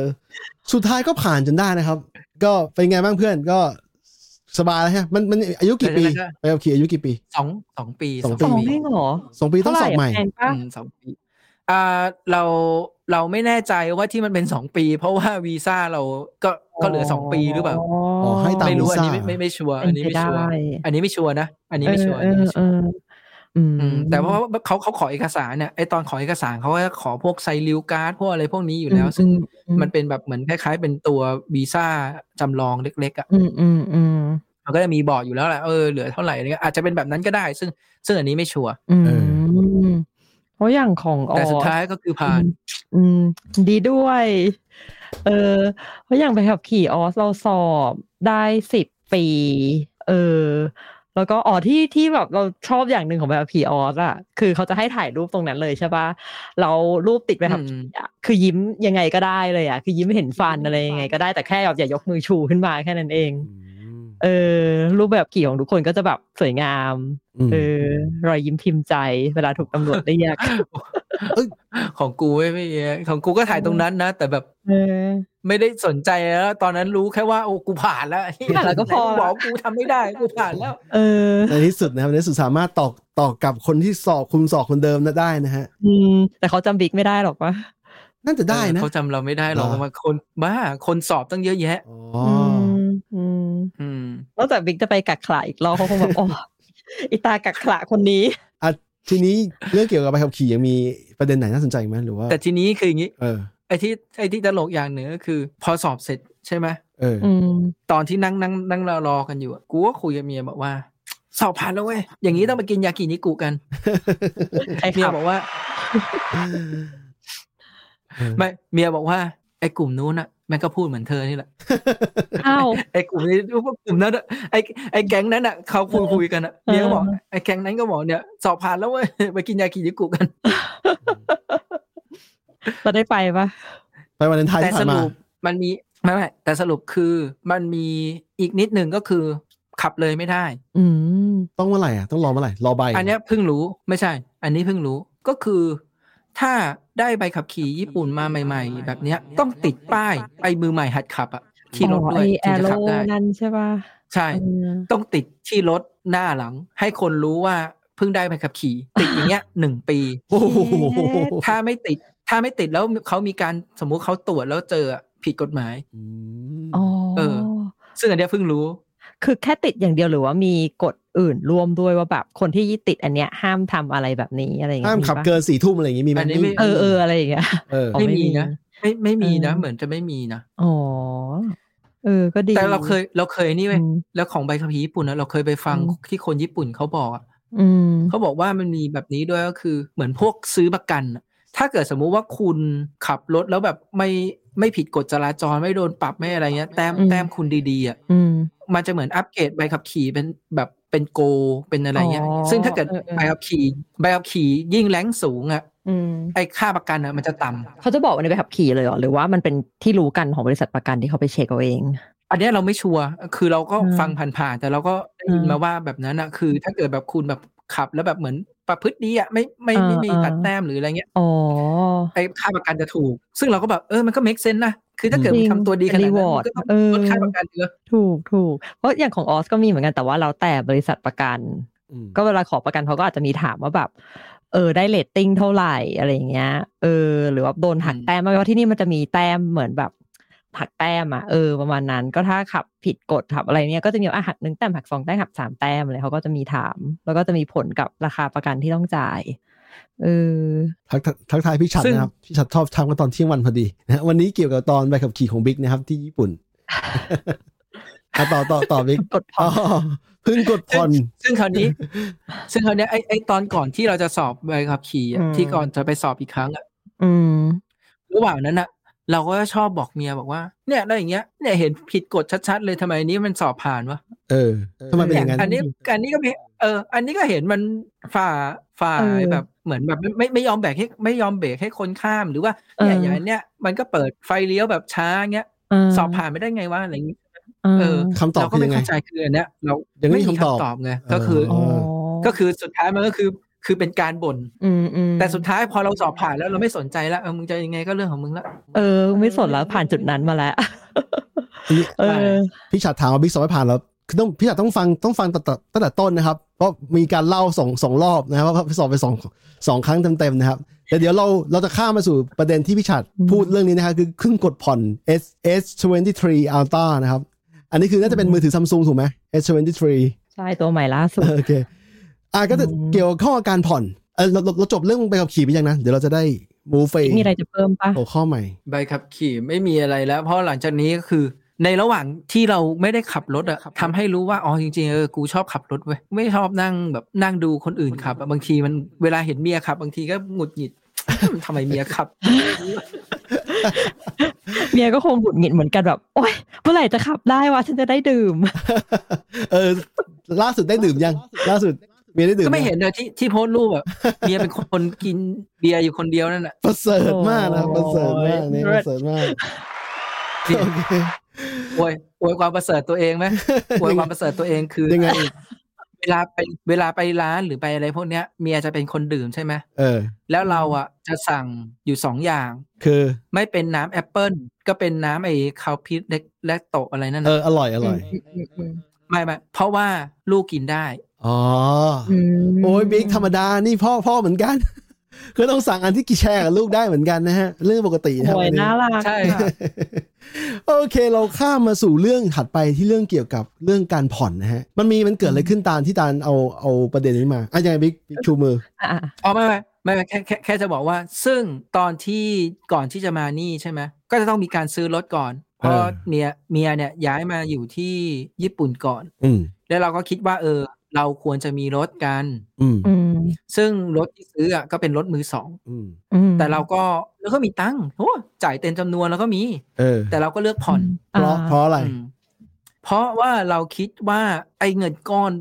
F: สุดท้ายก็ผ่านจนได้นะครับ ก็เป็นไงบ้างเพื่อนก็สบายแล้วฮะมันมันอายุกี่ปี
E: เดี๋ย
F: ไป
E: ว
F: ขับขี่อายุกี่ปี
E: สองสองปี
F: สอง
C: สอง
E: ปี
C: เพ่งเหรอ
F: สองปีต้องสอบใหม่
C: เท่าไร่ะแพงปะ
E: อืมสองปีอ่าเราเราไม่แน่ใจว่าที่มันเป็นสองปี เพราะว่าวีซ่าเราก็ก็เหลือสองปีหรือเปล่า
F: อ๋อให้ตาม
E: ไม่รู้อันนี้
F: วีซ่า
E: ไม่ไม่ไม่ชัวร์
C: เป็
E: อัน
C: น
E: นี้
C: ไป
E: ไม่
C: ได้
E: ชัวร์อันนี้ไม่ชัวร์นะ อันนี้ไม่ชัวร์
C: เอ
E: อัน
C: อ
E: นี้ไม่
C: เอ
E: ชัวร์
C: ออืม
E: อืมแต่เพราะว่าเขาเขาขอเอกสารเนี่ยไอตอนขอเอกสารเขาก็ขอพวกไซริวการ์ดพวกอะไรพวกนี้อยู่แล้ว ซึ่งมันเป็นแบบเหมือนคล้ายๆ เป็นตัววีซ่าจำลองเล็กๆอ่ะ
C: อืมอืมอืม
E: มันก็จะมีบอกอยู่แล้วแหละเออเหลือเท่าไหร่อะไรเงี้ยอาจจะเป็นแบบนั้นก็ได้ ซึ่งซึ่งอันนี้ไม่ชัวร์
C: อืม
F: เอ
C: เพราะอย่างของออ
E: แต่สุดท้ายก็คือผ่าน
C: อืมอืม ดีด้วย เออเพราะอย่างไปขับขี่ออสเราสอบได้สิบปี เออ แล้วก็อ๋อที่ที่แบบเราชอบอย่างหนึ่งของแบบขี่ออสอะคือเขาจะให้ถ่ายรูปตรงนั้นเลยใช่ปะเรารูปติดไปขับขี่อะคือยิ้มยังไงก็ได้เลยอะคือยิ้มเห็นฟันอะไรยังไงก็ได้แต่แค่แบบอย่ายกมือชูขึ้นมาแค่นั้นเอง เออ รูปแบบขี่ของทุกคนก็จะแบบสวยงาม
F: ม
C: เออ รอยยิ้มพิมพ์ใจ เวลาถูกตำรวจเรี ยก
E: ของกูไม่ไม่ของกูก็ถ่ายตรงนั้นนะ แต่แบบ
C: เออ
E: ไม่ได้สนใจแล้วตอนนั้นรู้แค่ว่าโอ้กูผ่านแล้ว เหี้ย
C: ผ่านแล้วก็พอ
E: บอกกูทำไม่ได้กูผ่านแล้ว
C: เออ
F: ในที่สุดนะครับในที่สุดสามารถตอกตอกกับคนที่สอบคุมสอบคนเดิมนะได้นะฮะ
C: อืมแต่เขาจำบิ๊กไม่ได้หรอกปะ
F: น่าจะได้นะ
E: เขาจำเราไม่ได้หรอก
F: เหรอ
E: มาคนบ้าคนสอบตั้งเยอะแยะ
F: อ๋อ
C: มอืม
E: อืม
C: นอกจากบิ๊กจะไปกักขละอีกรอบเขาคง แบบ อ๋ออีตากักขละคนนี้
F: อ่ะทีนี้เรื่องเกี่ยวกับใบขับขี่ยังมีประเด็นไหนน่าสนใจอีกไหมหรือว่า
E: แต่ทีนี้คืออย่างนี้
F: เออ
E: ไอ้ที่ไอ้ที่ตลกอย่างหนึ่งก็คือ พอสอบเสร็จใช่ไหม
F: เออ
C: อืม
E: ตอนที่นั่งนั่งนั่งรอรอกันอยู่อะกูก็คุยกับเมียบอกว่า สอบผ่านแล้วเว้ยอย่างนี้ต้องไปกินยากินิกุกัน
C: ใคร
E: เมีย
C: ขับ
E: บอกว่า
F: เออ
E: ไม่เมียบอกว่า ไอ้กลุ่มนู้นอะแม่งก็พูดเหมือนเธอนี่แหละ
C: อ้าว
E: ไอ้กลุ่มนี้กลุ่มนั้นอะไอ้ไอ้แก๊งนั้นอะเขาคุยคุยกันอะเมียก็บอก
C: เออ
E: ไอ้แก๊งนั้นก็บอกเนี่ยสอบผ่านแล้วเว้ยไปกินยากินิกุกัน
C: เราได้ไปปะ
F: ไปวันเลนไทน์
E: แต่
F: ที่ผ่า
E: ส
F: นมา
E: รุปมันมีไม่ไม่แต่สรุปคือมันมีอีกนิดหนึ่งก็คือขับเลยไม่ได้
C: อืม
F: ต้องเมื่อไหร่อ่ะต้องรอเมื่อไหร่รอใบ
E: อันเนี้ยเพิ่งรู้ไม่ใช่ อันนี้เพิ่งรู้ก็คือ ถ้าได้ใบขับขี่ญี่ปุ่นมาใหม่ ๆ แบบเนี้ยต้องติดป้ายไปมือใหม่หัดขับอะที่รถด้วย
C: อ๋อไอ
E: ถึงจะขับ
C: Arrow
E: ได้
C: นั่นใช่ปะ
E: ใช่
C: เออ
E: ต้องติดที่รถหน้าหลัง ให้คนรู้ว่าเพิ่งได้ใบขับขี่ ติดอย่างเงี้ย หนึ่งปี
F: โอ้โห
E: ถ้าไม่ติด ถ้าไม่ติดแล้วเขามีการสมมุติเขาตรวจแล้วเจออะผิดกฎหมาย
F: อืม
C: อ๋อ
E: เออ ซึ่งอันเนี้ยเพิ่งรู้
C: คือแค่ติดอย่างเดียวหรือว่ามีกฎอื่นร่วมด้วยว่าแบบคนที่ติดอันเนี้ย ห้ามทำอะไรแบบนี้อะไรอย่าง
F: ห้า
C: เงี้
F: ม
C: ย
F: ขับเกินสี่ทุ่มอะไรอย่างงี้มีไหม
E: อันนี้ไม่
C: เออเอออะไรอย่างเงี้ย
F: เออ
C: อ๋อ
E: ไม่
C: ไม่มี
E: มีนะ ไม่ไม่มีนะ
C: เออ
E: เหมือนจะไม่มีนะ
C: อ๋อ เออ ก็ดี
E: แต่เราเคยเราเคยนี่เว้ย
C: อืม
E: แล้วของใบขับขี่ญี่ปุ่นนะเราเคยไปฟัง
C: อืม
E: ที่คนญี่ปุ่นเขาบอกอะ
C: อืม
E: เขาบอกว่ามันมีแบบนี้ด้วยก็คือ เหมือนพวกซื้อประกันอะถ้าเกิดสมมุติว่าคุณขับรถแล้วแบบไม่ไม่ผิดกฎจราจรไม่โดนปรับไม่อะไรเงี้ยแต้ม
C: อืม
E: แต้มคุณดีๆอ่ะ
C: อืม
E: มันจะเหมือนอัปเกรดใบขับขี่เป็นแบบเป็นโกเป็นอะไรเงี้ย
C: อ๋อ
E: ซึ่งถ้าเกิด
C: เออเออ
E: ใบขับขี่ใบขับขี่ยิ่งแรงสูงอ่ะ
C: อืม
E: ไอค่าประกันอ่ะมันจะต่ำ
C: เขาจะบอกว่าในใบขับขี่เลยเหรอหรือว่ามันเป็นที่รู้กันของบริษัทประกันที่เขาไปเช็คเอาเอง
E: อันเนี้ยเราไม่ชัวร์คือเราก็
C: อืม
E: ฟังผ่านๆแต่เราก็ได้ยิน
C: อืม
E: มาว่าแบบนั้นอะคือ ถ้าเกิดแบบคุณแบบขับแล้วแบบเหมือนประพฤติดีอะไม่ไม่ไม่มี
C: อ่า
E: ตัด
C: อ่า
E: แต้มหรืออะไรเงี้ย
C: อ๋อ
E: ไอ้ค่าประกันจะถูก ซึ่งเราก็แบบเออมันก็ make sense นะคือถ้าเกิด
C: จริ
E: มั
C: ง
E: นทำตัวดีขนาดนั้นมันก็ต้อง
C: เออ
E: ลดค่าประกันเยอะ
C: ถูกถูกเพราะอย่างของออสก็มีเหมือนกันแต่ว่าแล้วแต่บริษัทประกัน
F: อืม
C: ก็เวลาขอประกันเขาก็อาจจะมีถามว่าแบบ เออได้เลตติ้งเท่าไหร่อะไรอย่างเงี้ย เออ หรือว่าโดนหัก
E: อืม
C: แต้มไหมเพราะที่นี่มันจะมีแต้มเหมือนแบบหักแต้มอ่ะเออประมาณนั้นก็ถ้าขับผิดกฎขับอะไรเนี่ยก็จะมีว่าอ่ะหักหนึ่งแต้มหักสองแต้มหักสามแต้มอะไรเขาก็จะมีถาม แล้วก็จะมีผลกับราคาประกันที่ต้องจ่ายเออ
F: ทักทักทักทายพี่ชัด
E: ซึ่ง
F: นะครับพี่ชัดชอบทำกันตอนเที่ยงวันพอดีนะฮะวันนี้เกี่ยวกับตอนใบขับขี่ของบิ๊กนะครับที่ญี่ปุ่นอ่ะต่อต่อต่อบิ๊ก
C: กดผ่อน
F: อเพิ่งกดผ่อน
E: ซึ่งคราวนี้ ซึ่งคราวเนี้ยไอ้ไอ้ตอนก่อนที่เราจะสอบใบขับขี่อะ
C: อืม
E: ที่ก่อนจะไปสอบอีกครั้งอะ
C: อืม
E: ระหว่างนั้นอะเราก็ชอบบอกเมียบอกว่าเนี่ยแล้วอย่างเงี้ยเนี่ยเห็นผิดกฎชัดๆเลยทำไมอันนี้มันสอบผ่านวะ
F: เออทำไมเป็นอย่างนั้น
E: อันนี้อันนี้ก็มีเออ อันนี้ก็เห็นมันฝ่าฝ่า
C: เออ
E: แบบเหมือนแบบไม่ไม่ไม่ยอมแบรกให้ไม่ยอมเบรกให้คนข้ามหรือว่าเนี่
C: เออ
E: ยอ
C: อ
E: ย่างเนี้ยมันก็เปิดไฟเลี้ยวแบบช้าเงี้ย
C: เ
E: สอบผ่านไม่ได้ไงวะอะไรอย่างงี้
C: เอ
E: เออ
F: คำตอบ
E: เราก็
F: คือ
E: ไม่
F: ยังไง
E: เข้าใจคืออันเนี้ยเรา
F: ยังไม่
E: ไม่
F: มี
E: มี
F: คำตอบ
E: คำตอบไงก็คือ
F: เ
E: อ
C: อ๋อ
E: ก็คือสุดท้ายมันก็คือคือเป็นการบ่น
C: อืมอืม
E: แต่สุดท้ายพอเราสอบผ่านแล้วเราไม่สนใจแล้วเออมึงจะยังไงก็เรื่องของมึงละ
C: เออ ไม่สนแล้วผ่านจุดนั้นมาแล้ว เออ
F: พี่ฉัดถามว่าบิ๊กสอบไม่ผ่านแล้วคือต้องพี่ฉัดต้องฟังต้องฟังตั้งแต่ตั้งแต่ต้นนะครับ เพราะมีการ เล่าสองสองรอบนะครับว่าสอบไปสองสองครั้งเต็มๆนะครับแต่เดี๋ยวเราเราจะข้ามมาสู่ประเด็นที่พี่ฉัด
C: อืม
F: พูดเรื่องนี้นะครับคือเครื่องกดผ่อน S S 23 Ultra นะครับ อันนี้คือน่าจะเป็นมือถือซัมซุงถูกไหม S 23
C: ใช่ตัวใหม่ล่าสุด
F: โอเค อ่ะก็จะ
C: อืม
F: เกี่ยวกับข้อการผ่อนเออเราเราเราจบเรื่องไปกับขี่ไปยังนะ เดี๋ยวเราจะได้ move ไป
C: มีอะไรจะเพิ่มปะ
F: หัวข้อใหม่
E: ใบขับขี่ไม่มีอะไรแล้ว เพราะหลังจากนี้ก็คือ ในระหว่างที่เราไม่ได้ขับรถอะทำให้รู้ว่าอ๋อจริงๆเออกูชอบขับรถเว้ยไม่ชอบนั่งแบบนั่งดูคนอื่นขับอะบางทีมันเวลาเห็นเมียขับ บางทีก็หงุดหงิด ทำไมเมียขับ
C: เมียก็คงหงุดหงิดเหมือนกันแบบ โอ๊ยเมื่อไหร่จะขับได้วะฉันจะได้ดื่ม
F: เออ ล่าสุดได้ดื่มยัง ล่าสุดเมียได้ดื่ม
E: ก็ไม่
F: ยัง
E: เห็นเลยที่ที่โพสต์รูปอะเมียเป็นคนกินเบียร์อยู่คนเดียวนั่นแหละ
F: ประเสริฐมากนะ
C: โอ้ย
F: ประเสริฐมากนี่
E: เลิ
F: ป
E: ศ
F: ระเสริฐมากโอเค
E: โวยโวยความประเสริฐตัวเอง ไหมโวยความประเสริฐตัวเองคือ
F: ยังไงอีก
E: เวลาไปเวลาไปร้านหรือไปอะไรพวกเนี้ยเมียจะเป็นคนดื่มใช่ไหม
F: เออ
E: แล้วเราอะจะสั่งอยู่สองอย่าง
F: คือ
E: ไม่เป็นน้ำแอปเปิลก็เป็นน้ำไอ้คาวพิษเล็กและโตะอะไรนั่น
F: เอ
E: นะ
F: อ อร่อย อร่อย
E: ไม่ไม่เพราะว่าลูกกินได้
F: อ๋ออ
C: ม
F: โอ้ยบิ๊กธรรมดา นี่พ่อพ่อเหมือนกัน คือต้องสั่งอันที่กี่แชร์กับลูกได้เหมือนกันนะฮะ เรื่องปกตินะครับ
C: โอ้ย
F: อันนี้
C: น่ารัก
E: ใช่ค่ะ
F: โอเคเราข้ามมาสู่เรื่องถัดไปที่เรื่องเกี่ยวกับเรื่องการผ่อนนะฮะ มันมีมันเกิดอะไรขึ้นตามที่ตาลเอาเอาประเด็นนี้มาอ่ะยังไงบิ๊กบิ๊กชูมือ
C: อ่ะ
E: อ๋อไม่ไม่ไม่ไม่แค่แค่แค่จะบอกว่า ซึ่งตอนที่ก่อนที่จะมานี่ใช่ไหมก็จะต้องมีการซื้อรถก่อน เพราะ
F: เออ
E: เมียเมียเนี่ยย้ายมาอยู่ที่ญี่ปุ่นก่อน
F: อืม
E: แล้วเราก็คิดว่า เออ เราควรจะมีรถกัน
F: อืม
C: อืม
E: ซึ่งรถที่ซื้ออะก็เป็นรถมือสอง
F: อืม
C: อืม
E: แต่เราก็แล้วก็มีตังค์โอ้จ่ายเต็มจำนวนแล้วก็มี
F: เออ
E: แต่เราก็เลือกผ่อน
F: เพราะเพราะอะไร
E: อืมเพราะว่าเราคิดว่าไอ้เงินก้อน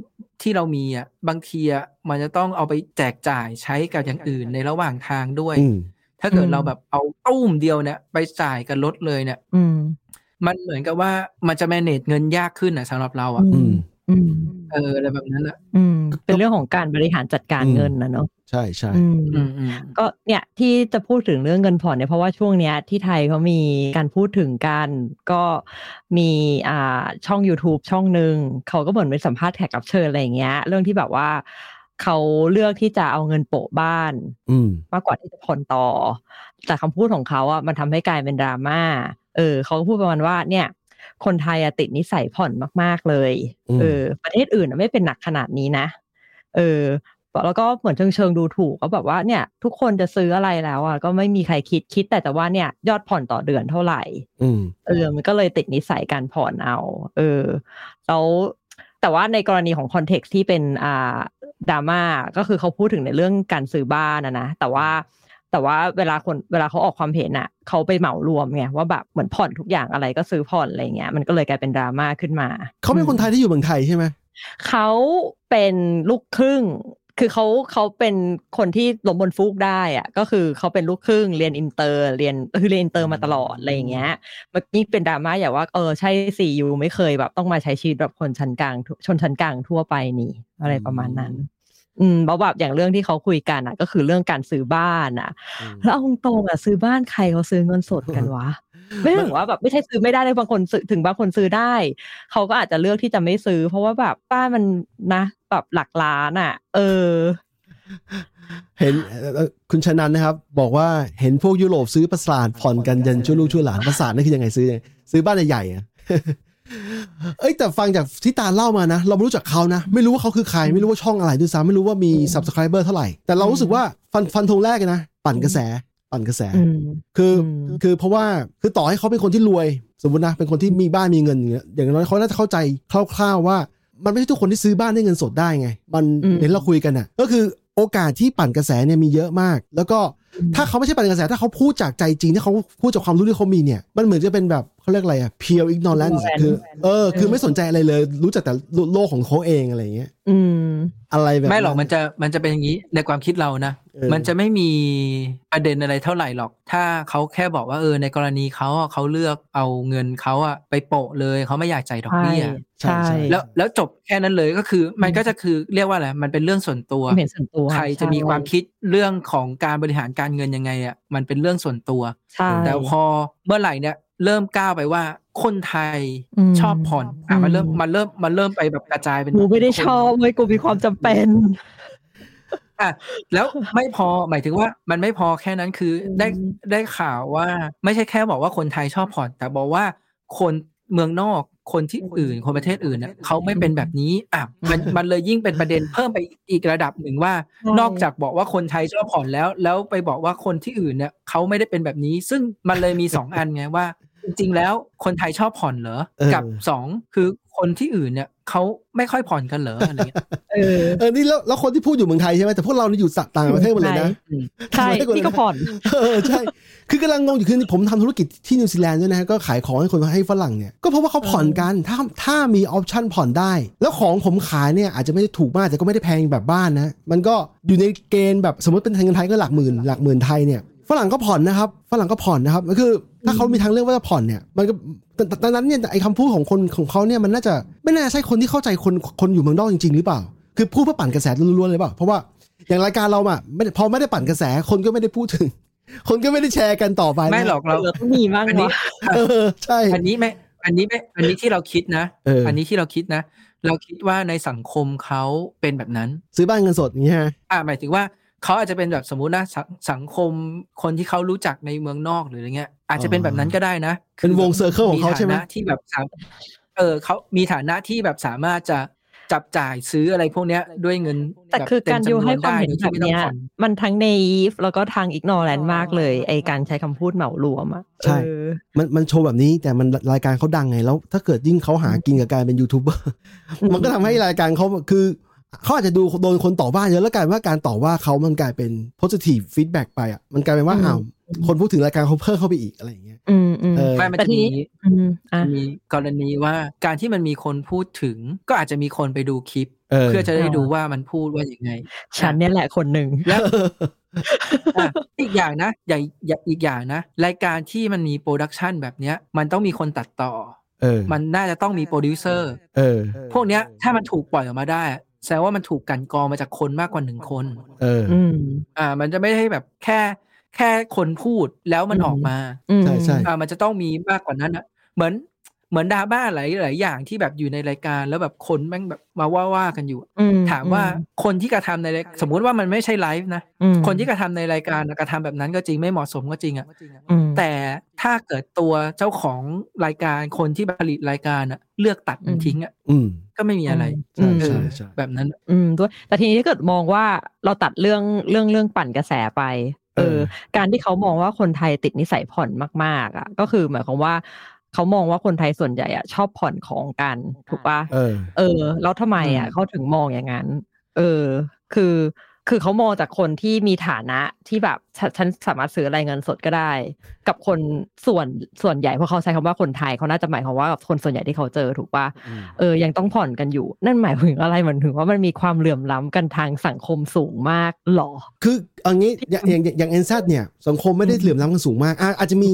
E: ที่เรามีอ่ะบางทีอ่ะมันจะต้องเอาไปแจกจ่ายใช้กับอย่างอื่นในระหว่างทางด้วย
F: อืม
E: ถ้าเกิดเราแบบเอาตุ้มเดียวเนี่ยไปจ่ายกับรถเลยเนี่ย
C: อืม
E: มันเหมือนกับว่ามันจะแมเนจเงินยากขึ้นอ่ะสำหรับเราอ่ะ
F: อืม
C: อืม
E: เอออะไรแบบนั้นอ่ะ
C: อืมเป็นเรื่องของการบริหารจัดการ
F: อืม
C: เงินนะเนาะ
F: ใช่ใช่
C: อืม
E: อืมอืม
C: ก็เนี่ยที่จะพูดถึงเรื่องเงินผ่อนเนี่ยเพราะว่าช่วงเนี้ยที่ไทยเขามีการพูดถึงกันก็มีอ่าช่อง YouTube ช่องหนึ่งเขาก็เหมือนเป็นสัมภาษณ์แขกรับเชิญอะไรอย่างเงี้ย เรื่องที่แบบว่าเขาเลือกที่จะเอาเงินโปะบ้าน
F: อืม
C: มากกว่าที่จะผ่อนต่อ แต่คำพูดของเขาอ่ะมันทำให้กลายเป็นดราม่า เออเขาก็พูดประมาณว่าเนี่ย คนไทยอะติดนิสัยผ่อนมาก ๆ เลย
F: อืม
C: เออ ประเทศอื่นอะไม่เป็นหนักขนาดนี้นะ เออ แล้วก็เหมือนเชิงเชิงๆดูถูกก็แบบว่าเนี่ย ทุกคนจะซื้ออะไรแล้วอ่ะก็ไม่มีใครคิดคิดแต่แต่ว่าเนี่ย ยอดผ่อนต่อเดือนเท่าไหร่
F: อืม
C: เออ มันก็เลยติดนิสัยการผ่อนเอา เออ แล้วแต่ว่าในกรณีของคอนเท็กซ์ที่เป็นอ่าดราม่าก็คือเขาพูดถึงในเรื่องการซื้อบ้านนะนะ แต่ว่าแต่ว่าเวลาคนเวลาเขาออกความเห็นอ่ะเขาไปเหมารวมไงว่าแบบเหมือนผ่อนทุกอย่างอะไรก็ซื้อผ่อนอะไรเงี้ยมันก็เลยกลายเป็นดราม่าขึ้นมา
F: เขาเป็นคนไทยที่อยู่เมืองไทยใช่ไหม
C: เขาเป็นลูกครึ่ง คือเขาเขาเป็นคนที่ล้มบนฟูกได้อะก็คือเขาเป็นลูกครึ่งเรียนอินเตอร์ เรียนคือเรียนอินเตอร์มาตลอดอะไรอย่างเงี้ยมันยิ่งเป็นดราม่าอย่าว่าเออใช่สี่ยูไม่เคยแบบต้องมาใช้ชีวิตแบบคนชั้นกลางชนชั้นกลางทั่วไปนี่อะไรประมาณนั้น อืมเพราะแบบอย่างเรื่องที่เขาคุยกันอะก็คือเรื่องการซื้อบ้านอะ
F: อืม
C: แล้วเอาตรงๆอ่ะซื้อบ้านใครเขาซื้อเงินสดกันวะ ไม่ถึงว่าแบบไม่ใช่ซื้อไม่ได้เลยบางคนซื้อถึงบางคนซื้อได้ เขาก็อาจจะเลือกที่จะไม่ซื้อ เพราะว่าแบบบ้านมันนะแบบหลักล้านอ่ะ เออ
F: เห็นเอ่อคุณชนันนะครับ บอกว่าเห็นพวกยุโรปซื้อประสาทผ่อนกันยันชั่วลูกชั่วหลานประสาทนั่นคือยังไงซื้อยังไงซื้อบ้านใหญ่ๆอะ เอ้ยแต่ฟังจากที่ตาเล่ามานะ เราไม่รู้จักเขานะ ไม่รู้ว่าเขาคือใครไม่รู้ว่าช่องอะไรด้วยซ้ำไม่รู้ว่ามี subscriber เท่าไหร่ แต่เรารู้สึกว่าฟันฟันธงแรกเลยนะ ปั่นกระแส ปั่นกระแส
C: อืม
F: คือ
C: อืม
F: คือเพราะว่าคือต่อให้เขาเป็นคนที่รวย สมมตินะเป็นคนที่มีบ้านมีเงินอย่างเงี้ยอย่างน้อยเขาน่าจะเข้าใจคร่าวๆว่า มันไม่ใช่ทุกคนที่ซื้อบ้านได้เงินสดได้ไง มัน
C: อืม
F: เห็นเราคุยกันอ่ะ ก็คือโอกาสที่ปั่นกระแสเนี่ยมีเยอะมาก แล้วก็ถ้าเขาไม่ใช่ปั่นกระแสถ้าเขาพูดจากใจจริงถ้าเขาพูดจากความรู้ที่เขามีเนี่ยมันเหมือนจะเป็นแบบเขาเรียกอะไรอ่ะ pure ignorance อะคือเออคือไม่สนใจอะไรเลย รู้จักแต่โลกของเขาเองอะไรอย่างเงี้ย
C: อืม
F: อะไรแบบ
E: ไม่หรอกมันจะมันจะเป็นอย่างนี้ในความคิดเรานะ
F: เออ
E: มันจะไม่มีประเด็นอะไรเท่าไหร่หรอก ถ้าเขาแค่บอกว่าเออในกรณีเขาอะเขาเลือกเอาเงินเขาอะไปโปะเลยเขาไม่อยากจ่ายดอกเบี้ย
F: ใช่
C: ใช่
F: ใช่
E: แล้วแล้วจบแค่นั้นเลยก็คือมันก็จะคือเรียกว่าอะไรมันเป็นเรื่องส่วนตัว
C: ความเห็นส่วนตัว
E: ใครจะมีความคิดเรื่องของการบริหารการเงินยังไงอ่ะมันเป็นเรื่องส่วนตัว
C: ใช่
E: แต่พอเมื่อไหร่เนี่ยเริ่มก้าวไปว่าคนไทย
C: ม
E: ชอบผ่อนอ่ะมันเริ่ม
C: อืม
E: มันเริ่มมันเริ่มไปแบบกระจายเป็น
C: กูไม่ได้
E: คน
C: ชอบเว้ยกูมีความจำเป็น
E: แล้วไม่พอหมายถึงว่ามันไม่พอแค่นั้นคืออ
C: ม
E: ได้ได้ข่าวว่าไม่ใช่แค่บอกว่าคนไทยชอบผ่อน แต่บอกว่าคนเมืองนอกคนที่อื่น คนประเทศอื่นเนี่ยเขาไม่เป็นแบบนี้อ่ะมันมันเลยยิ่งเป็นประเด็นเพิ่มไปอีกระดับหนึ่งว่า นอกจากบอกว่าคนไทยชอบผ่อนแล้ว แล้วไปบอกว่าคนที่อื่นเนี่ยเขาไม่ได้เป็นแบบนี้ ซึ่งมันเลยมี สองอันไงว่า จริงๆแล้วคนไทยชอบผ่อนเหรอ
F: เออ
E: กับสองคือคนที่อื่นเนี่ยเขาไม่ค่อยผ่อนกันเหรออะไรเงี้ย
C: เออ
F: เออนี่แล้วแล้วคนที่พูดอยู่เมืองไทยใช่ไหมแต่พวกเราเนี่ยอยู่ต่างประเทศหมดเลยนะ
C: ใช่ ที่ก็ผ่อน
F: เออใช่ คือกำลังงงอยู่คือผมทำธุรกิจที่นิวซีแลนด์ด้วยนะฮะก็ขายของให้คนให้ฝรั่งเนี่ย ก็เพราะว่าเขาผ่อนกัน ถ้าถ้ามีออปชันผ่อนได้ แล้วของผมขายเนี่ยอาจจะไม่ได้ถูกมากแต่ก็ไม่ได้แพงแบบบ้านนะ มันก็อยู่ในเกณฑ์แบบสมมติเป็นเงินไทยก็หลักหมื่นหลักหมื่นไทยเนี่ยฝรั่งก็ผ่อนนะครับฝรั่งก็ผ่อนนะครับก็คือถ้าเขามีทางเลือกว่าจะผ่อนเนี่ยมันก็แต่แต่ดังนั้นเนี่ยไอ้คำพูดของคนของเขาเนี่ยมันน่าจะไม่น่าใช่คนที่เข้าใจคนคนอยู่เมืองนอกจริง ๆ หรือเปล่า คือพูดเพื่อปั่นกระแสล้วนๆเลยเปล่าเพราะว่าอย่างรายการเราอะไม่ได้พอไม่ได้ปั่นกระแสคนก็ไม่ได้พูดถึง คนก็ไม่ได้แชร์กันต่อไปนะ
E: ไม่หรอกเรา
C: เออต้องมีบ้าง
E: อันนี้
C: วะ
F: เออใช่
E: อันนี้ไม่ อันนี้ไม่ อันนี้ที่เราคิดนะ
F: เอออั
E: นนี้ที่เราคิดนะ เราคิดว่าในสังคมเขาเป็นแบบนั้น
F: ซื้อบ้านเงินสดอย่างเงี้ยฮะ
E: อ่าหมายถึงว่าเขาอาจจะเป็นแบบสมมุตินะสงสังคมคนที่เขารู้จักในเมืองนอกหรืออะไรเงี้ย อาจจะเป็นแบบนั้นก็ได้นะ
F: เป็นวง circle ของเขาใช่ไหม
E: ฐนะที่แบบสามเออเขามีฐานะที่แบบสามารถจะจับจ่ายซื้ออะไรพวกเนี้ยด้วยเงิน
C: แต่คือการ
E: เต็
C: ยู
E: จำน
C: ให้ความ
E: ได้
C: เห็น
E: โดย
C: แบ
E: ที่
C: บ
E: ไม่ต้อง
C: เนี้ย
E: ผ่อน
C: มันทั้งในอีฟแล้วก็ทางอีกนอแลนมากเลย ไอการใช้คำพูดเหมารวมอะ
F: ใช่
C: เออ
F: มันมันโชว์แบบนี้แต่มันรายการเขาดังไงแล้ว ถ้าเกิดยิ่งเขาหากินกับการเป็นยูทูบเบอร์
C: อืม
F: มันก็ทำให้รายการเขาคือเขาอาจจะดูโดนคนต่อว่าเยอะแล้วกลายเป็นว่าการต่อว่าเขามันกลายเป็น positive feedback ไปอ่ะมันกลายเป็นว่าอ้าวคนพูดถึงรายการเขาเพิ่มเข้าไปอีกอะไรอย่างเงี้ย
C: อืมอืม
F: เออ
E: ไม่มัน
C: แต่
E: จะ
C: ที
E: มี
C: นี้ อืมอ่ะ
E: มีกรณีว่าการที่มันมีคนพูดถึง ก็อาจจะมีคนไปดูคลิป
F: เออ
E: เพื่อจะได้
C: อ๋อ
E: ดูว่ามันพูดว่าอย่างไง
C: ฉันเนี่ยแหละคนหนึ่ง
E: แล้ว อ่ะอีกอย่างนะอย่าอย่าอีกอย่างนะ รายการที่มันมีโปรดักชันแบบเนี้ย มันต้องมีคนตัดต่อ
F: เออ
E: มันน่าจะต้องมีโปรดิวเซอร์
F: เออ
E: พวกเนี้ยถ้ามันถูกปล่อยออกมาได้อะแสดงว่ามันถูกกลันกรองมาจากคนมากกว่าหนึ่งคน
F: เออ
C: อืม
E: อ่า มันจะไม่ใช่แบบแค่แค่คนพูดแล้วมัน
C: อืม
E: ออกมา
C: อืม
F: ใช่ใช่
E: อ่ามันจะต้องมีมากกว่านั้นนะเหมือนเหมือนดราบ้าหลายหลายอย่างที่แบบอยู่ในรายการแล้วแบบคนแม่งแบบมาว่าว่ากันอยู่
C: อื
E: ถามว่าคนที่กระทำในรายสมมุติว่ามันไม่ใช่ไลฟ์นะ
C: อืม
E: คนที่กระทำในรายการน่ะกระทำแบบนั้นก็จริงไม่เหมาะสมก็จริงอะ
C: อืม
E: แต่ถ้าเกิดตัวเจ้าของรายการคนที่ผลิตรายการอะเลือกตัดมัน
C: อืม
E: ทิ้งอะ
F: อืม
E: ก็ไม่มีอะไร
F: ใช่
C: ม
E: เอ
F: ใช่
E: อ
F: ใช่
E: แบบนั้น
C: อืมด้วยแต่ทีนี้ถ้าเกิดมองว่าเราตัดเรื่องเรื่องเรื่องปั่นกระแสไป เอ
F: เอ
C: อ
F: อ
C: การที่เขามองว่าคนไทยติดนิสัยผ่อนมาก ๆ อ่ะ ก็คือหมายความว่าเขามองว่าคนไทยส่วนใหญ่อ่ะชอบผ่อนของกันถูกปะ
F: เออ
C: เออ แล้วทำไมอ่ะ
E: อืม
C: เขาถึงมองอย่างนั้น เออ คือ คือเขามองจากคนที่มีฐานะที่แบบฉฉันสามารถซื้ออะไรเงินสดก็ได้ กับคนส่วนส่วนใหญ่เพราะเขาใช้คำว่าคนไทยเขาน่าจะหมายความว่ากับคนส่วนใหญ่ที่เขาเจอถูกป่ะ
F: อืม
C: เออ ยังต้องผ่อนกันอยู่ นั่นหมายถึงอะไรหมันถึงว่ามันมีความเหลื่อมล้ำกันทางสังคมสูงมากหรอ
F: คือเอย่างนี้อย่างอย่างอย่างเอ็นซัเนี่ย สังคมไม่ได้เหลื่อมล้ำกันสูงมากอ่ะอาจจะมี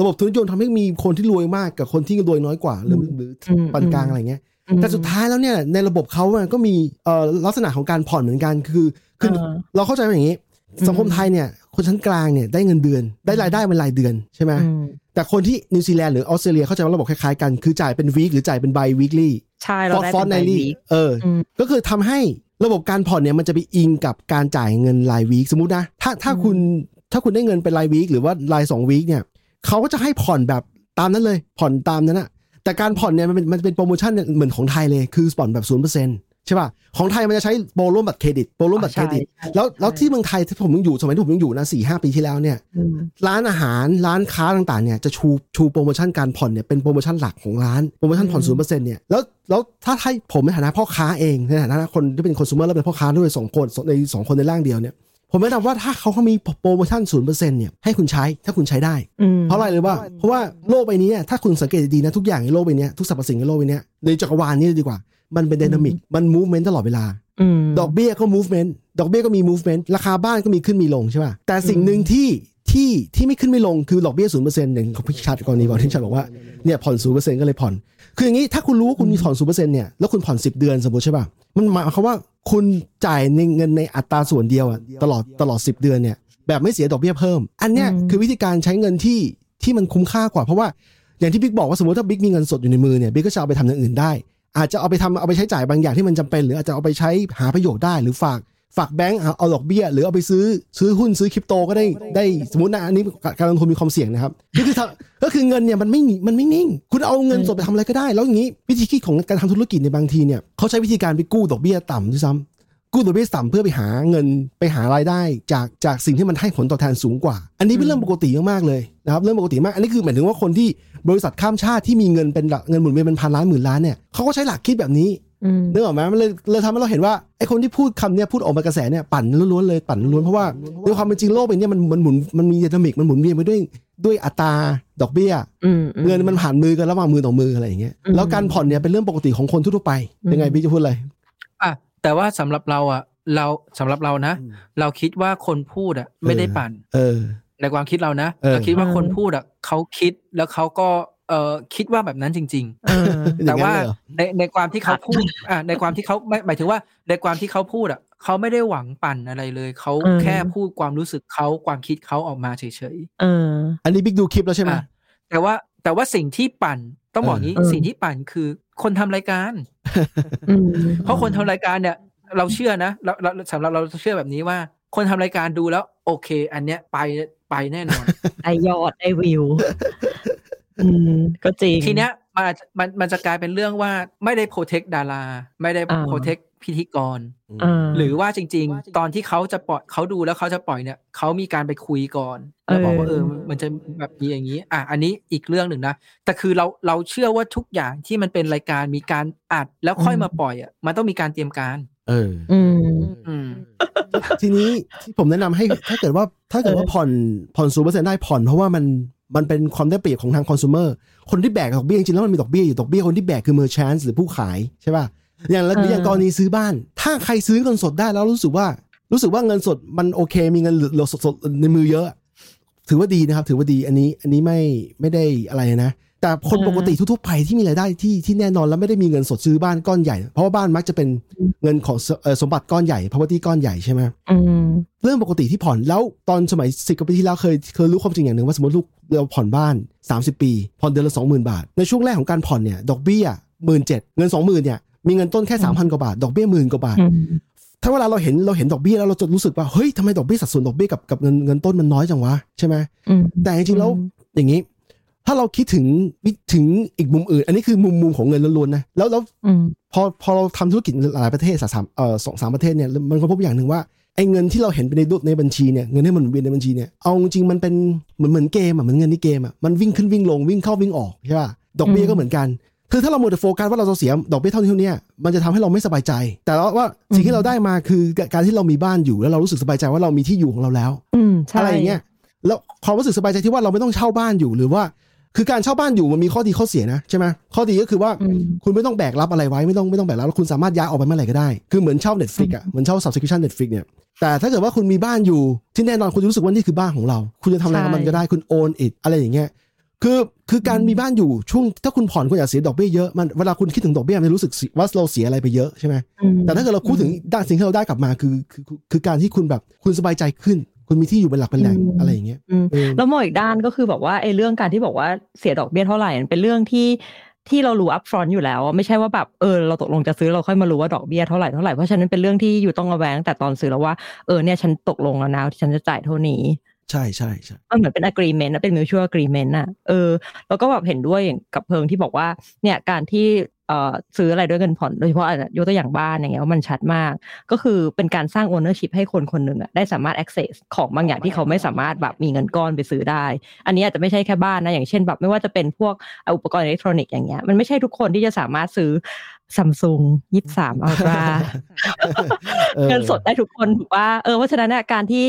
F: ระบบทุนนิยมทำให้มีคนที่รวยมากกับคนที่รวยน้อยกว่าหรือหรือ
C: อืม
F: ปานกลางอะไรเงี้ย
C: อืม
F: แต่สุดท้ายแล้วเนี่ยในระบบเขาอะก็มีเอ่อลักษณะของการผ่อนเหมือนกันคือคือ
C: เออ
F: เราเข้าใจว่าอย่างนี้
C: อืม
F: สังคมไทยเนี่ยคนชั้นกลางเนี่ยได้เงินเดือน ได้รายได้เป็นรายเดือนใช่ไหม
C: อืม
F: แต่คนที่นิวซีแลนด์หรือออสเตรเลียเข้าใจว่าระบบคล้ายๆกันคือจ่ายเป็นวีคหรือจ่ายเป็น bi weekly
C: ใช่เราได้
F: ฟอ
C: เป็น
F: ร์ไน
C: ราย
F: ลี่
C: วีค
F: เอออ
C: ม
F: ก็คือทำให้ระบบการผ่อนเนี่ยมันจะไปอิงกับการจ่ายเงินรายวีคสมมตินะ ถ้าถ้า
C: อืม
F: คุณถ้าคุณได้เงินเป็นรายวีคหรือว่ารายสองวีคเนี่ยเขาก็จะให้ผ่อนแบบตามนั้นเลย ผ่อนตามนั้นอะแต่การผ่อนเนี่ยมันเป็นมันเป็นโปรโมชั่นเนี่ยเหมือนของไทยเลยคือผ่อนแบบศูนย์เปอร์เซ็นต์ใช่ป่ะ ของไทยมันจะใช้โปรร่วมบัตรเครดิตโปรร่วมบัตรเครดิต
C: ใช่
F: แล้วแล้วที่เมืองไทยที่ผมยังอยู่สมัยที่ผมยังอยู่นะสี่ห้าปีที่แล้วเนี่ย
C: อืม
F: ร้านอาหารร้านค้าต่างๆเนี่ยจะชูชูโปรโมชั่นการผ่อนเนี่ยเป็นโปรโมชั่นหลักของร้านโปรโมชั่นผ่อน
C: อื
F: ศูน
C: ม
F: เปอร์เซ็นต์เนี่ยแล้วแล้วถ้าให้ผมในฐานะพ่อค้าเองในฐานะคนที่เป็นคอน sumer แล้วเป็นพ่อค้าด้วยสองคนสองในสองคนในร่างเดียวเนี่ยผมแนะนำว่าถ้าเขาเขามีโปรโมชั่นศูนเปอร์เซ็นต์เนี่ยให้คุณใช้ถ้าคุณใช้ได้
C: อืม
F: เพราะอะไรเลยว่าเพราะว่าโลกใบนี้เนี่ยถ้าคุณสังเกตดีๆนะทุกอย่างในโลกใบนี้ทุกสรรพสิ่งในโลกใบนี้ในจักรวาลนี้เลยดีกว่ามันเป็น dynamic มันมูฟเมนต์ตลอดเวลา
C: ม
F: ดอกเบี้ยก็ movement ดอกเบี้ยก็มี movement ราคาบ้านก็มีขึ้นมีลงใช่ป่ะ แต่สิ่งหนึ่งที่ที่ที่ไม่ขึ้นไม่ลงคือดอกเบี้ยศูนย์เปอร์เซ็นต์อย่างของพี่ชาติกรณีบอกที่ชาติบอกว่าเนี่ยผ่อนศูนย์เปอร์เซ็นต์ก็เลยผ่อน คืออย่างนี้ถ้าคุณรู้ว่าคุณมีผ่อนศูนย์เปอร์เซ็นต์เนี่ยแล้วคุณผ่อนสิบเดือนสมมติใช่ป่ะ มันหมายความว่าคุณจ่ายในเงินในอัตราส่วนเดียวอะตลอดตลอดสิบเดือนเนี่ยแบบไม่เสียดอกเบี้ยเพิ่ม อันเนี้ย
C: อืม
F: คือวิธีการใช้เงินที่ที่มันคุ้มค่ากว่าเพราะว่า อย่างที่บิ๊กบอกว่าสมมติถ้าบิ๊กมีเงินสดอยู่ในมือเนี่ยบิ๊กก็จะเอาไปทำอย่างอื่นได้ อาจจะเอาไปทำเอาไปใช้จ่ายบางอย่างที่มันจำเป็น หรืออาจจะเอาไปใช้หาประโยชน์ได้ หรือฝากฝากแบงก์เอาเอาดอกเบี้ย หรือเอาไปซื้อซื้อหุ้นซื้อคริปโตก็ได้ได้สมมตินะอันนี้การลงทุนมีความเสี่ยงนะครับก็คือทำก็คือเงินเนี่ยมันไม่นิ่งมันไม่นิ่ง คุณเอาเงินสดไปทำอะไรก็ได้ แล้วอย่างนี้วิธีคิดของการทำธุรกิจในยบางทีเนี่ยเขาใช้วิธีการไปกู้ดอกเบี้ยต่ำด้วยซ้ำ กู้ดอกเบี้ยต่ำเพื่อไปหาเงินไปหารายได้ จากจากสิ่งที่มันให้ผลตอบแทนสูงกว่า อันนี้เป็นเรื่องปกติมากๆเลยนะครับเรื่องปกติมากอันนี้คือหมายถึงว่าคนที่บริษัทข้ามชาติที่มีเงินเป็นหลักเงินหมุนเวียนเป็นพันล้านหมื่นล้านเนี่ยเขาก็ใช้หลักคิดแบบนี้
C: อืม
F: นึกออกไหมมันเลยเลยทำให้เราเห็นว่าไอ้คนที่พูดคำเนี่ยพูดออกมากระแสเนี่ยปั่นล้วนๆเลยปั่นล้วนเพราะว่าในความเป็นจริงโลกเป็นเนี่ยมันมันหมุนมันมีเดนามิกมันหมุนเวียนไปด้วยด้วยอัตราดอกเบี้ย
C: อืมอื
F: เงินมันผ่านมือกันระหว่างมือต่อมืออะไรอย่างเงี้ย
C: อืม
F: แล้วการผ่อนเนี่ยเป็นเรื่องปกติของคนทั่วๆไปยังไง
C: อืม
F: พี่จะพูดอะไร
E: อ่ะแต่ว่าสำหรับเราอ่ะเราสำหรับเรานะ เราคิดว่าคนพูดอ่ะไม่ได้ปั่น
F: เออ
E: ในความคิดเรานะ
F: เออ
E: เราคิดว่า
C: อืม
E: คนพูดอ่ะเขาคิดแล้วเขาก็เออคิดว่าแบบนั้นจริง
C: เออ
E: ๆ
F: อ
E: แต่
F: ย่งนั้น
E: ว่า
F: เลยเหรอ
E: ในในความที่เขาพูดอ่ะในความที่เขาไม่หมายถึงว่าในความที่เขาพูดอ่ะเขาไม่ได้หวังปั่นอะไรเลยเขา
C: อืม
E: แค่พูดความรู้สึกเขาความคิดเขาออกมาเฉยๆ
C: เออ
F: อันนี้บิ๊กดูคลิปแล้วใช่ไหม
E: อ่ะแต่ว่าแต่ว่าสิ่งที่ปั่นต้องบอกงี้
C: เออ
E: สิ่งที่ปั่นคือคนทำรายการ
C: อืม
E: เพราะคนทำรายการเนี่ย เราเชื่อนะเราเราสำหรับเราเชื่อแบบนี้ว่า คนทำรายการดูแล้ว โอเค อันเนี้ยไปไปแน่นอน
C: ได้ยอดได้วิว อืม ก็จริง
E: ทีเนี้ยมันอาจจะมันมันจะกลายเป็นเรื่องว่าไม่ได้โปรเทคดารา ไม่ได้
C: อ่า
E: โปรเทคพิธีกร
C: เออ
E: หรือว่าจริง ๆ ตอนที่เขาจะปล่อยเขาดูแล้วเขาจะปล่อยเนี่ยเขามีการไปคุยก่อนแล้วบอกว่า
C: เอ
E: เอ
C: อ
E: อมันจะแบบมีอย่างนี้ อ่ะอันนี้อีกเรื่องหนึ่งนะแต่คือเราเราเชื่อว่าทุกอย่างที่มันเป็นรายการมีการอัดแล้วค่อยมาปล่อยอ่ะมันต้องมีการเตรียมการ
F: เออ
C: อืม
E: อืม
F: ทีนี้ที่ผมแนะนำให้ถ้าเกิดว่าถ้าเกิดว่าผ่อนผ่อนศูนเปอร์เซ็นต์ได้ผ่อนเพราะว่ามันมันเป็นความได้เปรียบของทางคอน sumer คนที่แบกดอกเบี้ยจริงๆแล้วมันมีดอกเบี้ยอยู่ดอกเบี้ยคนที่แบกคือ merchant หรือผู้ขายใช่ป่ะอย่างละ
C: เอออ
F: อย่างกรณีซื้อบ้าน ถ้าใครซื้อเงินสดได้แล้วรู้สึกว่ารู้สึกว่าเงินสดมันโอเค มีเงินเหลือสดๆในมือเยอะ ถือว่าดีนะครับ ถือว่าดีอันนี้อันนี้ไม่ไม่ได้อะไรนะ แต่คนปกติทั่วๆไปที่มีรายได้ที่ที่แน่นอนแล้วไม่ได้มีเงินสดซื้อบ้านก้อนใหญ่ เพราะว่าบ้านมักจะเป็นเงินของสเอ่อสมบัติก้อนใหญ่ property ก้อนใหญ่ใช่ไหม
C: อืม
F: เรื่องปกติที่ผ่อนแล้วตอนสมัยสิบกว่าปีที่แล้วเคยเคยรู้ความจริงอย่างหนึ่งว่าสมมติลูกเราผ่อนบ้าน 30 ปี ผ่อนเดือนละ20,000 บาท ในช่วงแรกของการผ่อนเนี่ยดอกเบี้ยหมื่นเจ็ดเงิน 20,000เนี่ยมีเงินต้นแค่ 3,000 กว่าบาท ดอกเบี้ยหมื่นกว่าบาท
C: อืม
F: ถ้าเวลาเราเห็นเราเห็นดอกเบี้ยแล้วเราจะรู้สึกว่าเฮ้ยทำไมดอกเบี้ยสัดส่วนดอกเบี้ยกับกับเงินเงินต้นมันน้อยจังวะใช่ไหม
C: อืม
F: แต่จริงๆแล้ว
C: อืม
F: อย่างนี้ ถ้าเราคิดถึงวิถึงอีกมุมอื่น อันนี้คือมุมมุมของเงินล้วนๆนะแล้วแล้ว
C: อืม
F: พอพอเราทำธุรกิจหลายประเทศสามเอ่อสองสามประเทศเนี่ยมันก็พบอย่างหนึ่งว่าไอ้เงินที่เราเห็นไปในรูปในบัญชีเนี่ยเงินที่มันหมุนเวียนในบัญชีเนี่ยเอาจริงๆมันเป็นเหมือนเหมือนเกมอ่ะเหมือนเงินในเกมอ่ะมันวิ่งขึ้นวิ่งลงวิ่งเข้าวิ่งออกใช่ป่ะดอกเบี้ย
C: อืม
F: ก็เหมือนกัน คือถ้าเราหมดแต่โฟกัสว่าเราจะเสียดอกเบี้ยเท่านี้เท่านี้มันจะทำให้เราไม่สบายใจ แต่เราว่าสิ่งที่เราได้มาคือการที่เรามีบ้านอยู่แล้วเรารู้สึกสบายใจว่าเรามีที่อยู่ของเราแล้ว
C: อืมใช่
F: อะไรอย่างเงี้ยแล้วความรู้สึกสบายใจที่ว่าเราไม่ต้องเช่าบ้านอยู่หรือว่า คือการเช่าบ้านอยู่มันมีข้อดีข้อเสียนะใช่ไหมข้อดีก็คือว่า
C: อืม
F: คุณไม่ต้องแบกรับอะไรไว้ไม่ต้องไม่ต้องแบกรับแล้วคุณสามารถย้ายออกไปเมื่อไหร่ก็ได้ คือเหมือนเช่า Netflix อ่ะเหมือนเช่า subscription Netflix เนี่ยแต่ถ้าเกิดว่าคุณมีบ้านอยู่ที่แน่นอนคุณจะรู้สึกว่านี่คือบ้านของเรา คุณจะทำอะไรกับมัน
C: ใช่
F: ก็ได้คุณ own it อะไรอย่างเงี้ยคือคือการมีบ้านอยู่ช่วงถ้าคุณผ่อนคุณอย่าเสียดอกเบี้ยเยอะมันเวลาคุณคิดถึงดอกเบี้ยมันจะรู้สึกว่าเราเสียอะไรไปเยอะใช่ไหม
C: อืม
F: แต่ถ้าเกิดเราพูดถึงด้านสิ่งที่เราได้กลับมาคือคือคือคือการที่คุณแบบคุณสบายใจขึ้น คุณมีที่อยู่เป็นหลักเป็นแหล่ง
C: อืม
F: อะไรอย่างเงี้ย
C: อืม
F: เออ
C: แล้วมองอีกด้านก็คือแบบว่าไอ้เรื่องการที่บอกว่าเสียดอกเบี้ยเท่าไหร่มันเป็นเรื่องที่ที่เรารู้อัพฟรอนต์อยู่แล้วอะไม่ใช่ว่าแบบเออเราตกลงจะซื้อเราค่อยมารู้ว่าดอกเบี้ยเท่าไหร่เท่าไหร่เพราะฉะนั้นเป็นเรื่องที่อยู่ต้องระแวงตั้งแต่ตอนซื้อแล้วว่าเออเนี่ยฉันตกลงแล้วนะที่ฉันจะจ่ายเท่านี้
F: ใช่ใช่ใช่
C: มันเหมือนเป็น agreement นะเป็น mutual agreement นะเออแล้วก็แบบเห็นด้วยอย่างกับเพิงที่บอกว่าเนี่ยการที่เอ่อซื้ออะไรด้วยเงินผ่อนโดยเฉพาะอ่ะยกตัวอย่างบ้านอย่างเงี้ยว่ามันชัดมาก ก็คือเป็นการสร้าง ownership ให้คนคนหนึ่งอ่ะได้สามารถ access ของบางอย่างที่เขาไม่สามารถแบบมีเงินก้อนไปซื้อได้ อันนี้อาจจะไม่ใช่แค่บ้านนะอย่างเช่นแบบไม่ว่าจะเป็นพวกเอ่ออุปกรณ์อิเล็กทรอนิกส์อย่างเงี้ยมันไม่ใช่ทุกคนที่จะสามารถซื้อซัมซุงยี่สามอัลตรา
F: ออ
C: เงินสดได้ทุกคนถูกว่าเออเพราะฉะนั้นเนี่ยการที่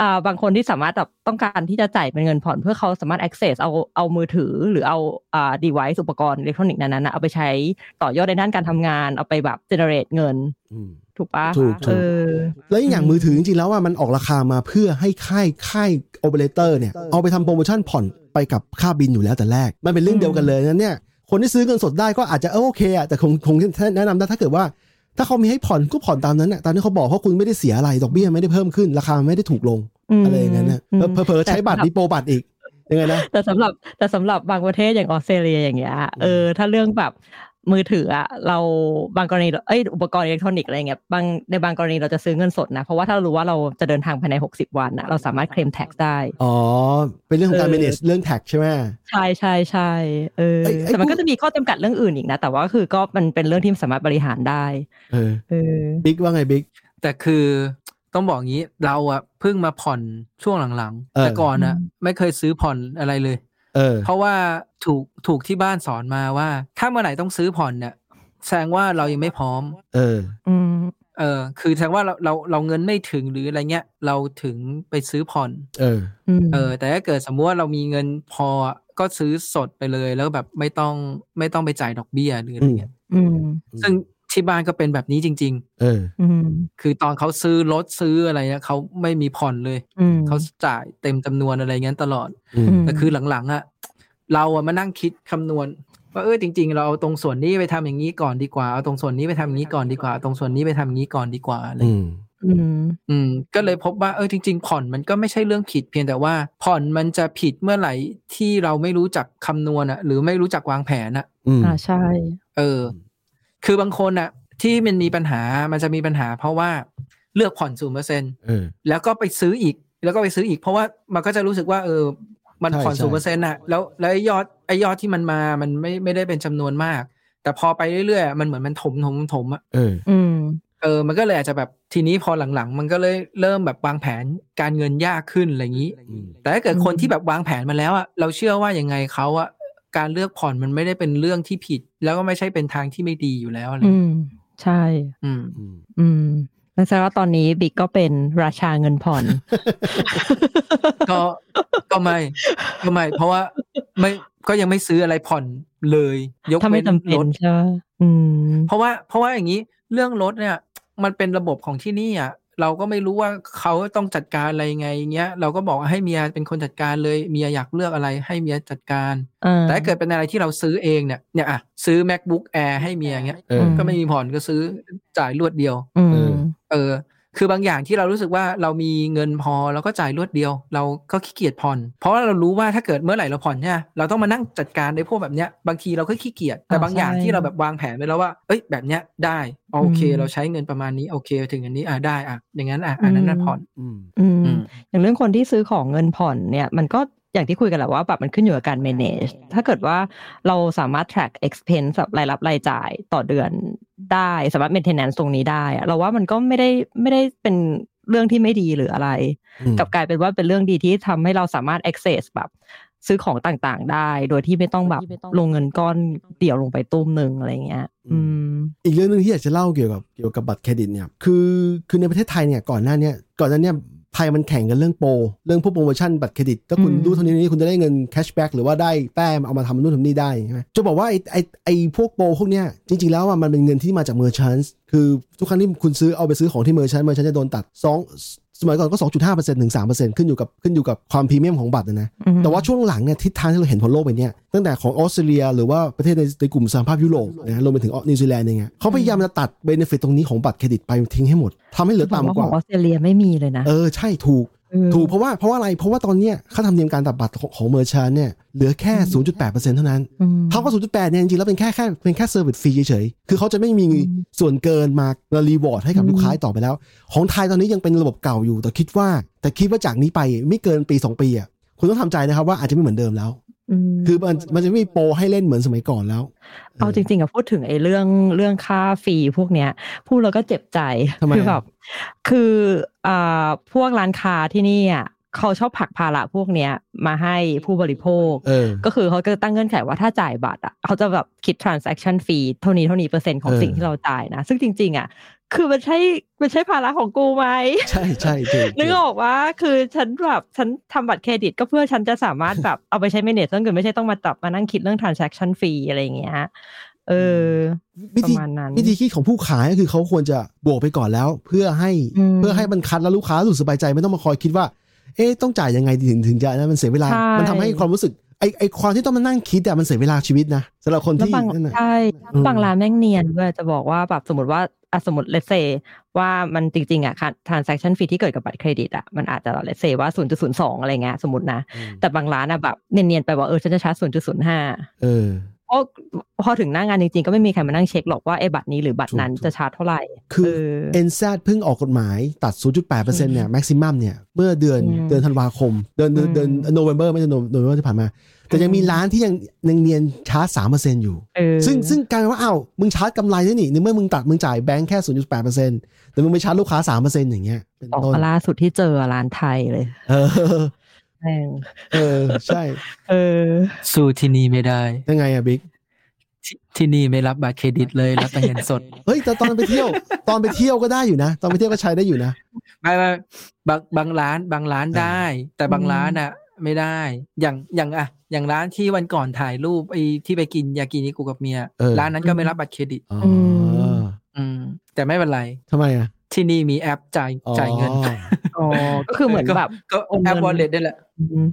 C: อ่าบางคนที่สามารถแบบต้องการที่จะจ่ายเป็นเงินผ่อน เพื่อเขาสามารถ access เอาเอามือถือหรือเอาอ่า device อุปกรณ์อิเล็กทรอนิกส์นั้นๆนะเอาไปใช้ต่อยอดในด้านการทำงาน เอาไปแบบ generate เงิน
F: อืม
C: ถูกปะ
F: ถูกถูก
C: เออ
F: แล้วอีกอย่างมือถือจริงๆแล้วว่ามันออกราคามาเพื่อให้ค่ายค่ายโอเปอเรเตอร์เนี่ยเอาไปทำโปรโมชั่นผ่อนไปกับค่าบินอยู่แล้วแต่แรก มันเป็นเรื่องเดียวกันเลยนะเนี่ยคนที่ซื้อเงินสดได้ก็อาจจะเออโอเคอะแต่คงคงแนะนำนะถ้าเกิดว่า ถ้าเขามีให้ผ่อนก็ผ่อนตามนั้นอะตามที่เขาบอกเพราะคุณไม่ได้เสียอะไรดอกเบี้ยไม่ได้เพิ่มขึ้นราคาไม่ได้ถูกลง
C: อืม
F: อะไรอย่างนั้นนะ
C: อืม
F: เผลอๆใช้บัตรนีโปรบัตรอีกยังไงนะ
C: แต่สำหรับแต่สำหรับบางประเทศอย่างออสเตรเลียอย่างเงี้ยเออถ้าเรื่องแบบมือถืออะเราบางกรณีเอ้ยอุปกรณ์อิเล็กทรอนิกส์อะไรเงี้ยบางในบางกรณีเราจะซื้อเงินสดนะเพราะว่าถ้าเรารู้ว่าเราจะเดินทางภายใน 60 วันนะเราสามารถเคลม tax ได้
F: อ๋อ เป็นเรื่องของการ
C: เออ
F: manage เรื่องแท็กใช่ไหม
C: ใช่ใช่ใช่เออ
F: ไอ้ไอ้
C: แต่มัน
F: พวก
C: ก็จะมีข้อจำกัดเรื่องอื่นอีกนะ แต่ว่าคือก็มันเป็นเรื่องที่สามารถบริหารได้
F: เออ
C: เออ
F: บิ๊กว่าไงบิ๊ก
E: แต่คือต้องบอกงี้เราอะเพิ่งมาผ่อนช่วงหลัง
F: เอ
E: ๆ
F: อ
E: แต่ก่อนอะ
C: อืม
E: ไม่เคยซื้อผ่อนอะไรเลย
F: เออ
E: เพราะว่าถูกถูกที่บ้านสอนมาว่า ถ้าเมื่อไหร่ต้องซื้อผ่อนเนี่ยแสดงว่าเรายังไม่พร้อม
F: เออ
C: อืม
E: เออคือแสดงว่าเราเราเราเงินไม่ถึงหรืออะไรเงี้ยเราถึงไปซื้อผ่อน
F: เออ
C: อืม
E: เออแต่ถ้าเกิดสมมติว่าเรามีเงินพอก็ซื้อสดไปเลยแล้วแบบไม่ต้องไม่ต้องไปจ่ายดอกเบี้ยหรืออะไรเงี้ย
C: อืม
F: อืม
E: ซึ่งที่บ้านก็เป็นแบบนี้จริง
F: เออ
C: อืม
E: ๆ คือตอนเขาซื้อรถซื้ออะไรเนี่ยเขาไม่มีผ่อนเลย
C: อืม
E: เขาจ่ายเต็มจำนวนอะไรเงี้ยตลอด
F: อืม
C: อืม
E: แต่คือหลังๆอะเราอะมานั่งคิดคำนวณว่าเออจริง ๆ เราเอาตรงส่วนนี้ไปทำอย่างนี้ก่อนดีกว่าเอาตรงส่วนนี้ไปทำอย่างนี้ก่อนดีกว่าเอาตรงส่วนนี้ไปทำอย่างนี้ก่อนดีกว่าอะไร
F: อื
E: เงี้
F: ม
E: ย
C: อืม
E: อืมก็เลยพบว่าเออจริง ๆ ผ่อนมันก็ไม่ใช่เรื่องผิดเพียงแต่ว่า ผ่อนมันจะผิดเมื่อไหร่ที่เราไม่รู้จักคำนวณอะหรือไม่รู้จักวางแผนอะ
F: อืม
C: อ่าใช่
E: เออ คือบางคนอะที่มันมีปัญหามันจะมีปัญหา เพราะว่าเลือกผ่อนศูนเปอร์เซ็นต
F: เออ
E: แล้วก็ไปซื้ออีก แล้วก็ไปซื้ออีก เพราะว่ามันก็จะรู้สึกว่า เออ มัน
F: ใช่
E: ผ่อน
F: ใช่
E: ศูนเปอร์เซ็นต์ะแล้วแล้วไอ้ยอดไอ้ยอดที่มันมามันไม่ไม่ได้เป็นจำนวนมาก แต่พอไปเรื่อยๆอะมันเหมือนมันถมถมถมอะ
F: เออ
C: อืม
E: เออมันก็เลยอาจจะแบบทีนี้พอหลังๆ มันก็เลยเริ่มแบบวางแผนการเงินยากขึ้นอะไรอย่างนี้
F: อืม
E: แต่ถ้าเกิด
C: อืม
E: คนที่แบบวางแผนมาแล้วอะเราเชื่อว่ายังไงเขาอะการเลือกผ่อนมันไม่ได้เป็นเรื่องที่ผิด แล้วก็ไม่ใช่เป็นทางที่ไม่ดีอยู่แล้วอะไร
C: อืม ใช่
E: อืม
F: อืม
C: อืมนั่นแสดงว่าตอนนี้บิ๊กก็เป็นราชาเงินผ่อน
E: ก็ก็ไม่ก็ไม่ เพราะว่าไม่ก็ยังไม่ซื้ออะไรผ่อนเลย ยก
C: ถ้าไม่
E: เว้น
C: จำเป็
E: ร
C: น
E: ถ
C: ใช่ปะอืม
E: เพราะว่าเพราะว่าอย่างนี้เรื่องรถเนี่ย มันเป็นระบบของที่นี่อ่ะเราก็ไม่รู้ว่าเขาต้องจัดการอะไรยังไงอย่างเงี้ยเราก็บอกให้เมียเป็นคนจัดการเลยเมียอยากเลือกอะไรให้เมียจัดการ
C: อ่า
E: แต่ถ้าเกิดเป็นอะไรที่เราซื้อเองเนี่ยเนี่ยอ่ะซื้อ macbook air ให้เมียเงี้ย
F: เออ
E: ก็ไม่มีผ่อนก็ซื้อจ่ายรวดเดียว
C: อื
F: เออ
C: ม
E: เออ คือบางอย่างที่เรารู้สึกว่าเรามีเงินพอเราก็จ่ายรวดเดียว เราก็ขี้เกียจผ่อน เพราะว่าเรารู้ว่าถ้าเกิดเมื่อไหร่เราผ่อนเนี่ยเราต้องมานั่งจัดการในพวกแบบเนี้ยบางทีเราก็ขี้เกียจแต่
C: อ่า
E: บางอย่าง
C: ใช่
E: ที่เราแบบวางแผนไว้แล้วว่าเอ้ยแบบเนี้ยได้โอเค
C: อืม
E: เราใช้เงินประมาณนี้โอเค ถึงอันนี้อ่ะได้อ่ะอย่างนั้นอ่ะอันนั้นน่ะ
C: อืม
E: ผ่อน
F: อืม
C: อืม
E: อืม
C: อย่างเรื่องคนที่ซื้อของเงินผ่อนเนี่ยมันก็อย่างที่คุยกันแหละว่าแบบมันขึ้นอยู่กับการ manage ถ้าเกิดว่าเราสามารถ track expense แบบรายรับรายจ่ายต่อเดือนได้ สามารถ maintenance ตรงนี้ได้อะเราว่ามันก็ไม่ได้ไม่ได้เป็นเรื่องที่ไม่ดีหรืออะไร กลับกลายเป็นว่าเป็นเรื่องดีที่ทำให้เราสามารถ access แบบ ซื้อของต่างๆ ได้ โดยที่ไม่ต้องแบบลงเงินก้อนเดี่ยวลงไปตุ้มหนึ่งอะไรเงี้ย อืม
F: อีกเรื่องหนึงที่อยากจะเล่าเกี่ยวกับเกี่ยวกับบัตรเครดิตเนี่ยคือคือในประเทศไทยเนี่ยก่อนหน้าเนี่ยก่อนหน้าเนี่ยไทยมันแข่งกันเรื่องโปรเรื่องพวกโปรโมชั่นบัตรเครดิตถ้าคุณ
C: อืม
F: ดูเท่านี้นี้คุณจะได้เงินแคชแบ็กหรือว่าได้แต้มเอามาทำนู่นทำนี่ได้ใช่ไหมจะบอกว่าไอไอไอพวกโปรพวกเนี้ยจริง ๆ แล้วอะมันเป็นเงินที่มาจากเมอร์ชันส์คือทุกครั้งที่คุณซื้อเอาไปซื้อของที่เมอร์ชันเมอร์ชันจะโดนตัดสองสมัยก่อนก็2.5%ถึง3%ขึ้นอยู่กับขึ้นอยู่กับความพรีเมียมของบัตรนะนะ
C: อืม
F: แต่ว่าช่วงหลังเนี่ยทิศทางที่เราเห็นของโลกไปเนี่ยตั้งแต่ของออสเตรเลีย หรือว่าประเทศในในกลุ่มสหภาพยุโรปนะรวมไปถึงนิวซีแลนด์เองอะเขาพยายามจะตัดเบนฟิตตรงนี้ของบัตรเครดิตไปทิ้งให้หมดทำให้เหลือต่ำก
C: ข
F: ว่า
C: องออสเตรเลียไม่มีเลยนะ
F: เออ ใช่ถูก
C: เออ
F: ถูกเพราะว่าเพราะว่าอะไร เพราะว่าตอนเนี้ยค่าธรรมเนียมการตัดบัตรของของเมอร์ชันเนี่ยเหลือแค่ 0.8%เท่านั้น
C: อืม
F: เขาก็ศูนย์จุดแปดเนี่ยจริงๆแล้วเป็นแค่แค่เป็นแค่เซอร์วิสฟรีเฉยๆ คือเขาจะไม่มีส่วนเกินมามารีวอร์ดให้กับ
C: อืม
F: ลูกค้าต่อไปแล้ว ของไทยตอนนี้ยังเป็นระบบเก่าอยู่ แต่คิดว่า แต่คิดว่าจากนี้ไปไม่เกินปี 2 ปีอ่ะคุณต้องทำใจนะครับว่าอาจจะไม่เหมือนเดิมแล้ว
C: ม
F: คือมันมันจะไม่มีโปรให้เล่นเหมือนสมัยก่อนแล้ว
C: เอาจริงๆอะพูดถึงไอ้เรื่องเรื่องค่าฟรีพวกเนี้ยพูดแล้วก็เจ็บใจ
F: ทำไม
C: คือ
F: อะ
C: แบบคืออ่าพวกร้านค้าที่นี่อะเขาชอบผลักภาระพวกเนี้ยมาให้ผู้บริโภค
F: เออ
C: ก็คือเขาจะตั้งเงื่อนไขว่าถ้าจ่ายบัตรอ่ะเขาจะแบบคิด transaction fee เท่านี้เท่านี้เปอร์เซ็นต์ของ
F: เออ
C: สิ่งที่เราจ่ายนะ ซึ่งจริง ๆ อ่ะ คือมันใช่มันใช่ภาระของกูไหม
F: ใช่ใช่ถูก
C: นึกออกว่าคือฉันแบบฉันทำบัตรเครดิตก็เพื่อฉันจะสามารถแบบ เอาไปใช้ manage เรื่องเงินไม่ใช่ต้องมาจับมานั่งคิดเรื่อง transaction fee อะไรอย่างเงี้ยเออ
F: วิธี
C: ประมาณนั้น
F: วิธีคิดของผู้ขายก็คือเขาควรจะบวกไปก่อนแล้ว เพื่อให้
C: อืม
F: เพื่อให้มันคัดแล้วลูกค้ารู้สึกสบายใจไม่ต้องมาคอยคิดว่า เอ๊ะต้องจ่ายยังไงถึงถึงจะนะมันเสียเวลา
C: ใช่
F: มันทำให้ความรู้สึกไอไอความที่ต้องมานั่งคิดอะมันเสียเวลาชีวิตนะสำหรับคน
C: แล้ว
F: ที่
C: บาง
F: นั่นน่ะ
C: ใช่
F: อืม
C: บางร้านแม่งเนียนด้วยจะบอกว่าแบบสมมติว่าอ่ะสมมติเลเซว่ามันจริงๆอ่ะค่ะ transaction fee ที่เกิดกับบัตรเครดิตอ่ะมันอาจจะเลเซว่า 0.02 อะไรเงี้ยสมมตินะ แต่บางร้านอ่ะแบบเนียนๆไปว่าเออฉันจะชาร์จ 0.05
F: เออ
C: เพราะพอถึงหน้างานจริงๆ ก็ไม่มีใครมานั่งเช็คหรอกว่าไอ้บัตรนี้หรือบัตรนั้น
F: ถูกๆ
C: จะชาร์จเท่าไหร่
F: คือ
C: เออ
F: เอ็นซเพิ่งออกกฎหมายตัด 0.8%เนี่ยแม็กซิมัมเนี่ยเมื่อเดือน
C: อืม
F: เดือนธันวาคม เดือนเดือน
C: อืม
F: เดือนโนเวม ber ไม่ใช่โนโนเวม ber ที่ผ่านมา แต่ยังมี
C: อืม
F: ร้านที่ยังยังเนียนชาร์จ3%อยู่
C: เออ
F: ซึ่งซึ่งกลารว่าอ้าวมึงชาร์จกำไรได้นี่ในเมื่อมึงตัดมึงจ่ายแบงค์แค่ 0.8%แต่มึงไปชาร์จลูกค้า 3%อย่างเงี้ยเป็น
C: ออก
F: ต้น
C: มาล่าสุดที่เจอร้านไทยเลย
F: เออ
C: แม่ง
F: เออ ใช่
C: เออ
E: สู้ที่นี่ไม่ได้
F: ยังไงอะบิ๊ก
E: ที่ที่นี่ไม่รับบัตรเครดิตเลยรับแต่เงินสด
F: เฮ้ยแต่ตอนไปเที่ยว ตอนไปเที่ยวก็ได้อยู่นะ ตอนไปเที่ยวก็ใช้ได้อยู่นะ
E: ไม่ไม่บางบางร้านบางร้านได้ แต่บาง
C: อืม
E: ร้านอ่ะ ไม่ได้ อย่างอย่างอะอย่างร้านที่วันก่อนถ่ายรูปไอ้ที่ไปกินยากินิกูกับเมีย
F: เออ
E: ร้านนั้นก็ไม่รับบัตรเครดิต
F: อ๋อ
C: ม
E: อืม แต่ไม่เป็นไร
F: ทำไมอะ
E: ที่นี่มีแอปจ่าย
F: อ๋อ
E: จ่ายเงิน
C: อ๋อ ก็คือเหมือนแบบ
E: ก็
C: โอนเงิ
E: แอป
C: น
E: วอลเล็ตนี่แหละ
C: อืม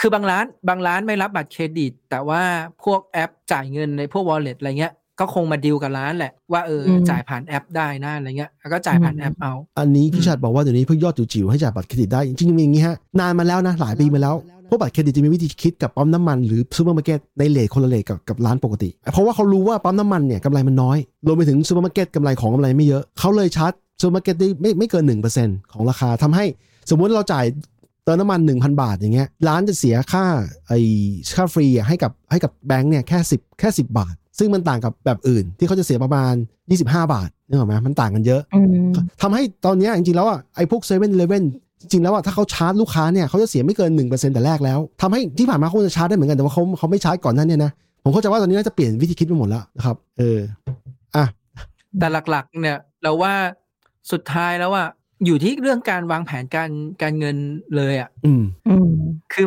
E: คือบางร้านบางร้านไม่รับบัตรเครดิต แต่ว่าพวกแอปจ่ายเงินในพวกวอลเล็ตอะไรเงี้ย ก็คงมาดีลกับร้านแหละว่าเอออ
C: ม
E: จ่ายผ่านแอปได้นะอะไรเงี้ยแล้วก็จ่ายผ่าน
C: อืม
E: แอปเอา
F: อันนี้พี่ชาติบอกว่าเดี๋ยวนี้เพิ่งยอดจิ๋วๆให้จ่ายบัตรเครดิตได้ จริงๆมีอย่างนี้ฮะ นานมาแล้วนะหลายปีมาแล้วพวกบัตรเครดิตจะมีวิธีคิดกับปั๊มน้ำมันหรือซูเปอร์มาร์เก็ตในเลทคนละเลทกับกับร้านปกติ เพราะว่าเขารู้ว่าปั๊มน้ำมันเนี่ยกำไรมันน้อยรวมไปถึงซูเปอร์มาร์เก็ตกำไรของกำไรไม่เยอะเขาเลยชาร์จซูเปอร์มาร์เก็ตได้ไม่ไม่เกิน 1%ของราคาทำให้สมมุติเราจ่ายเติมน้ำมัน 1,000 บาทอย่างเงี้ยร้านจะเสียค่าไอ้ค่าฟรีอะให้กับให้กับแบงค์เนี่ยแค่10แค่10 บาท ซึ่งมันต่างกับแบบอื่น ที่เขาจะเสียประมาณ 25 บาทนึกออกไหมมันต่างกันเยอะ
C: อืม
F: ทำให้ตอนเนี้ยจริงๆแล้วอ่ะไอ้พวกเซเว่นเลเว่นจริงๆแล้วอ่ะถ้าเขาชาร์จลูกค้าเนี่ยเขาจะเสียไม่เกิน 1%แต่แรกแล้วทำให้ที่ผ่านมาเขาคงจะชาร์จได้เหมือนกันแต่ว่าเขาเขาไม่ชาร์จก่อนหนั้นเนี่ยนะ ผมเข้าใจว่าตอนนี้น่าจะเปลี่ยนวิธีคิดไปหมดแล้วนะครับ เออ อ่ะ
E: แต่หลักๆ เนี่ย เราว่าสุดท้ายแล้วอ่ะอยู่ที่เรื่องการวางแผนการการเงินเลยอ่ะ
F: อืม
C: อืม
E: คือ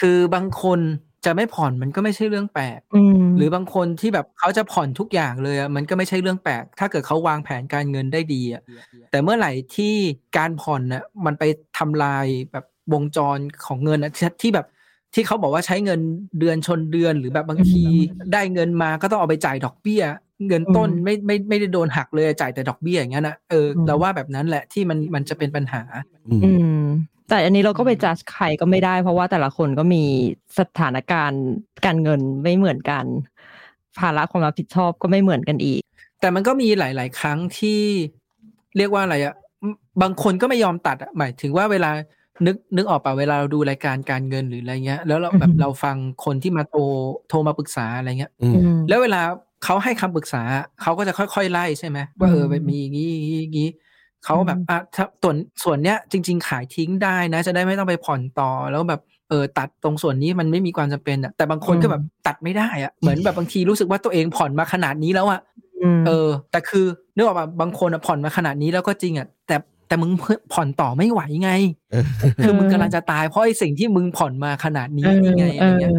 E: คือบางคนจะไม่ผ่อนมันก็ไม่ใช่เรื่องแปลก
C: อืม
E: หรือบางคนที่แบบเขาจะผ่อนทุกอย่างเลยอะมันก็ไม่ใช่เรื่องแปลก ถ้าเกิดเขาวางแผนการเงินได้ดีอะแต่เมื่อไหร่ที่การผ่อนน่ะมันไปทำลายแบบวงจรของเงินอะที่ที่แบบที่เขาบอกว่าใช้เงินเดือนชนเดือนหรือแบบบางที ได้เงินมาก็ต้องเอาไปจ่ายดอกเบี้ย เงินต้น
C: อืม
E: ไม่ไม่ไม่ได้โดนหักเลยจ่ายแต่ดอกเบี้ยอย่างนั้นนะเอออ
C: ม
E: เราว่าแบบนั้นแหละที่มันมันจะเป็นปัญหา
F: อืม
C: อืม แต่อันนี้เราก็ไปจัดใครก็ไม่ได้ เพราะว่าแต่ละคนก็มีสถานการณ์การเงินไม่เหมือนกัน ภาระความรับผิดชอบก็ไม่เหมือนกันอีก
E: แต่มันก็มีหลาย ๆ ครั้งที่เรียกว่าอะไรอะบางคนก็ไม่ยอมตัดอะหมายถึงว่าเวลานึกนึกออกป่ะเวลาเราดูรายการการเงินหรืออะไรเงี้ย แล้วเรา
C: อือฮึ
E: แบบเราฟังคนที่มาโทรโทรมาปรึกษาอะไรเงี้ย
F: อืม
C: อืม
E: แล้วเวลาเขาให้คำปรึกษาเขาก็จะค่อย ๆ ไล่ใช่ไหมว่าเออ
C: อืม
E: แบบมีอย่างนี้อย่างนี้อย่างนี้เขาแบบ
C: อืม
E: อ่ะถ้าส่วนส่วนเนี้ยจริง ๆ ขายทิ้งได้นะ จะได้ไม่ต้องไปผ่อนต่อแล้วแบบเ เออตัดตรงส่วนนี้มันไม่มีความจำเป็นอะแต่บางคนก็
C: อืม
E: แบบตัดไม่ได้อะเหมือนแบบบางทีรู้สึกว่าตัวเองผ่อนมาขนาดนี้แล้วอะ
C: ม
E: เออ แต่คือเนื่องจากบางคนอะผ่อนมาขนาดนี้แล้วก็จริงอ่ะแต่แต่มึงผ่อนต่อไม่ไหวไง
F: เออ
E: คือมึงกำลังจะตายเพราะไอ้สิ่งที่มึงผ่อนมาขนาดนี้นี่ไงอะไรเงี้ย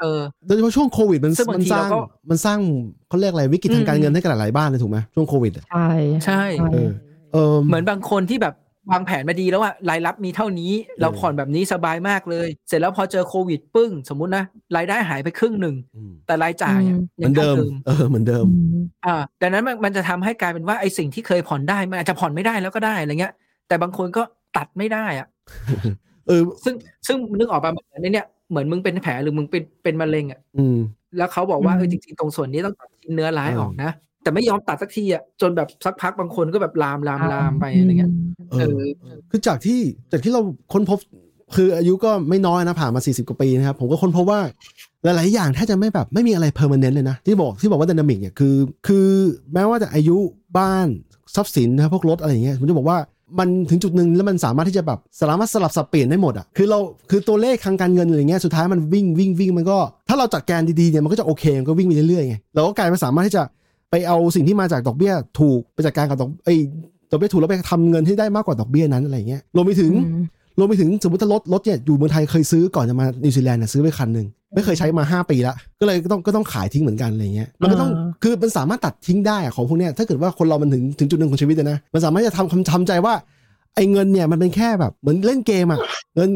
E: เออ
F: โดยเฉพาะช่วงโควิดมัน
E: ซึ่งบาง
F: มัน
E: ที
F: สร้า
E: เรา
F: ง
E: ก็
F: มันสร้างเขาเรียกอะไรวิกฤตทางการ
E: อืม
F: เงินให้กับหลายๆบ้านเลยถูกไหมช่วงโควิดอะ
C: ใช่
E: ใช่
F: เออ เออ
E: เหมือนบางคนที่แบบวางแผนมาดีแล้วอะรายรับมีเท่านี้ เราผ่อนแบบนี้สบายมากเลย เสร็จแล้วพอเจอโควิดปึ้ง สมมุตินะรายได้หายไปครึ่งหนึ่ง
F: ม
E: แต่รายจ่ายอะ
F: เห
E: ยั
F: มือน
E: งท่า
F: เดิม เออเหมือนเดิม
E: อ่าดังนั้นมันมันจะทำให้กลายเป็นว่าไอ้สิ่งที่เคยผ่อนได้มันอาจจะผ่อนไม่ได้แล้วก็ได้อะไรเงี้ย แต่บางคนก็ตัดไม่ได้อะ
F: เออ
E: ซึ่งซึ่งนึกออกปะเหมือนในเนี่ยเหมือนมึงเป็นแผลหรือมึงเป็นเป็นมะเร็งอ่ะ
F: อืม
E: แล้วเขาบอกว่าเออจริงๆตรงส่วนนี้ต้องตัดชิ้นเนื้อร้าย
F: อืม
E: ออกนะ แต่ไม่ยอมตัดสักทีอ่ะจนแบบสักพักบางคนก็แบบลามลามลามไปอะไรเงี้ย
F: เออ คือจากที่จากที่เราค้นพบคืออายุก็ไม่น้อยนะผ่านมา 40 กว่าปีนะครับ ผมก็ค้นพบว่าหลาย ๆ อย่างแทบจะไม่แบบไม่มีอะไรเพอร์มานแนนเลยนะ ที่บอกที่บอกว่าดินามิกเนี่ยคือคือแม้ว่าจะอายุบ้านทรัพย์สินนะครับพวกรถอะไรอย่างเงี้ยผมจะบอกว่ามันถึงจุดหนึ่งแล้วมันสามารถที่จะแบบสามารถสลับสับเปลี่ยนได้หมดอ่ะคือเราคือตัวเลขทางการเงินอะไรเงี้ยสุดท้ายมันวิ่งวิ่งวิ่งมันก็ ถ้าเราจัดการดีๆเนี่ยมันก็จะโอเคมันก็วิ่งไปเรื่อยๆไงเราก็กลายมาสามารถที่จะไปเอาสิ่งที่มาจากดอกเบี้ยถูกไปจัดการกับดอกไอ้ดอกเบี้ยถูกแล้วไปทำเงินให้ได้มากกว่าดอกเบี้ยนั้นอะไรเงี้ยรวมไปถึง รวมไปถึงสมมติถ้ารถรถเนี่ยอยู่เมืองไทยเคยซื้อก่อนจะมานิวซีแลนด์เนี่ยซื้อไปคันหนึ่งไม่เคยใช้มา 5 ปีละก็เลยก็ต้องก็ต้องขายทิ้งเหมือนกันอะไรเงี้ยมันก็ต้อง
C: อ่า
F: คือมันสามารถตัดทิ้งได้อะของพวกเนี้ยถ้าเกิดว่าคนเรามันถึงถึงจุดหนึ่งของชีวิตอะนะมันสามารถจะทำคำทำใจว่าไอ้เงินเนี่ยมันเป็นแค่แบบเหมือนเล่นเกมอะเงิน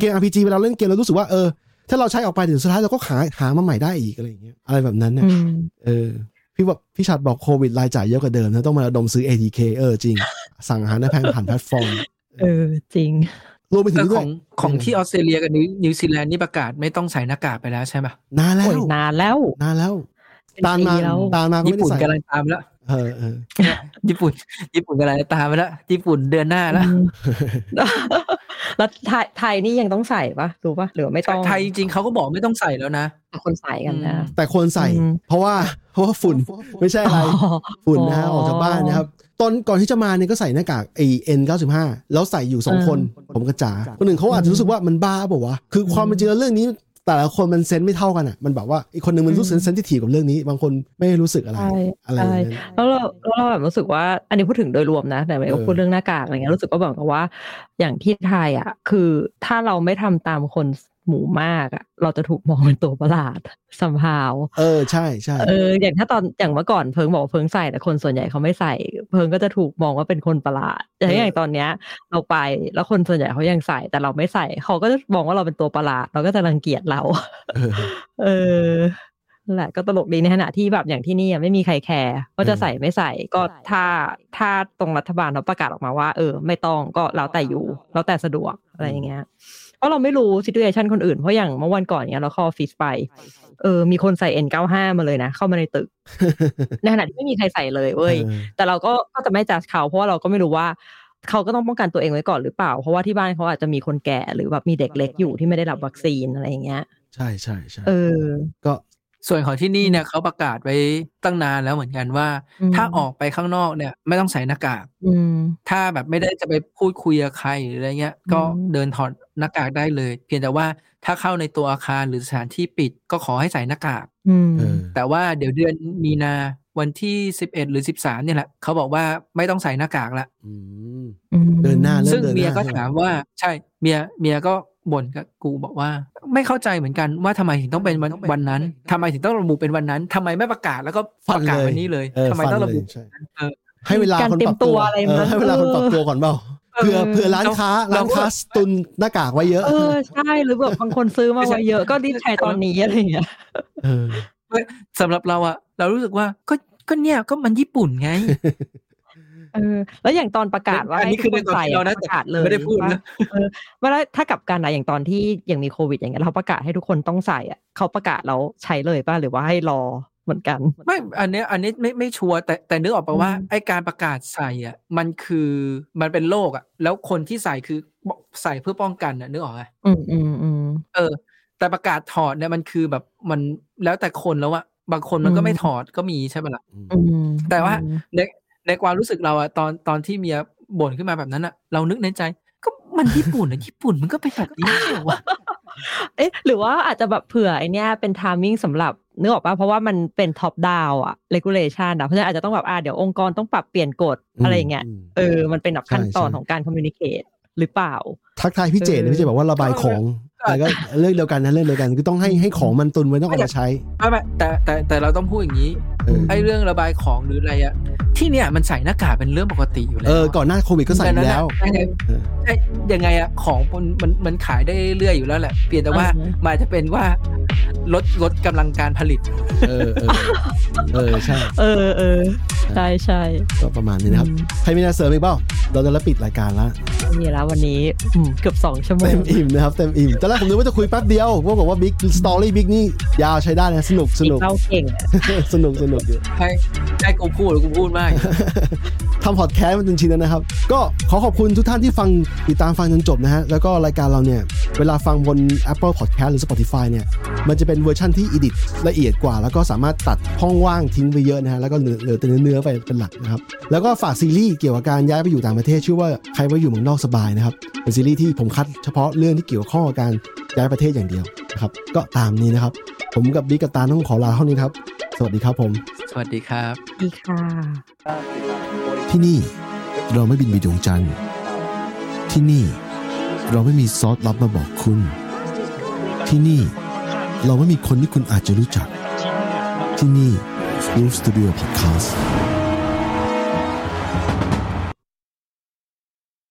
F: เกม RPG เวลาเราเล่นเกมเรารู้สึกว่าเออถ้าเราใช้ออกไปเดี๋ยวสุดท้ายเราก็หาหามาใหม่ได้อีกอะไรอย่างเงี้ยอะไรแบบนั้นนะเออพี่บอกพี่ชัดบอกโควิดรายจ่ายเยอะกว่าเดิมนะต้องมาระดมซื้อ ATK เออจริง สั่งอาหารได้แพงผ่านแพลตฟอร์ม
C: เออจริง
F: รวมไปถึ
E: แต่
F: งด้
E: ข
F: ว
E: อย งของที่ออสเตรเลียกับนิวนิวซีแลนด์นี่ประกาศไม่ต้องใส่หน้ากากไปแล้วใช่ปะ
F: นานแล้ว
C: โอ้ยนานแล้ว
F: นานแล้ว
C: เป็น
F: ตานมา
C: ปีแล้ว
F: ตานมาก็
E: ญี่
F: ไม่ได้
E: ปุ่น
F: ใส่
E: กำลังตามแล้ว
F: เออเออ
E: ญี่ปุ่น ญี่ปุ่นกำลังตามไปแล้วญี่ปุ่นเดือนหน้าแล้ว
C: แล้วไทยไทยนี่ยังต้องใส่ปะรู้ปะหรือว่าไม่ต้อง
E: ไทยจริงๆเขาก็บอกไม่ต้องใส่แล้วนะ
C: คนใส่กันนะ
F: แต่ควรใส่
C: อืม
F: เพราะว่าเพราะว่าฝุ่นไม่ใช่อะไรฝุ่นนะฮะออกจากบ้านนะครับ ตอนก่อนที่จะมาเนี่ยก็ใส่หน้ากากไอเอ็นเก้าสิบห้าแล้วใส่อยู่สองคน ผมกระจาคนหนึ่งเขาอาจจะรู้สึกว่ามันบ้าเปล่าวะคือความเป็นจริงแล้วเรื่องนี้ แต่ละคนมันเซนส์ไม่เท่ากันอ่ะมันแบบว่าอีกคนหนึ่งมันรู้สึกเซนซิทีฟกับเรื่องนี้ บางคนไม่รู้สึกอะไร
C: ใช่
F: อะไรอย่างนั้น
C: แล้วเราแล้วเราแบบรู้สึกว่าอันนี้พูดถึงโดยรวมนะแต่ไม่
F: เออ
C: พูดเรื่องหน้ากากอะไรเงี้ยรู้สึกว่าแบบกับว่า อย่างที่ไทยอ่ะ คือถ้าเราไม่ทำตามคนหมู่มากอ่ะเราจะถูกมองเป็นตัวประหลาดสัมภาว
F: เออใช่ใช่
C: เอออย่างถ้าตอนอย่างเมื่อก่อนเพิงบอกว่าเพิงใส่แต่คนส่วนใหญ่เขาไม่ใส่ เพิงก็จะถูกมองว่าเป็นคนประหลาดแต่ถ้าอย่างตอนเนี้ยเราไปแล้วคนส่วนใหญ่เขายังใส่แต่เราไม่ใส่เขาก็จะมองว่าเราเป็นตัวประหลาด เราก็จะรังเกียจเรา
F: เออ
C: เออนั่นแหละก็ตลกดีในขณะที่แบบอย่างที่นี่อะไม่มีใครแคร์ว่าจะ
F: อืม
C: ใส่ไม่ใส่ก็ถ้าถ้าตรงรัฐบาลเขาประกาศออกมาว่า เออ ไม่ต้องก็แล้วแต่อยู่แล้วแต่สะดวกอะไรอย่างเงี้ยเพราะเราไม่รู้ซิทูเอชันคนอื่นเพราะอย่างเมื่อวันก่อนเนี้ยเราเข้าออฟฟิศไป เออมีคนใส่ N95 มาเลยนะ เข้ามาใน ตึก ในขณะที่ไม่มีใครใส่เลยเว้ย
F: ออ
C: แต่เราก็ก็จะไม่จัดเขาเพราะว่าเราก็ไม่รู้ว่า เขาก็ต้องป้องกันตัวเองไว้ก่อนหรือเปล่า เพราะว่าที่บ้านเขาอาจจะมีคนแก่หรือแบบมีเด็กเล็กอยู่ที่ไม่ได้รับวัคซีนอะไรอย่างเงี้ย
F: ใช่ใช่ใช่
C: เออ
F: ก็
E: ส่วนของที่นี่เนี่ยเขาประกาศไว้ตั้งนานแล้วเหมือนกันว่า
C: อืม
E: ถ้าออกไปข้างนอกเนี่ยไม่ต้องใส่หน้ากาก
C: อืม
E: ถ้าแบบไม่ได้จะไปพูดคุยกับใครหรืออะไรเงี้ย ก็
C: อืม
E: เดินถอดหน้ากากได้เลย เพียงแต่ว่าถ้าเข้าในตัวอาคารหรือสถานที่ปิดก็ขอให้ใส่หน้ากาก
C: อืม
F: เออ
E: แต่ว่าเดี๋ยวเดือนมีนาวันที่ 11 หรือ 13เนี่ยแหละเขาบอกว่าไม่ต้องใส่หน้ากากละ
F: อืม เดินหน้า ริ่
E: ซึ่ง
F: มดินหน้า
E: เมียก็
F: ใช่ไหม
E: ถามว่าใช่เมียเมียก็บ่นกับกูบอกว่า ไม่เข้าใจเหมือนกันว่าทำไมถึงต้องเป็นวันวันนั้นทำไมถึงต้องระบุเป็นวันนั้นทำไมไม่ประกาศแล้วก็ประกาศวันนี้เลย
F: เออ
E: ทำไมต้องระบุ
F: ฟันเลยใช่
E: เออ
F: ให้เวลาคน
C: การเต
F: ปรับตัว
C: รียมตัวอะไร
F: เออ
C: มัน
F: ให้เวลาคนปรับตัวก่อนเปล่า
E: เออ
F: เผื่อเผื่อร้านค้า
E: เราก็
F: ร้านค้าตุนหน้ากากไว้เยอะ
C: เออใช่หรือแบบบางคนซื้อมาไว้เยอะก็รีบใช้ตอนนี้อะไรอย่างเงี้ย
F: เออ
E: สำหรับเราอะเรารู้สึกว่าก็ก็เนี่ยก็มันญี่ปุ่นไง
C: เออแล้วอย่างตอนประกาศว่า
E: อันนี้
C: ให้ทุกคน
E: คือในความ
C: ใส่
E: คิดเรานะ
C: ประกาศเลย
E: แต่ไม่ได้พูดนะ
C: ว่าเออไม่แล้วถ้ากลับกันนะอย่างตอนที่ยังมีโควิดอย่างเงี้ยเราประกาศให้ทุกคนต้องใส่อ่ะเขาประกาศแล้วใช้เลยป่ะหรือว่าให้รอเหมือนกัน
E: ไม่ อันเนี้ยอันนี้ไม่ไม่ชัวร์แต่แต่นึกออกปะว่า
C: อืม
E: ไอการประกาศใส่อ่ะมันคือมันเป็นโรคอ่ะ แล้วคนที่ใส่คือใส่เพื่อป้องกันอ่ะนึกออกไหม
C: อืมอืมอืม
E: เออ แต่ประกาศถอดเนี่ยมันคือแบบมันแล้วแต่คนแล้วอ่ะบางคนมันก็
C: อืม
E: ไม่ถอดก็มีใช่ไหมล่ะ
C: อืม
E: แต่ว่า ในในความรู้สึกเราอ่ะตอนตอนที่เมียบ่นขึ้นมาแบบนั้นอ่ะ เรานึกในใจ ก็มันญี่ปุ่นอ่ะ ญี่ปุ่นมันก็เป็นแบบนี้ไม่ใช่เหรอวะ
C: เอ๊ะหรือว่าอาจจะแบบเผื่อไอเนี้ยเป็นทามมิ่งสำหรับนึกออกป่ะเพราะว่ามันเป็นท็อปดาวอะเลกูเลชันอะเพราะฉะนั้นอาจจะต้องแบบอ่าเดี๋ยวองค์กรต้องปรับเปลี่ยนกฎอะไรอย่างเงี้ย
F: ม
C: เออมันเป็นแบบขั้นตอน
F: ใช่
C: ของการคอมมิวนิเคชหรือเปล่า
F: ทักทายพี่เจดนะพี่เจดบอกว่าระบายของ
E: เออ
F: แต่ก็เรื่องเดียวกันนะเรื่องเดียวกันคือต้องให้ให้ของมันตุนไว้ต้องเอามาใช้
E: ไม่ไม่แต่แต่แต่เราต้องพูดอย่างนี้
F: เออ
E: ไอ้เรื่องระบายของหรืออะไรอะที่เนี่ยมันใส่หน้ากากเป็นเรื่องปกติอยู่แล้
F: เอ
E: ว
F: อก่อนหน้าโควิดก็ใส่อยู่แล้ว
E: ดังนั้นอะ
F: เออ
E: ใช่ยังไงอะของมันมันมันขายได้เรื่อยอยู่แล้วแหละเปลี่ยนแต่ว่า
C: อือฮึ
E: มันอาจจะเป็นว่าลดลดกำลังการผลิต
F: เออเออเออใช่
C: เออเออใช่ใช่
F: ก็ประมาณนี้นะครับใครมีอะไรเสริมอีกเปล่าเราจะแล้วปิดรายการละ
C: นี่แล้ววันนี้อืมเกือบสองชั่วโม
F: เต็
C: ง
F: มอิ่มนะครับเต็มอิ่มตอนแรกผมนึกว่าจะคุยแป๊บเดียวพวกบอกว่าบิ๊กสตอรี่บิ๊กนี่ยาวใช้ได้นะสนุกสนุก
C: เล่าเก่งอะ
F: สนุกสนุกอยู่
E: ให้ให้กูพูดหรือกูพูดมาก
F: ทำพอดแคสต์มันจนชินแล้วนะครับ ก็ขอขอบคุณทุกท่านที่ฟังติดตามฟังจนจบนะฮะ แล้วก็รายการเราเนี่ย เวลาฟังบน Apple Podcast หรือ Spotify เนี่ย มันจะเป็นเวอร์ชั่นที่อิดิละเอียดกว่า แล้วก็สามารถตัดห้องว่างทิ้งไปเยอะนะฮะ แล้วก็เหลือเหลือแต่เนื้อๆไปเป็นหลักนะครับ แล้วก็ฝากซีรีส์เกี่ยวกับการย้ายไปอยู่ต่างประเทศ ชื่อว่าใครไว้อยู่เมืองนอกสบายนะครับ เป็นซีรีส์ที่ผมคัดเฉพาะเรื่องที่เกี่ยวข้องกับการย้ายประเทศอย่างเดียวนะครับก็ตามนี้นะครับ ผมกับบิ๊กกับตาลต้องขอลาเท่านี้ครับสวัสดีครับผม
E: สวัสดีครับ
C: ดีค่ะ
F: ที่นี่เราไม่บินไปดวงจันทร์ที่นี่เราไม่มีซอสลับมาบอกคุณ ที่นี่เราไม่มีคนที่คุณอาจจะรู้จัก ที่นี่ Roof Studio Podcast